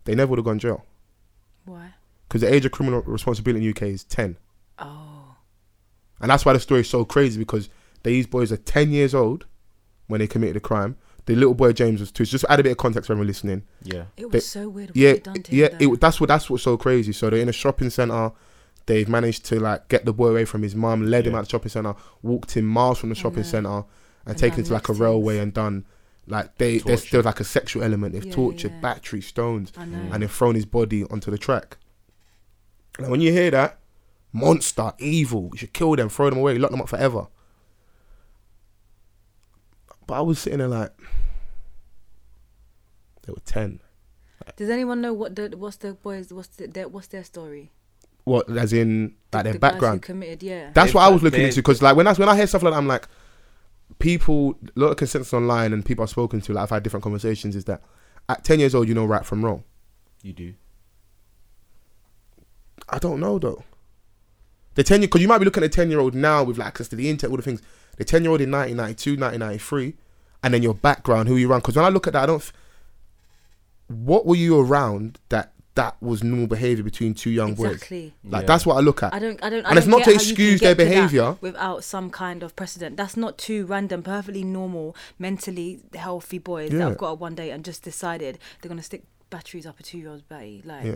Speaker 2: they never would have gone jail
Speaker 4: Why?
Speaker 2: because the age of criminal responsibility in the UK is ten,
Speaker 4: Oh,
Speaker 2: and that's why the story is so crazy because these boys are ten years old when they committed the crime. The little boy James was two. So just add a bit of context for everyone listening.
Speaker 3: Yeah.
Speaker 4: it was
Speaker 2: They-
Speaker 4: so weird. What
Speaker 2: yeah,
Speaker 4: they done to
Speaker 2: yeah.
Speaker 4: him, though.
Speaker 2: It, that's what that's what's so crazy. So they're in a shopping center. They've managed to like get the boy away from his mum, led him
Speaker 3: Yeah.
Speaker 2: out the shopping center, walked him miles from the shopping
Speaker 4: know.
Speaker 2: center, and,
Speaker 4: Oh, And
Speaker 2: taken
Speaker 4: done
Speaker 2: him to like a
Speaker 4: lip syncs.
Speaker 2: railway and done like they there's
Speaker 3: Torture.
Speaker 2: still like a sexual element. They've
Speaker 4: Yeah,
Speaker 2: tortured,
Speaker 4: yeah.
Speaker 2: battery, stoned,
Speaker 4: I know.
Speaker 2: and they've thrown his body onto the track. And when you hear that, monster, evil, you should kill them, throw them away, lock them up forever. But I was sitting there like, they were ten.
Speaker 4: Does anyone know what the what's the boys what's the, their what's their story?
Speaker 2: What as in like their
Speaker 4: the guys who
Speaker 2: background?
Speaker 4: committed, yeah.
Speaker 2: That's
Speaker 3: They've
Speaker 2: what I
Speaker 3: got-
Speaker 2: was looking
Speaker 3: they-
Speaker 2: into because like when I when I hear stuff like that, I'm like, people a lot of consensus online and people I've spoken to, like I've had different conversations, is that at ten years old you know right from wrong.
Speaker 3: You do.
Speaker 2: I don't know though. The ten year because you might be looking at a ten year old now with like access to the internet, all the things. The ten year old in 1992, 1993, and then your background, who you around. Because when I look at that, I don't. f- What were you around that that was normal behavior between two young boys?
Speaker 4: Exactly.
Speaker 2: Like
Speaker 3: Yeah.
Speaker 2: that's what I look at.
Speaker 4: I don't. I don't. I
Speaker 2: And it's
Speaker 4: don't get
Speaker 2: not to
Speaker 4: how you
Speaker 2: excuse
Speaker 4: can
Speaker 2: their
Speaker 4: get to that
Speaker 2: behaviour.
Speaker 4: without some kind of precedent. That's not two random, perfectly normal, mentally healthy boys
Speaker 2: Yeah.
Speaker 4: that have got up one day and just decided they're gonna stick batteries up a two-year-old's body. Like,
Speaker 2: Yeah.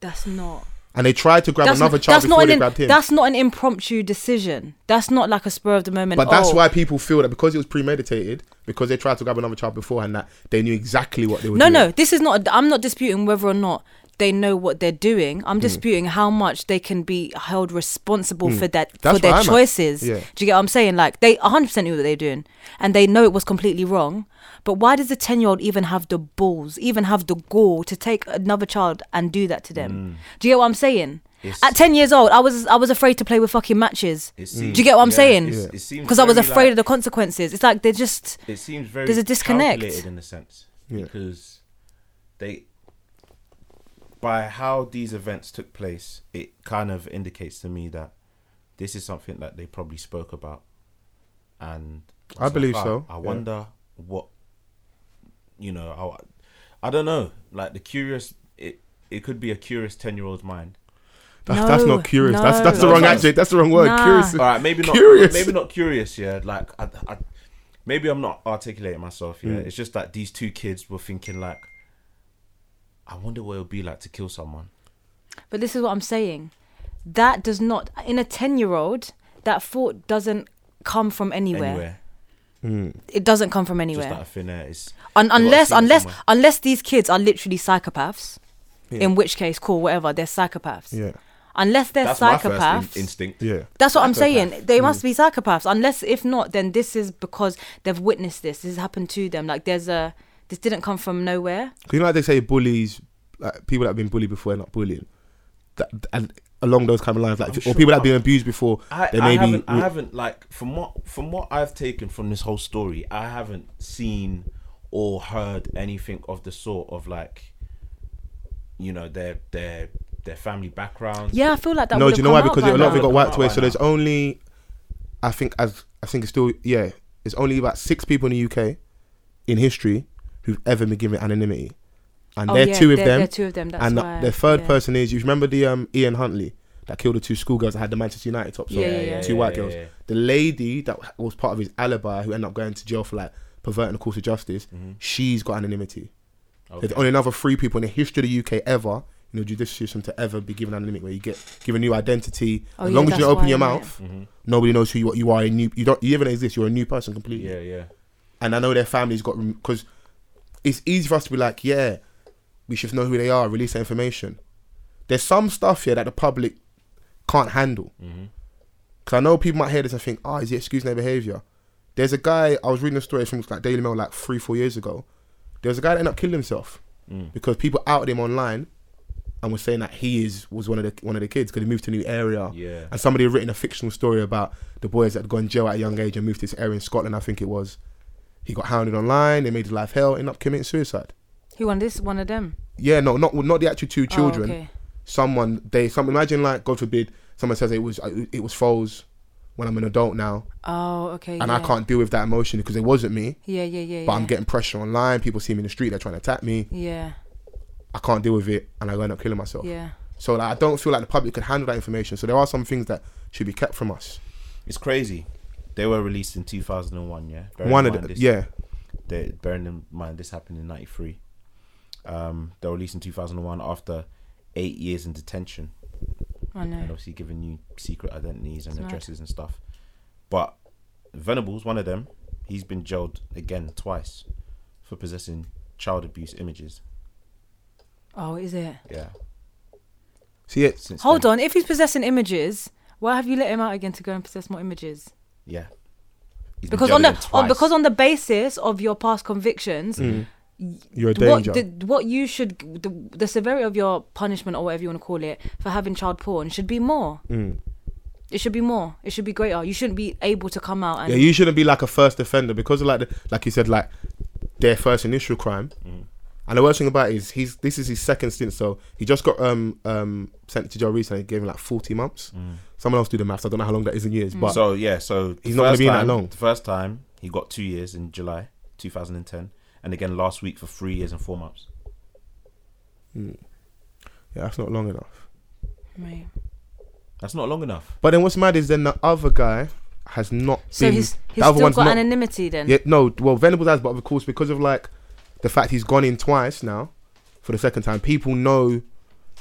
Speaker 4: that's not.
Speaker 2: and they tried to grab
Speaker 4: that's
Speaker 2: another
Speaker 4: not,
Speaker 2: child
Speaker 4: that's
Speaker 2: before
Speaker 4: not
Speaker 2: they
Speaker 4: an,
Speaker 2: grabbed him.
Speaker 4: That's not an impromptu decision. That's not like a spur of the moment.
Speaker 2: But that's
Speaker 4: oh,
Speaker 2: why people feel that because it was premeditated, because they tried to grab another child beforehand, that they knew exactly what they were
Speaker 4: No,
Speaker 2: doing.
Speaker 4: no. This is not. I'm not disputing whether or not they know what they're doing.
Speaker 3: Hmm.
Speaker 4: I'm disputing how much they can be held responsible for that
Speaker 2: That's
Speaker 4: for their
Speaker 2: what I'm at.
Speaker 4: choices.
Speaker 2: Yeah.
Speaker 4: Do you get what I'm saying? Like they 100 percent knew what they're doing, and they know it was completely wrong. But why does the 10 year old even have the balls, even have the gall to take another child and do that to them? Do you get what I'm saying?
Speaker 3: Hmm. It's-
Speaker 4: At 10 years old, I was I was afraid to play with fucking matches.
Speaker 2: Mm.
Speaker 3: It
Speaker 4: Do
Speaker 3: seems,
Speaker 4: you get what I'm
Speaker 3: yeah,
Speaker 4: saying?
Speaker 3: it's- It seems
Speaker 4: Because I was
Speaker 3: very,
Speaker 4: afraid
Speaker 3: like-
Speaker 4: of the consequences. It's like they're just.
Speaker 3: it seems very
Speaker 4: There's a disconnect.
Speaker 3: calculated in a sense
Speaker 2: Yeah.
Speaker 3: because they by how these events took place it kind of indicates to me that this is something that they probably spoke about and
Speaker 2: I
Speaker 3: was
Speaker 2: believe
Speaker 3: "Ah,
Speaker 2: so,
Speaker 3: i
Speaker 2: yeah.
Speaker 3: wonder what you know I, I don't know like the curious it it could be a curious 10 year old's mind
Speaker 2: That's, that's
Speaker 4: No,
Speaker 2: not curious. that's
Speaker 4: no.
Speaker 2: that's the wrong
Speaker 3: That's-
Speaker 2: adjective. That's the wrong word.
Speaker 4: Nah.
Speaker 2: Curious. <laughs>
Speaker 3: all right maybe not
Speaker 2: Curious.
Speaker 3: maybe not curious yeah like I, I, maybe i'm not articulating myself
Speaker 2: Hmm.
Speaker 3: yeah it's just that these two kids were thinking like i wonder what it would be like to kill someone
Speaker 4: But this is what I'm saying. That does not, in a 10 year old, that thought doesn't come from anywhere.
Speaker 3: anywhere
Speaker 4: It doesn't come from
Speaker 3: just out
Speaker 4: anywhere.
Speaker 3: of thin air it's
Speaker 4: Un-
Speaker 3: they've got a
Speaker 4: unless,
Speaker 3: scene
Speaker 4: unless,
Speaker 3: somewhere.
Speaker 4: unless these kids are literally psychopaths, in which case, cool, whatever, they're psychopaths.
Speaker 2: Yeah,
Speaker 4: Unless they're
Speaker 3: that's my
Speaker 4: psychopaths.
Speaker 3: first in- instinct
Speaker 2: yeah.
Speaker 4: That's what I'm
Speaker 2: Psychopath. Mm.
Speaker 4: saying. They must be psychopaths. Unless, if not, then this is because they've witnessed this. This has happened to them. Like, there's a, this didn't come from nowhere.
Speaker 2: 'Cause you know, like they say, bullies, like people that have been bullied before, are not bullying. That, and along those kind of lines, like,
Speaker 3: I'm
Speaker 2: or
Speaker 3: sure-
Speaker 2: people that have been abused before,
Speaker 3: I,
Speaker 2: they
Speaker 3: I
Speaker 2: maybe.
Speaker 3: haven't, I haven't like from what from what I've taken from this whole story, I haven't seen or heard anything of the sort of like, you know, their their their family backgrounds.
Speaker 4: Yeah, I feel like that.
Speaker 2: no, do
Speaker 4: would've
Speaker 2: you know
Speaker 4: come
Speaker 2: why?
Speaker 4: out
Speaker 2: Because
Speaker 4: by
Speaker 2: a lot of
Speaker 4: now.
Speaker 2: it got
Speaker 3: Come
Speaker 2: wiped
Speaker 3: out
Speaker 2: away.
Speaker 3: by
Speaker 2: So there's
Speaker 3: now.
Speaker 2: only, I think, as I think it's still, yeah, it's only about six people in the UK, in history, who've ever been given anonymity, and
Speaker 4: Oh,
Speaker 2: they're
Speaker 4: yeah,
Speaker 2: two of
Speaker 4: they're-
Speaker 2: them.
Speaker 4: they're two of them, that's
Speaker 2: and the-
Speaker 4: why,
Speaker 2: the third
Speaker 4: yeah.
Speaker 2: person is you remember the um Ian Huntley that killed the two schoolgirls that had the Manchester United tops on,
Speaker 4: Yeah, yeah, yeah.
Speaker 2: two white
Speaker 3: Yeah, yeah,
Speaker 2: girls.
Speaker 3: yeah.
Speaker 2: The lady that was part of his alibi who ended up going to jail for like perverting the course of justice,
Speaker 3: Mm-hmm.
Speaker 2: she's got anonymity.
Speaker 3: Okay.
Speaker 2: There's only another three people in the history of the UK ever in the judicial system to ever be given anonymity, where you get given a new identity.
Speaker 4: Oh,
Speaker 2: as
Speaker 4: yeah,
Speaker 2: long as you
Speaker 4: that's
Speaker 2: open
Speaker 4: why,
Speaker 2: your
Speaker 4: yeah.
Speaker 2: mouth,
Speaker 3: Mm-hmm.
Speaker 2: nobody knows who you, what you are. A new, you don't. You even exist. You're a new person completely.
Speaker 3: yeah, yeah.
Speaker 2: And I know their families got because it's easy for us to be like, yeah, we should know who they are. Release that information. There's some stuff here that the public can't handle. Because I know people might hear this and think, oh, is he excusing their behavior? There's a guy, I was reading a story from like Daily Mail like three, four years ago. There was a guy that ended up killing himself because people outed him online and were saying that he is was one of the one of the kids because he moved to a new area.
Speaker 3: Yeah.
Speaker 2: And somebody had written a fictional story about the boys that had gone jail at a young age and moved to this area in Scotland, I think it was. He got hounded online, they made his life hell, ended up committing suicide.
Speaker 4: Who won this? One of them.
Speaker 2: Yeah, no, not not the actual two
Speaker 4: Oh,
Speaker 2: children.
Speaker 4: okay.
Speaker 2: someone they some imagine like God forbid someone says it was uh, it was false when I'm an adult now
Speaker 5: Oh, okay.
Speaker 2: and
Speaker 5: yeah.
Speaker 2: I can't deal with that emotion because it wasn't me.
Speaker 5: Yeah, yeah, yeah.
Speaker 2: But
Speaker 5: yeah.
Speaker 2: I'm getting pressure online. People see me in the street. They're trying to attack me.
Speaker 5: Yeah,
Speaker 2: I can't deal with it, and I end up killing myself.
Speaker 5: yeah.
Speaker 2: So like, I don't feel like the public can handle that information. So there are some things that should be kept from us.
Speaker 3: It's crazy. They were released in 2001, yeah. Bearing
Speaker 2: One
Speaker 3: in
Speaker 2: of
Speaker 3: mind
Speaker 2: the,
Speaker 3: this-
Speaker 2: yeah,
Speaker 3: They, bearing in mind this happened in '93. Um, they were released in 2001 after eight years in detention.
Speaker 5: I
Speaker 3: and
Speaker 5: know.
Speaker 3: obviously giving you secret identities and
Speaker 5: It's mad.
Speaker 3: addresses and stuff. But Venables, one of them, he's been jailed again twice for possessing child abuse images.
Speaker 5: Oh, is it?
Speaker 3: Yeah.
Speaker 2: see it.
Speaker 3: Since
Speaker 5: Hold
Speaker 3: then-
Speaker 5: on. If he's possessing images, why have you let him out again to go and possess more images?
Speaker 3: Yeah. He's been
Speaker 5: Because
Speaker 3: jailed
Speaker 5: on the
Speaker 3: again
Speaker 5: oh,
Speaker 3: twice.
Speaker 5: because on the basis of your past convictions,
Speaker 2: You're a
Speaker 5: what
Speaker 2: Mm. danger.
Speaker 5: the, what you should the, the severity of your punishment or whatever you want to call it for having child porn should be more.
Speaker 2: Mm.
Speaker 5: It should be more. It should be greater. You shouldn't be able to come out and
Speaker 2: yeah, you shouldn't be like a first offender because of like the, like you said like their first initial crime. And the worst thing about it is he's this is his second stint, so he just got um um sent to jail recently. Gave him like forty months. Someone else do the maths. I don't know how long that is in
Speaker 5: Mm.
Speaker 2: years, but
Speaker 3: so yeah, so the
Speaker 2: He's not gonna
Speaker 3: first
Speaker 2: be in that
Speaker 3: time-
Speaker 2: long.
Speaker 3: The first time he got two years in July 2010, and again last week for three years and four months.
Speaker 2: yeah, that's not long enough.
Speaker 5: Right.
Speaker 3: That's not long enough.
Speaker 2: But then what's mad is then the other guy has not
Speaker 5: So
Speaker 2: been.
Speaker 5: he's he's
Speaker 2: the other
Speaker 5: still
Speaker 2: one's
Speaker 5: got
Speaker 2: not.
Speaker 5: anonymity then.
Speaker 2: yeah, no. Well, Venables has, but of course because of like the fact he's gone in twice now for the second time, people know.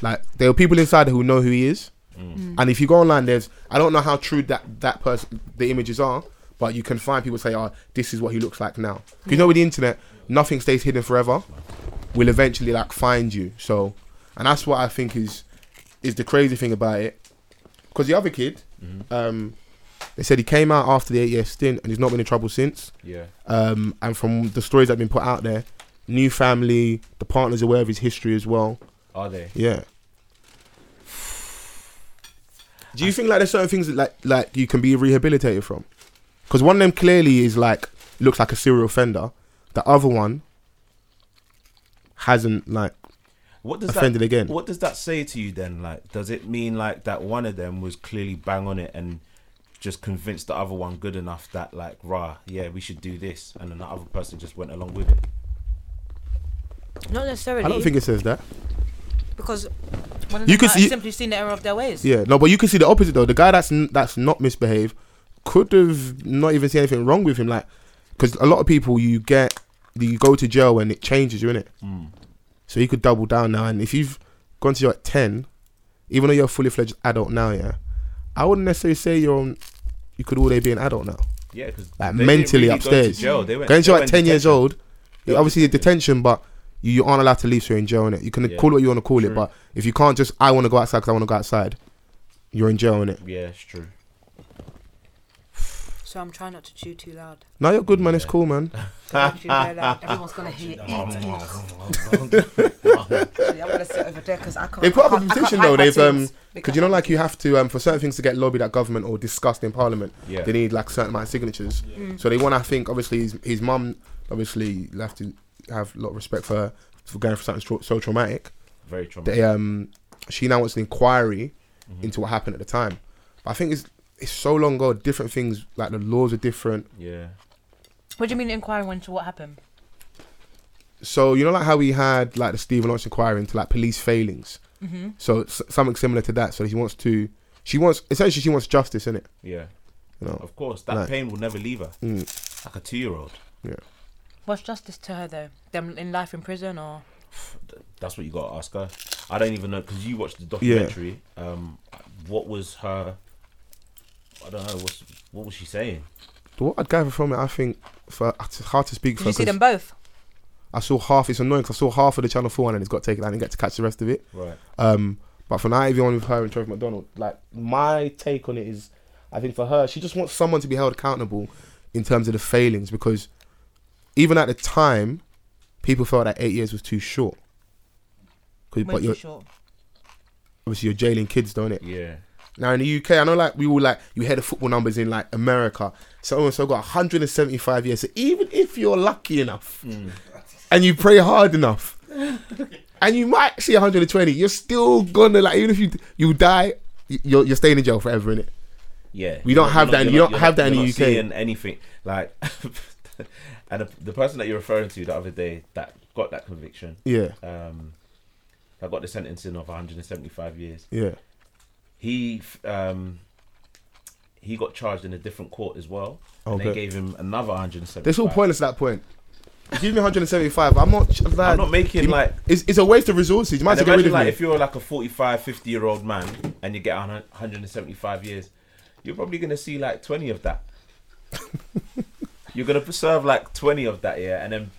Speaker 2: Like there are people inside who know who he is, and if you go online, there's I don't know how true that that person the images are, but you can find people say, "Oh, this is what he looks like now." 'Cause you know with the internet, nothing stays hidden forever. Will eventually like find you. So, and that's what I think is is the crazy thing about it. Because the other kid, um, they said he came out after the eight year stint and he's not been in trouble since.
Speaker 3: Yeah.
Speaker 2: Um, and from the stories that have been put out there, new family, the partner's aware of his history as well.
Speaker 3: Are they?
Speaker 2: Yeah. Do you think like there's certain things that like like you can be rehabilitated from? Because one of them clearly is like looks like a serial offender. The other one hasn't like
Speaker 3: What does
Speaker 2: Offended
Speaker 3: that,
Speaker 2: again.
Speaker 3: What does that say to you then? Like, does it mean like that one of them was clearly bang on it and just convinced the other one good enough that like, rah, yeah, we should do this, and then the other person just went along with it?
Speaker 7: Not necessarily.
Speaker 2: I don't think it says that.
Speaker 7: because one of
Speaker 2: You
Speaker 7: you
Speaker 2: can
Speaker 7: them might
Speaker 2: see-
Speaker 7: have simply seen the error of their ways.
Speaker 2: Yeah, no, but you can see the opposite though. The guy that's n- that's not misbehaved could have not even seen anything wrong with him, like because a lot of people you get you go to jail and it changes you in it.
Speaker 3: Hmm.
Speaker 2: So he could double down now, and if you've gone to jail at ten, even though you're a fully fledged adult now, yeah, I wouldn't necessarily say you're on- you could already be an adult now.
Speaker 3: Yeah, because
Speaker 2: Like, mentally upstairs. Going to jail at ten years old,
Speaker 3: They were
Speaker 2: obviously detention, but. You you aren't allowed to leave, so you're in jail, innit? You can
Speaker 3: Yeah.
Speaker 2: call it what you want to call it,
Speaker 3: True.
Speaker 2: but if you can't just, I want to go outside because I want to go outside, you're in jail, innit?
Speaker 3: Yeah, it's <laughs> true.
Speaker 7: So I'm trying not to chew too loud.
Speaker 2: No, you're good, man. It's cool, man.
Speaker 6: <laughs> Don't you dare laugh.
Speaker 5: Everyone's gonna hear it.
Speaker 6: Actually, I'm gonna sit over there because I can't.
Speaker 2: They put up
Speaker 6: I
Speaker 2: a
Speaker 6: can't- I
Speaker 2: petition though.
Speaker 6: can't hide my
Speaker 2: They've um,
Speaker 6: tears.
Speaker 2: because you know, like you have to um, for certain things to get lobbied at government or discussed in parliament.
Speaker 3: Yeah. Mm.
Speaker 2: They need like certain amount of signatures. So they want, I think, obviously his his mum, obviously you have to have a lot of respect for her for going for something so, so traumatic.
Speaker 3: Very traumatic.
Speaker 2: They um, she now wants an inquiry into what happened at the time. But I think it's it's so long ago. Different things like the laws are different.
Speaker 3: Yeah.
Speaker 7: What do you mean inquiring into what happened?
Speaker 2: So you know, like how we had like the Stephen Lawrence inquiry into like police failings.
Speaker 7: Mm-hmm.
Speaker 2: So s- something similar to that. So she wants to, she wants essentially she wants justice in it.
Speaker 3: Yeah.
Speaker 2: You know,
Speaker 3: Of course, that
Speaker 2: Like-
Speaker 3: pain will never leave her.
Speaker 2: Mm.
Speaker 3: Like a two-year-old. <sighs>
Speaker 7: What's justice to her though? Them in life in prison or?
Speaker 3: That's what you gotta ask her. I don't even know because you watched the documentary. Um, what was her? I don't know. What's, what was she saying?
Speaker 2: But what I gather from it, I think, for it's hard to speak
Speaker 7: Did
Speaker 2: for.
Speaker 7: you see
Speaker 2: 'cause
Speaker 7: them both?
Speaker 2: I saw half. It's annoying 'cause I saw half of the Channel Four one and it's got taken. I didn't get to catch the rest of it.
Speaker 3: Right.
Speaker 2: Um, but for now, even on with her and Trevor McDonald, like my take on it is, I think for her, she just wants someone to be held accountable in terms of the failings because even at the time, people felt that eight years was too short. 'Cause-
Speaker 7: Way
Speaker 2: But
Speaker 7: too
Speaker 2: you're
Speaker 7: short.
Speaker 2: obviously you're jailing kids, don't it?
Speaker 3: Yeah.
Speaker 2: Now in the UK, I know like we all like you hear the football numbers in like America. So and so got 175
Speaker 3: Mm.
Speaker 2: years. So even if you're lucky enough and you pray hard enough, and you might see 120. You're still gonna like even if you you die, y- you're you're staying in jail forever, innit?
Speaker 3: Yeah,
Speaker 2: We don't
Speaker 3: You're
Speaker 2: have
Speaker 3: not-
Speaker 2: that
Speaker 3: you're
Speaker 2: in- you don't
Speaker 3: not-
Speaker 2: have that in
Speaker 3: you're
Speaker 2: the
Speaker 3: not
Speaker 2: UK.
Speaker 3: Seeing anything like, <laughs> and the, the person that you're referring to the other day that got that conviction,
Speaker 2: Yeah,
Speaker 3: um, that got the sentencing of 175 years.
Speaker 2: yeah.
Speaker 3: He f- um, he got charged in a different court as well, and they
Speaker 2: Okay.
Speaker 3: gave him another 175.
Speaker 2: They're all pointless at that point. Give me 175. I'm not. Like,
Speaker 3: I'm not making
Speaker 2: you-
Speaker 3: like
Speaker 2: It's, it's a waste of resources. You might as
Speaker 3: And
Speaker 2: well get
Speaker 3: imagine
Speaker 2: rid of
Speaker 3: like
Speaker 2: me.
Speaker 3: if you're like a 45, 50 year old man and you get a hun- 175 years, you're probably gonna see like 20 of
Speaker 2: <laughs>
Speaker 3: that. you're gonna serve like 20 of that yeah, and then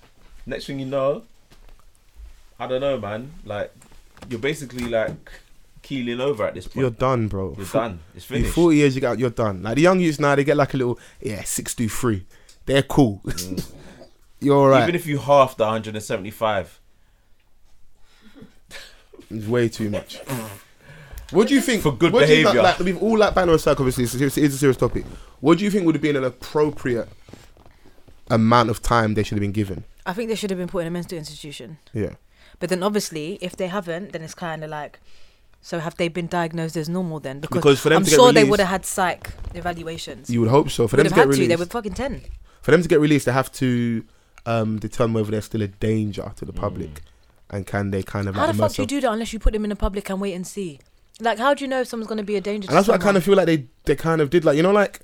Speaker 3: next thing you know, I don't know, man. Like you're basically like keeling over at this point.
Speaker 2: You're done, bro.
Speaker 3: You're
Speaker 2: F-
Speaker 3: done. It's
Speaker 2: In
Speaker 3: finished.
Speaker 2: 40 years, you got you're done. Like the young youths now, they get like a little yeah six to three. They're cool. <laughs> you're all right.
Speaker 3: Even if you half the 175,
Speaker 2: It's way too much. What do you think
Speaker 3: For good
Speaker 2: what do you-
Speaker 3: behaviour.
Speaker 2: like, like, we've all like banner aside, obviously, it's, it's, it's a serious topic. What do you think would have been an appropriate amount of time they should have been given?
Speaker 4: I think they should have been put in a mental institution.
Speaker 2: Yeah,
Speaker 4: But then obviously, if they haven't, then it's kind of like, so have they been diagnosed as normal then? Because,
Speaker 2: Because for them
Speaker 4: I'm
Speaker 2: to get
Speaker 4: sure they
Speaker 2: released-
Speaker 4: would have had psych evaluations.
Speaker 2: you would hope so. For
Speaker 4: would have
Speaker 2: them to get
Speaker 4: had to. They
Speaker 2: released,
Speaker 4: were fucking ten.
Speaker 2: for them to get released, they have to um, determine whether they're still a danger to the public, and can they kind of
Speaker 4: How the
Speaker 2: like,
Speaker 4: fuck
Speaker 2: immerse
Speaker 4: do you
Speaker 2: them-
Speaker 4: do that unless you put them in the public and wait and see? Like, how do you know if someone's going to be a danger?
Speaker 2: And that's
Speaker 4: to
Speaker 2: what I kind of feel like they they kind of did. Like you know, like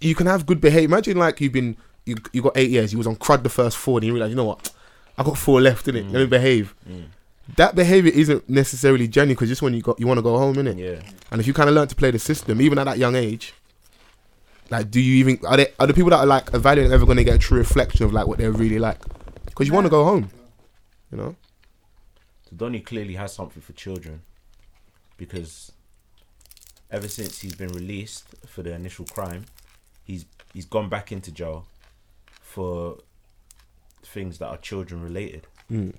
Speaker 2: you can have good behavior. Imagine like you've been you you got eight years. You was on crud the first four, and you realize you know what, I got four left in it.
Speaker 3: Mm.
Speaker 2: Let me behave. That behavior isn't necessarily genuine because just when you got you want to go home in it.
Speaker 3: yeah.
Speaker 2: And if you kind of learn to play the system, even at that young age, like do you even are they are the people that are like evaluating ever going to get a true reflection of like what they're really like? Because you want to go home, you know.
Speaker 3: So Donny clearly has something for children because ever since he's been released for the initial crime, he's he's gone back into jail for things that are children related.
Speaker 2: Mm.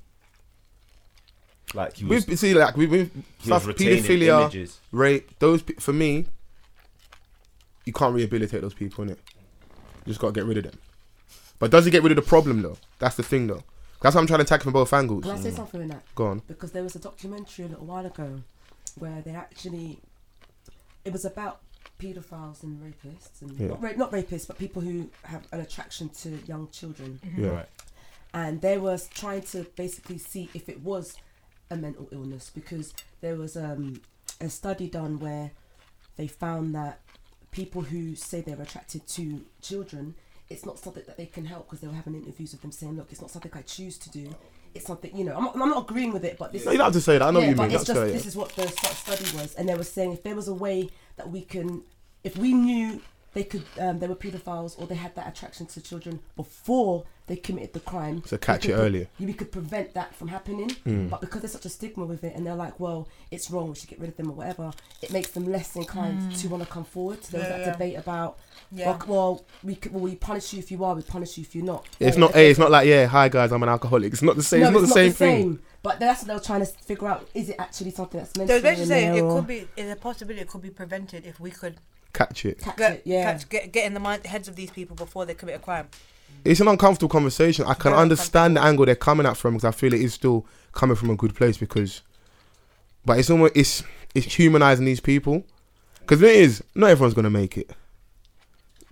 Speaker 3: Like he was,
Speaker 2: We see like we we
Speaker 3: he
Speaker 2: stuff
Speaker 3: was retaining
Speaker 2: pedophilia.
Speaker 3: images.
Speaker 2: rape those pe- for me you can't rehabilitate those people in it you just got to get rid of them but does it get rid of the problem though that's the thing though that's what i'm trying to attack from both angles
Speaker 6: <laughs> Can I say something in that?
Speaker 2: go on
Speaker 6: because there was a documentary a little while ago where they actually it was about pedophiles and rapists and
Speaker 2: Yeah.
Speaker 6: not, ra- not rapists but people who have an attraction to young children
Speaker 2: yeah
Speaker 3: Right.
Speaker 6: and they was trying to basically see if it was a mental illness because there was um, a study done where they found that people who say they're attracted to children it's not something that they can help because they were having interviews with them saying look it's not something i choose to do it's something you know i'm not, I'm not agreeing with it but this
Speaker 2: no, you don't have to say that i know
Speaker 6: yeah,
Speaker 2: what you
Speaker 6: but
Speaker 2: mean
Speaker 6: it's
Speaker 2: That's
Speaker 6: just
Speaker 2: fair, yeah.
Speaker 6: this is what the stu- study was, and they were saying if there was a way that we can, if we knew they could, um, they were paedophiles or they had that attraction to children before they committed the crime.
Speaker 2: So
Speaker 6: we
Speaker 2: catch
Speaker 6: could
Speaker 2: it
Speaker 6: pre-
Speaker 2: earlier. Hmm.
Speaker 6: We could prevent that from happening, but because there's such a stigma with it, and they're like, well, it's wrong, we should get rid of them or whatever. It makes them less inclined to want to come forward. So there was
Speaker 7: Hmm. Yeah,
Speaker 6: that
Speaker 7: yeah.
Speaker 6: debate about.
Speaker 7: Yeah.
Speaker 6: Well, c- well, we could, well, we punish you if you are, we punish you if you're not.
Speaker 2: Yeah, it's
Speaker 6: Or
Speaker 2: not
Speaker 6: if
Speaker 2: hey, it's not like yeah hi guys i'm an alcoholic it's not the same
Speaker 6: no,
Speaker 2: it's not the same thing
Speaker 6: But that's what they were trying to figure out: is it actually something that's meant
Speaker 7: They
Speaker 6: to
Speaker 7: was
Speaker 6: eh, be
Speaker 7: basically
Speaker 6: in
Speaker 7: saying
Speaker 6: there
Speaker 7: it
Speaker 6: or
Speaker 7: could be, it's a possibility it could be prevented if we could
Speaker 2: catch it
Speaker 6: catch
Speaker 7: get,
Speaker 6: it? Yeah,
Speaker 7: catch, get, get in the mind, heads of these people before they commit a crime.
Speaker 2: it's an uncomfortable conversation i can
Speaker 7: Very
Speaker 2: understand the angle they're coming at from because i feel it is still coming from a good place because but it's almost it's it's humanizing these people because it is not everyone's gonna make it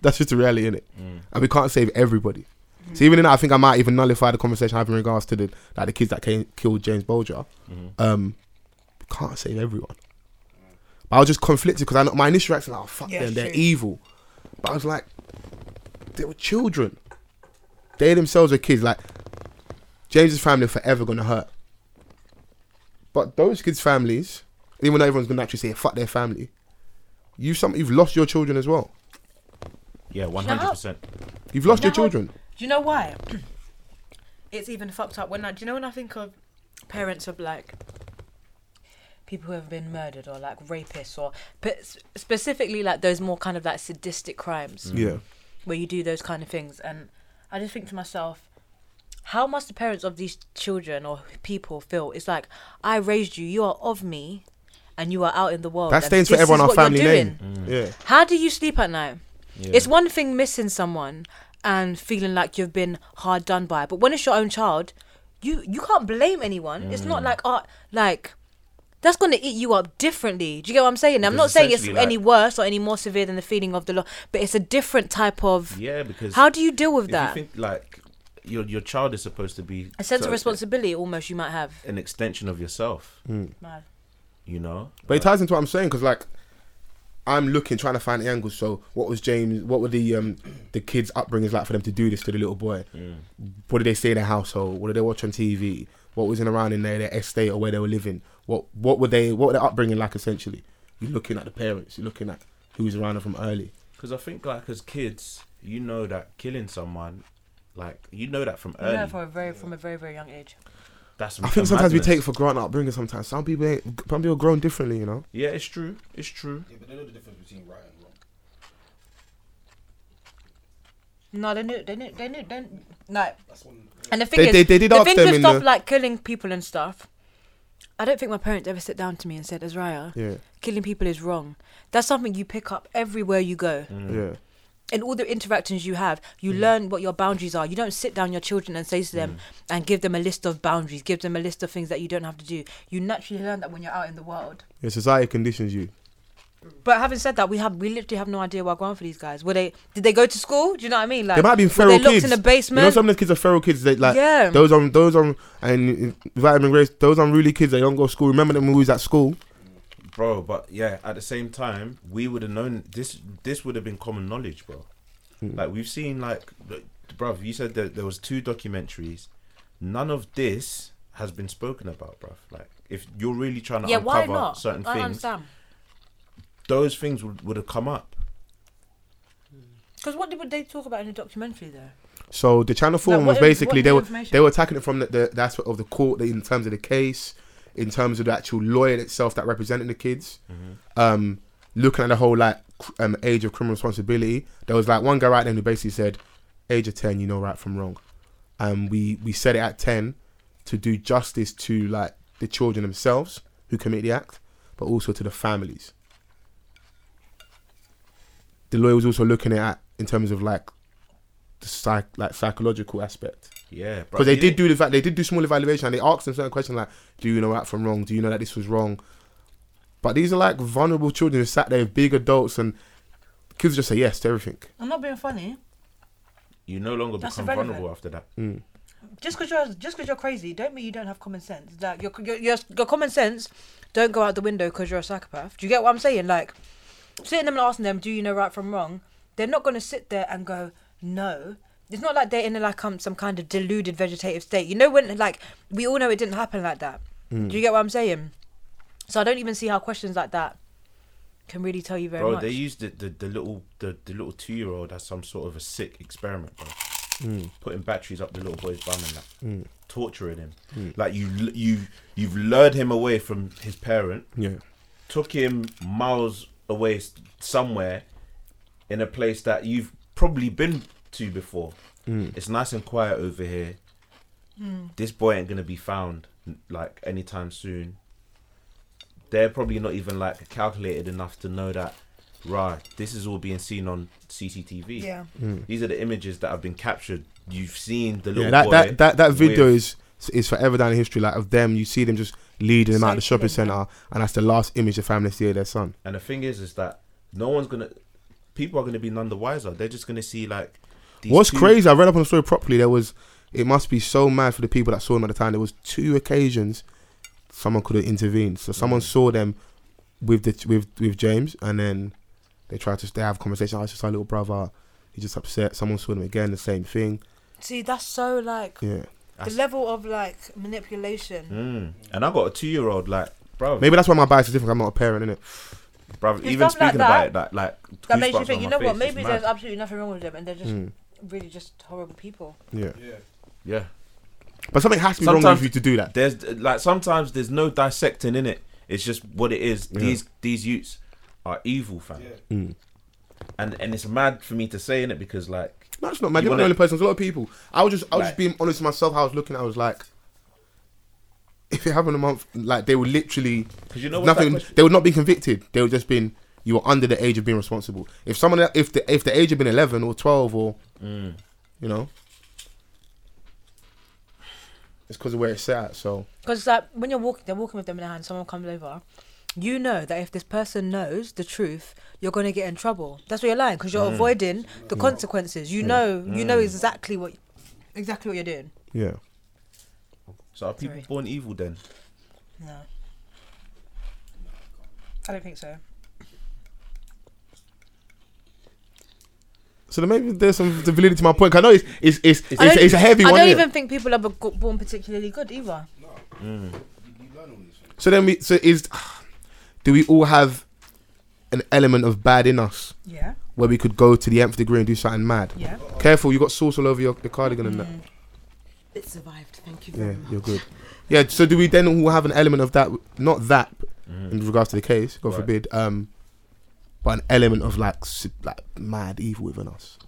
Speaker 2: that's just the reality in it
Speaker 3: Mm.
Speaker 2: and we can't save everybody. So even in that, I think I might even nullify the conversation I have in regards to the like the kids that came, killed James Bolger. Um, we can't save everyone. But I was just conflicted because I know my initial reaction like, oh, fuck
Speaker 7: Yeah,
Speaker 2: them, they're
Speaker 7: true.
Speaker 2: evil. But I was like, they were children. They themselves were kids. Like James's family are forever gonna hurt. But those kids' families, even though everyone's gonna actually say fuck their family, you some you've lost your children as well.
Speaker 3: Yeah, one hundred percent.
Speaker 2: You've lost your
Speaker 7: Now-
Speaker 2: children.
Speaker 7: Do you know why? <clears throat> it's even fucked up when I. Do you know when I think of parents of like people who have been murdered or like rapists or but s- specifically like those more kind of like sadistic crimes
Speaker 2: Yeah.
Speaker 7: where you do those kind of things and I just think to myself. How must the parents of these children or people feel? It's like I raised you, you are of me, and you are out in the world.
Speaker 2: That
Speaker 7: and
Speaker 2: stains
Speaker 7: Oh, this is
Speaker 2: forever on our
Speaker 7: what you're
Speaker 2: family
Speaker 7: doing.
Speaker 2: name. Yeah.
Speaker 7: How do you sleep at night?
Speaker 3: Yeah.
Speaker 7: It's one thing missing someone and feeling like you've been hard done by, but when it's your own child,
Speaker 4: you you can't blame anyone. It's not
Speaker 3: Mm.
Speaker 4: like
Speaker 7: oh,
Speaker 4: art like that's going to eat you up differently. Do you get what I'm saying? I'm
Speaker 3: Because
Speaker 4: not saying it's
Speaker 3: essentially, like-
Speaker 4: any worse or any more severe than the feeling of the law, but it's a different type of.
Speaker 3: Yeah, because
Speaker 4: How do you deal
Speaker 3: if
Speaker 4: with
Speaker 3: you
Speaker 4: that?
Speaker 3: think like your your child is supposed to be
Speaker 4: a sense of
Speaker 3: sort
Speaker 4: responsibility, almost you might have.
Speaker 3: an extension of yourself.
Speaker 2: Hmm.
Speaker 3: You know,
Speaker 2: But it ties into what I'm saying because like I'm looking trying to find the angles. So what was James? What were the um the kids' upbringings like for them to do this to the little boy? What did they say in their household? What did they watch on TV? What was in around in their, their estate or where they were living? What what were they? What were their upbringing like? Essentially, you're looking at the parents. You're looking at who was around them from early.
Speaker 3: because I think like as kids, you know that killing someone, like you know that
Speaker 2: Um,
Speaker 3: from early.
Speaker 4: a very from a very very young age.
Speaker 3: That's
Speaker 2: I
Speaker 3: a
Speaker 2: think sometimes we
Speaker 3: madness.
Speaker 2: take for granted upbringing. Sometimes some people ain't, some people are grown differently. You know.
Speaker 3: Yeah, it's true. It's true.
Speaker 10: Yeah, but they know the difference between right and wrong.
Speaker 4: No, they knew, they knew, they knew, they knew. No,
Speaker 10: That's one.
Speaker 4: and the thing
Speaker 2: They-
Speaker 4: is,
Speaker 2: they- they did
Speaker 4: the
Speaker 2: ask
Speaker 4: thing
Speaker 2: them
Speaker 4: with
Speaker 2: in
Speaker 4: stuff
Speaker 2: the-
Speaker 4: like killing people and stuff. I don't think my parents ever sit down to me and said, "Azraya,
Speaker 2: Yeah.
Speaker 4: killing people is wrong." That's something you pick up everywhere you go.
Speaker 2: Yeah.
Speaker 4: in all the interactions you have, you
Speaker 2: Mm.
Speaker 4: learn what your boundaries are. You don't sit down your children and say to them
Speaker 2: Mm.
Speaker 4: and give them a list of boundaries, give them a list of things that you don't have to do. You naturally learn that when you're out in the world.
Speaker 2: Yeah. Society conditions you.
Speaker 4: But having said that, we have we literally have no idea what's going on for these guys. Were they did they go to school? Do you know what I mean? Like
Speaker 2: They might have been
Speaker 4: were
Speaker 2: feral
Speaker 4: they locked
Speaker 2: kids.
Speaker 4: in a basement.
Speaker 2: You know, some of the kids are feral kids. They like
Speaker 4: Yeah.
Speaker 2: those on those on and uh, vitamin race. Those unruly kids that don't go to school. Remember them when we was at school?
Speaker 3: bro. But yeah, at the same time, we would have known this. This would have been common knowledge, bro.
Speaker 2: Hmm.
Speaker 3: Like we've seen, like, the- bruv, You said that there was two documentaries. None of this has been spoken about, bruv. Like, if you're really trying to
Speaker 4: yeah, why
Speaker 3: uncover
Speaker 4: not?
Speaker 3: certain
Speaker 4: I
Speaker 3: things,
Speaker 4: understand.
Speaker 3: those things would, would have come up.
Speaker 4: Because what did they talk about in the documentary though?
Speaker 2: So the Channel Four
Speaker 4: No,
Speaker 2: one
Speaker 4: what
Speaker 2: was
Speaker 4: in-
Speaker 2: basically
Speaker 4: what
Speaker 2: they
Speaker 4: new
Speaker 2: were
Speaker 4: information?
Speaker 2: they were attacking it from the, the, the aspect of the court in terms of the case, in terms of the actual lawyer itself that represented the kids. Um, looking at the whole like cr- um, age of criminal responsibility, there was like one guy right there who basically said, "Age of ten, you know right from wrong," and we we set it at ten to do justice to like the children themselves who commit the act, but also to the families. The lawyer was also looking at in terms of like the psych like psychological aspect
Speaker 3: Yeah, bro.
Speaker 2: because they
Speaker 3: You
Speaker 2: did
Speaker 3: know-
Speaker 2: do the fact they did do small evaluation and they asked them certain questions like do you know right from wrong do you know that this was wrong but these are like vulnerable children who sat there with big adults and kids just say yes to everything
Speaker 4: I'm not being funny.
Speaker 3: You no longer
Speaker 4: That's
Speaker 3: become
Speaker 4: irrelevant.
Speaker 3: vulnerable after that.
Speaker 4: just because you're just because you're crazy don't mean you don't have common sense like your your, your, your common sense don't go out the window because you're a psychopath do you get what i'm saying like sitting them and asking them do you know right from wrong they're not going to sit there and go no it's not like they're in like um, some kind of deluded vegetative state you know when like we all know it didn't happen like that
Speaker 3: Mm.
Speaker 4: do you get what i'm saying so i don't even see how questions like that can really tell you very
Speaker 3: Bro,
Speaker 4: much
Speaker 3: they used the, the, the little the, the little two year old as some sort of a sick experiment, bro. Putting batteries up the little boy's bum and that, torturing him. Like you l- you you've lured him away from his parent,
Speaker 2: yeah
Speaker 3: took him miles away s- somewhere, in a place that you've probably been to before.
Speaker 2: Hmm.
Speaker 3: It's nice and quiet over here. This boy ain't gonna be found n- like anytime soon. They're probably not even like calculated enough to know that. Right, this is all being seen on CCTV.
Speaker 4: Yeah.
Speaker 3: these are the images that have been captured. You've seen the little
Speaker 2: Hmm. yeah that
Speaker 3: boy.
Speaker 2: that, that, that video
Speaker 3: with-
Speaker 2: is is forever down in history like of them you see them just leading them out of the shopping center and that's the last image the family see of their son
Speaker 3: And the thing is, is that no one's gonna. People are gonna be none the wiser. They're just gonna see like. These
Speaker 2: What's
Speaker 3: two-
Speaker 2: crazy, I read up on the story properly. There was, it must be so mad for the people that saw him at the time. There was two occasions someone could have intervened. So
Speaker 3: Mm.
Speaker 2: someone saw them with the with with James, and then they tried to they have a conversation. Oh, it's just our little brother. He's just upset. Someone saw them again, the same thing.
Speaker 4: see that's so like
Speaker 2: Yeah,
Speaker 3: That's-
Speaker 4: level of like manipulation
Speaker 3: Mm. And I got a two-year-old, like, bro,
Speaker 2: maybe that's why my bias is different. 'cause I'm not a parent, innit?
Speaker 3: bro.
Speaker 4: It's
Speaker 3: Even
Speaker 4: stuff like
Speaker 3: speaking
Speaker 4: that
Speaker 3: about it, like, like
Speaker 4: that makes
Speaker 3: goosebumps
Speaker 4: you think.
Speaker 3: on
Speaker 4: You
Speaker 3: my
Speaker 4: know what?
Speaker 3: face,
Speaker 4: Maybe
Speaker 3: it's
Speaker 4: there's
Speaker 3: mad.
Speaker 4: absolutely nothing wrong with them, and they're just
Speaker 2: Mm.
Speaker 4: really just horrible people.
Speaker 2: Yeah,
Speaker 10: Yeah.
Speaker 3: yeah.
Speaker 2: but something has to be wrong
Speaker 3: Sometimes-
Speaker 2: with you to do that.
Speaker 3: There's like sometimes there's no dissecting in it. It's just what it is.
Speaker 2: Yeah.
Speaker 3: These these youths are evil, fam.
Speaker 10: Yeah.
Speaker 2: Mm.
Speaker 3: And and it's mad for me to say in it because like
Speaker 2: No, it's not mad.
Speaker 3: You
Speaker 2: You're
Speaker 3: wanna-
Speaker 2: not the only person. There's a lot of people. I was just, I was
Speaker 3: Right.
Speaker 2: just being honest with myself. How I was looking. I was like, if it happened a month, like they were literally.
Speaker 3: because you know what's
Speaker 2: nothing.
Speaker 3: That question-
Speaker 2: They would not be convicted. They would just been you were under the age of being responsible. If someone, el- if the if the age had been
Speaker 3: Mm.
Speaker 2: eleven or twelve or, you know, It's because of where it's at. So
Speaker 7: Because like when you're walking, they're walking with them in their hand. Someone comes over. You know that if this person knows the truth, you're going to get in trouble. That's why you're lying because
Speaker 2: Hmm.
Speaker 7: you're avoiding the consequences. You know, you know exactly what, exactly what you're doing.
Speaker 2: yeah,
Speaker 3: So are people
Speaker 7: Sorry.
Speaker 3: born evil then?
Speaker 7: No, I don't think so.
Speaker 2: so then maybe there's some validity to my point. 'cause I know it's it's it's it's,
Speaker 7: I
Speaker 2: it's,
Speaker 7: don't-
Speaker 2: a heavy
Speaker 7: I
Speaker 2: one.
Speaker 7: don't
Speaker 2: innit?
Speaker 7: even think people are be- go- born particularly good either.
Speaker 2: So then we so is do we all have an element of bad in us
Speaker 7: Yeah,
Speaker 2: where we could go to the nth degree and do something mad?
Speaker 7: yeah.
Speaker 2: Careful, you got sauce all over your, your cardigan and that.
Speaker 6: It survived. Thank you very
Speaker 2: Yeah,
Speaker 6: much.
Speaker 2: you're good. Yeah, so do we then all have an element of that? Not that in regards to the case, God
Speaker 3: Right.
Speaker 2: forbid, um, but an element of like s- like mad evil within us.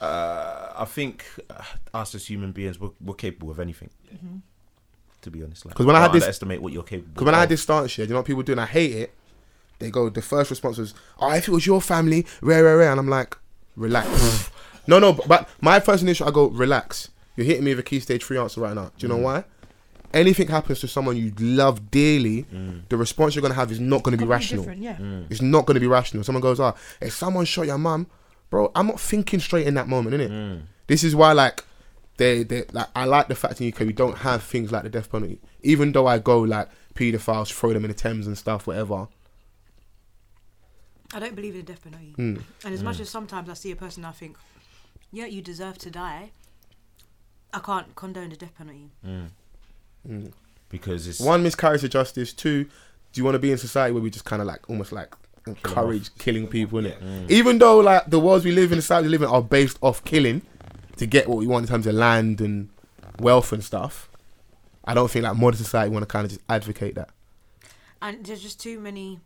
Speaker 3: Uh, I think uh, us as human beings, we're, we're capable of anything. To be honest, like
Speaker 2: 'Cause when I had
Speaker 3: don't
Speaker 2: this-
Speaker 3: underestimate what you're capable.
Speaker 2: Because when I had
Speaker 3: of.
Speaker 2: this stance here, you know what people do, and I hate it. They go, the first response was, "Oh, if it was your family, rare, rare, rare," and I'm like, relax. no, no, but, but my first initial, I go, relax. You're hitting me with a key stage three answer right now. Do you know why? Anything happens to someone you love dearly, the response you're gonna have is not gonna be rational.
Speaker 7: Different, yeah.
Speaker 2: It's not going to be rational. Someone goes, ah, if someone shot your mum, bro, I'm not thinking straight in that moment, innit? This is why, like, they, they, like, I like the fact in UK we don't have things like the death penalty. Even though I go like paedophiles, throw them in the Thames and stuff, whatever.
Speaker 5: I don't believe in the death penalty.
Speaker 2: Mm.
Speaker 5: And as much as sometimes I see a person, I think, yeah, you deserve to die. I can't condone the death penalty.
Speaker 3: because it's
Speaker 2: One miscarriage of justice. Two, do you want to be in society where we just kind of like almost like encourage killing people, innit?
Speaker 3: Mm.
Speaker 2: Even though like the worlds we live in, the society we live in, are based off killing to get what we want in terms of land and wealth and stuff. I don't think like modern society want to kind of just advocate that.
Speaker 5: And there's just too many.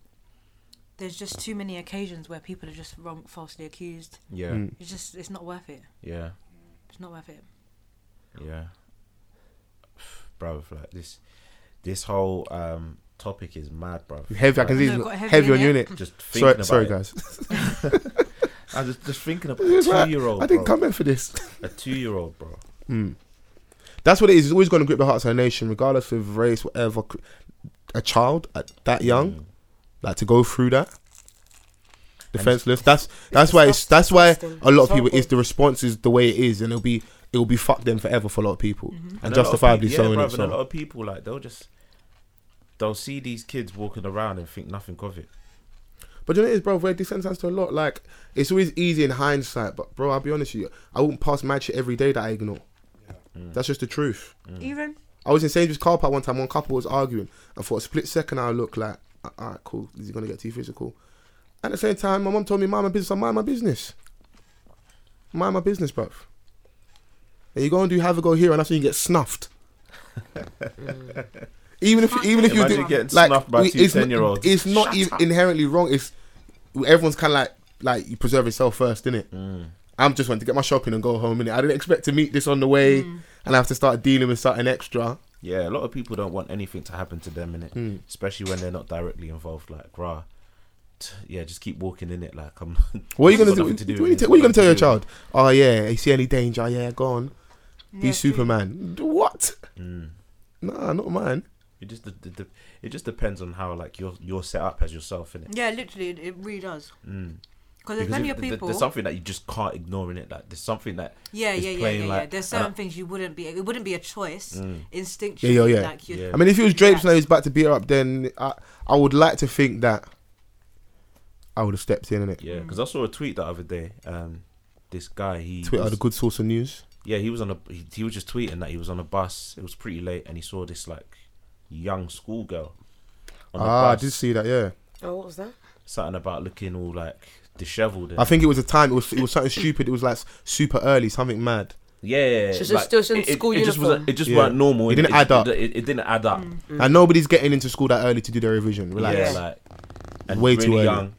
Speaker 5: There's just too many occasions where people are just wrong, falsely accused.
Speaker 3: yeah,
Speaker 2: Mm.
Speaker 5: It's just, it's not worth it.
Speaker 3: yeah,
Speaker 5: It's not worth it.
Speaker 3: yeah, bro. Like this, this whole um topic is mad, bro.
Speaker 2: Heavy, I can see
Speaker 5: No,
Speaker 2: it's
Speaker 5: got heavy
Speaker 2: heavy on
Speaker 5: in
Speaker 2: you, innit?
Speaker 3: Just thinking
Speaker 2: Sorry,
Speaker 3: about
Speaker 2: sorry
Speaker 3: it.
Speaker 2: guys.
Speaker 3: I was just thinking
Speaker 2: <laughs>
Speaker 3: about a
Speaker 2: right.
Speaker 3: two-year-old.
Speaker 2: I didn't
Speaker 3: Oh, bro.
Speaker 2: come in for this.
Speaker 3: A two-year-old, bro.
Speaker 2: Mm. That's what it is. It's always going to grip the hearts of a nation, regardless of race, whatever. cr- A child at that young,
Speaker 3: Mm.
Speaker 2: like to go through that defenseless that's that's why it's that's why
Speaker 6: disgusting.
Speaker 2: a lot of
Speaker 6: It's
Speaker 2: people is
Speaker 6: horrible.
Speaker 2: the response is the way it is and it'll be it'll be fucked then forever for a lot of people and
Speaker 3: Mm-hmm. a lot of
Speaker 2: justifiably
Speaker 3: peop-
Speaker 2: so,
Speaker 3: yeah,
Speaker 2: innit?
Speaker 3: bruv, and a lot
Speaker 2: so
Speaker 3: of people like they'll just they'll see these kids walking around and think nothing of it.
Speaker 2: but you know what it is bro we're desensitized to a lot like it's always easy in hindsight but bro I'll be honest with you I wouldn't pass mad shit every day that I ignore that's just the truth
Speaker 7: Even
Speaker 2: I was in Sainsbury's car park one time. One couple was arguing, and for a split second, I looked like, "All right, cool. Is he gonna get too physical?" At the same time, my mom told me, "Mind my business. I mind my business. Mind my business, bruv." And you go and do have a go here, and that's when you get snuffed. even if, even if you
Speaker 3: Imagine
Speaker 2: do,
Speaker 3: getting
Speaker 2: like,
Speaker 3: snuffed by
Speaker 2: we-
Speaker 3: two
Speaker 2: it's, n-
Speaker 3: 10-year-olds.
Speaker 2: It's not even inherently wrong. It's everyone's kind of like, like you preserve yourself first, innit?
Speaker 3: Mm.
Speaker 2: I'm just went to get my shopping and go home, innit? I didn't expect to meet this on the way, and I have to start dealing with something extra.
Speaker 3: Yeah, a lot of people don't want anything to happen to them in it,
Speaker 2: Mm.
Speaker 3: especially when they're not directly involved. Like, rah, t- yeah, just keep walking in it. Like, <laughs> I'm.
Speaker 2: What are you
Speaker 3: got
Speaker 2: gonna do?
Speaker 3: nothing with
Speaker 2: What, are you
Speaker 3: this,
Speaker 2: te- what are you
Speaker 3: got
Speaker 2: gonna tell your
Speaker 3: nothing
Speaker 2: child? Oh yeah, you see any danger? Oh, yeah, go on. Be
Speaker 5: Yeah, true.
Speaker 2: Superman. D- What?
Speaker 3: to do with it. Mm.
Speaker 2: Nah, not mine.
Speaker 3: It just de- de- de- it just depends on how like you're you're set up as yourself in it.
Speaker 5: Yeah, literally, it, it really does.
Speaker 3: Mm.
Speaker 5: Because there's many of people.
Speaker 3: there's something that you just can't ignore in it. Like there's something that
Speaker 5: yeah,
Speaker 3: it's
Speaker 5: yeah, yeah,
Speaker 3: plain,
Speaker 5: yeah, yeah.
Speaker 3: like-
Speaker 5: There's
Speaker 3: and I-
Speaker 5: certain things you wouldn't be. It wouldn't be a choice
Speaker 3: Mm.
Speaker 5: instinctually.
Speaker 2: Yeah, yeah, yeah.
Speaker 5: Like you'd
Speaker 3: Yeah.
Speaker 2: I mean, if it was
Speaker 5: Yes.
Speaker 2: Drapes now he's back to beat her up, then I I would like to think that I would have stepped in, innit?
Speaker 5: Mm.
Speaker 3: yeah. Because I saw a tweet the other day. Um, this guy he
Speaker 2: Twitter,
Speaker 3: was-
Speaker 2: the good source of news.
Speaker 3: yeah, he was on a he, he was just tweeting that he was on a bus. It was pretty late, and he saw this like young schoolgirl on the
Speaker 2: Ah, I
Speaker 3: bus.
Speaker 2: did see that. Yeah,
Speaker 6: Oh, what was that?
Speaker 3: Something about looking all like dishevelled. And,
Speaker 2: I think it was a time. It was it was something stupid. It was like s- super early, something mad.
Speaker 3: yeah, yeah, yeah,
Speaker 6: She was
Speaker 3: like,
Speaker 6: still in school
Speaker 3: it, it just
Speaker 6: uniform. Mm.
Speaker 3: wasn't. It just
Speaker 2: Yeah.
Speaker 3: weren't normal.
Speaker 2: It didn't
Speaker 3: it,
Speaker 2: add up.
Speaker 3: It, it, it didn't add up.
Speaker 2: And nobody's getting into school that early to do their revision. Relax.
Speaker 3: Mm. Yeah, like and
Speaker 2: Way
Speaker 3: really
Speaker 2: too early.
Speaker 3: young.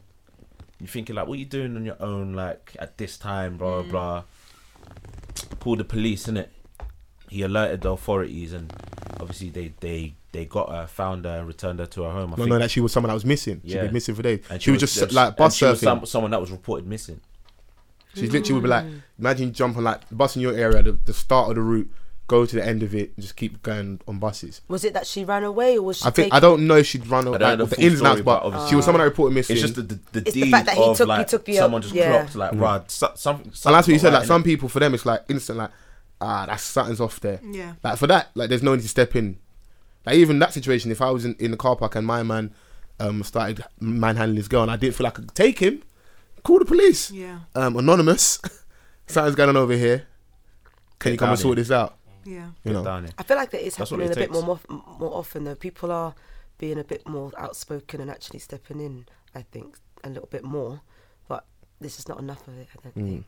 Speaker 3: You're thinking like, what are you doing on your own? Like at this time, blah
Speaker 6: Mm.
Speaker 3: blah. Called the police, innit? He alerted the authorities, and obviously they they they got her, found her, and returned her to her home. I
Speaker 2: No,
Speaker 3: think.
Speaker 2: no, that she was someone that was missing. She'd
Speaker 3: Yeah.
Speaker 2: been missing for days.
Speaker 3: And
Speaker 2: she, was, just s- like
Speaker 3: and
Speaker 2: bus
Speaker 3: she
Speaker 2: surfing.
Speaker 3: was some, someone that was reported missing.
Speaker 2: She's literally would be like, imagine jumping like bus in your area, the, the start of the route, go to the end of it and just keep going on buses.
Speaker 6: Was it that she ran away or was she?
Speaker 2: I think
Speaker 6: taken-
Speaker 2: I don't know if she'd run
Speaker 3: don't
Speaker 2: like,
Speaker 3: know
Speaker 2: with
Speaker 3: the
Speaker 2: the
Speaker 3: full
Speaker 2: ins and outs,
Speaker 3: story, but
Speaker 2: but
Speaker 3: obviously-
Speaker 2: she was someone I reported missing.
Speaker 3: It's just the the, the
Speaker 6: It's the
Speaker 3: deed
Speaker 6: fact that he
Speaker 3: of
Speaker 6: took- he
Speaker 3: like
Speaker 6: took the, uh,
Speaker 3: someone just
Speaker 6: yeah.
Speaker 3: clocked like right so, something.
Speaker 2: Mm. and that's what you said.
Speaker 3: not
Speaker 2: Like
Speaker 3: right,
Speaker 2: some
Speaker 3: innit?
Speaker 2: people, for them, it's like instant. Like ah, that's something's off there.
Speaker 4: Yeah.
Speaker 2: Like for that, like there's no need to step in. Like even that situation, if I was in, in the car park and my man um started manhandling his girl and I didn't feel I could take him, call the police.
Speaker 4: Yeah.
Speaker 2: Um, anonymous, <laughs> something's going on over here. Can you
Speaker 3: Get
Speaker 2: come
Speaker 3: down
Speaker 2: and sort
Speaker 3: here.
Speaker 2: this out?
Speaker 4: Yeah.
Speaker 2: You know.
Speaker 3: Down here.
Speaker 6: I feel like that is
Speaker 3: That's what
Speaker 6: happening
Speaker 3: it
Speaker 6: a bit
Speaker 3: takes.
Speaker 6: more, more more often though. People are being a bit more outspoken and actually stepping in. I think a little bit more, but this is not enough of it. I
Speaker 2: Hmm.
Speaker 6: don't think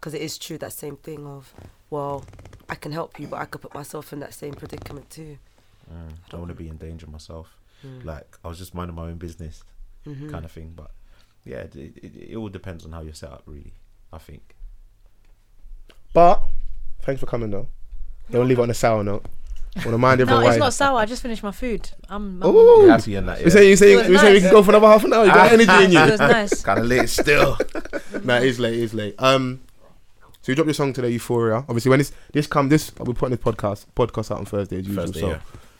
Speaker 6: because it is true that same thing of well, I can help you, but I could put myself in that same predicament too.
Speaker 3: Mm, I don't want to be in danger myself. Like I was just minding my own business, kind of thing. But yeah, it, it, it all depends on how you're set up, really. I think.
Speaker 2: But thanks for coming though. Don't leave it on a sour note. Want to
Speaker 7: <laughs>
Speaker 2: mind
Speaker 7: No,
Speaker 2: everyone?
Speaker 7: it's
Speaker 2: why- Oh.
Speaker 7: not sour. I just finished my food. I'm. I'm
Speaker 2: Ooh.
Speaker 3: You're happy in that,
Speaker 2: You say you say
Speaker 7: It was
Speaker 2: you say we
Speaker 7: nice.
Speaker 2: can go for another half an hour. You got energy in
Speaker 7: <laughs> It
Speaker 2: you.
Speaker 7: was
Speaker 3: <laughs>
Speaker 7: nice.
Speaker 3: kind of lit still.
Speaker 2: no, it is late. It is late. Um, so you dropped your song today, Euphoria. Obviously, when this this come this, we're putting this podcast podcast out on Thursday as <laughs> usual.
Speaker 3: Thursday,
Speaker 2: so
Speaker 3: yeah.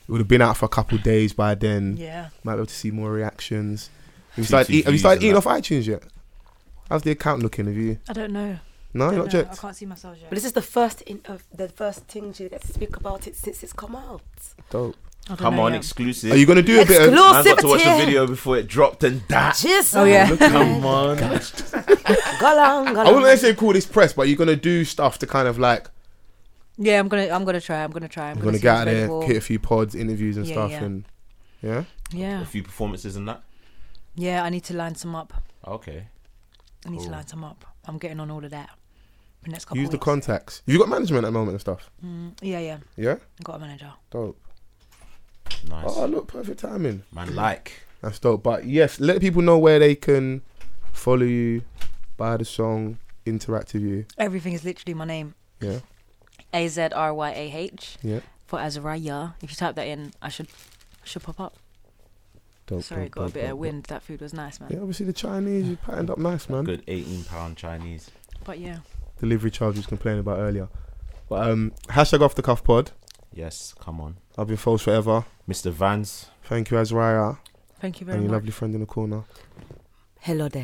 Speaker 2: it would have been out for a couple of days by then.
Speaker 7: Yeah.
Speaker 2: Might be able to see more reactions. Have you
Speaker 3: Two-
Speaker 2: started,
Speaker 3: two
Speaker 2: eat, have you
Speaker 3: views
Speaker 2: started
Speaker 3: and
Speaker 2: eating off
Speaker 3: that.
Speaker 2: iTunes yet? How's the account looking? Have you?
Speaker 7: I don't know.
Speaker 2: No,
Speaker 7: Don't
Speaker 2: you're not
Speaker 7: know. I
Speaker 2: checked.
Speaker 7: can't see myself yet.
Speaker 6: But this is the first in of the first thing she gets to speak about it since it's come out.
Speaker 2: Dope.
Speaker 7: I don't
Speaker 3: Come
Speaker 7: know
Speaker 3: on,
Speaker 7: yet.
Speaker 3: exclusive.
Speaker 2: Are you gonna do a bit of?
Speaker 3: I got to watch the
Speaker 6: Exclusivity.
Speaker 3: video before it dropped and
Speaker 2: <laughs>
Speaker 3: that.
Speaker 6: Jesus.
Speaker 7: Oh yeah.
Speaker 3: Come on.
Speaker 6: Go along,
Speaker 2: <laughs>
Speaker 6: go
Speaker 2: I wouldn't
Speaker 6: along.
Speaker 2: necessarily call this press, but you're gonna do stuff to kind of like
Speaker 7: Yeah, I'm gonna I'm gonna try. I'm gonna try. I'm
Speaker 2: you're
Speaker 7: gonna,
Speaker 2: gonna
Speaker 7: see
Speaker 2: get out
Speaker 7: what's
Speaker 2: there,
Speaker 7: available.
Speaker 2: hit a few pods, interviews and
Speaker 7: Yeah,
Speaker 2: stuff,
Speaker 7: yeah.
Speaker 2: and yeah.
Speaker 7: Yeah,
Speaker 3: A few performances and that.
Speaker 7: yeah. I need to line some up.
Speaker 3: Okay.
Speaker 2: Oh,
Speaker 7: I need
Speaker 3: Cool.
Speaker 7: to line some up. I'm getting on all of that. The next couple.
Speaker 2: Use the
Speaker 7: weeks.
Speaker 2: contacts. You got management at the moment and stuff.
Speaker 7: Mm, yeah, yeah.
Speaker 2: Yeah,
Speaker 7: I've got a manager.
Speaker 2: dope.
Speaker 3: Nice.
Speaker 2: Oh, look, perfect timing.
Speaker 3: Man, like.
Speaker 2: That's dope. But yes, let people know where they can follow you, buy the song, interact with you.
Speaker 7: Everything is literally my name.
Speaker 2: Yeah,
Speaker 7: A Z R Y A H
Speaker 2: yeah.
Speaker 7: for Azariah. If you type that in, I should should pop up.
Speaker 2: Dope.
Speaker 7: Sorry,
Speaker 2: dope,
Speaker 7: got a
Speaker 2: dope,
Speaker 7: bit
Speaker 2: dope,
Speaker 7: of wind. That food was nice,
Speaker 2: dope.
Speaker 7: man.
Speaker 2: Yeah, obviously the Chinese you patterned up nice, man.
Speaker 3: Good 18 pound Chinese.
Speaker 7: But yeah,
Speaker 2: Delivery charge was complaining about earlier. But um, hashtag off the cuff pod.
Speaker 3: Yes, come on.
Speaker 2: I've been false forever.
Speaker 3: Mr. Vans.
Speaker 2: Thank you, Azraya,
Speaker 7: thank you very
Speaker 2: and your
Speaker 7: much.
Speaker 2: lovely friend in the corner.
Speaker 6: Hello there.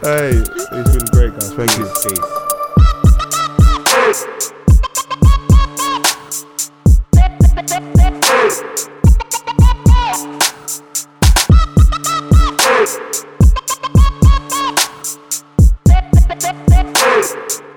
Speaker 2: Hey, it's been great, guys. Thank you.
Speaker 3: Peace.
Speaker 11: Hey!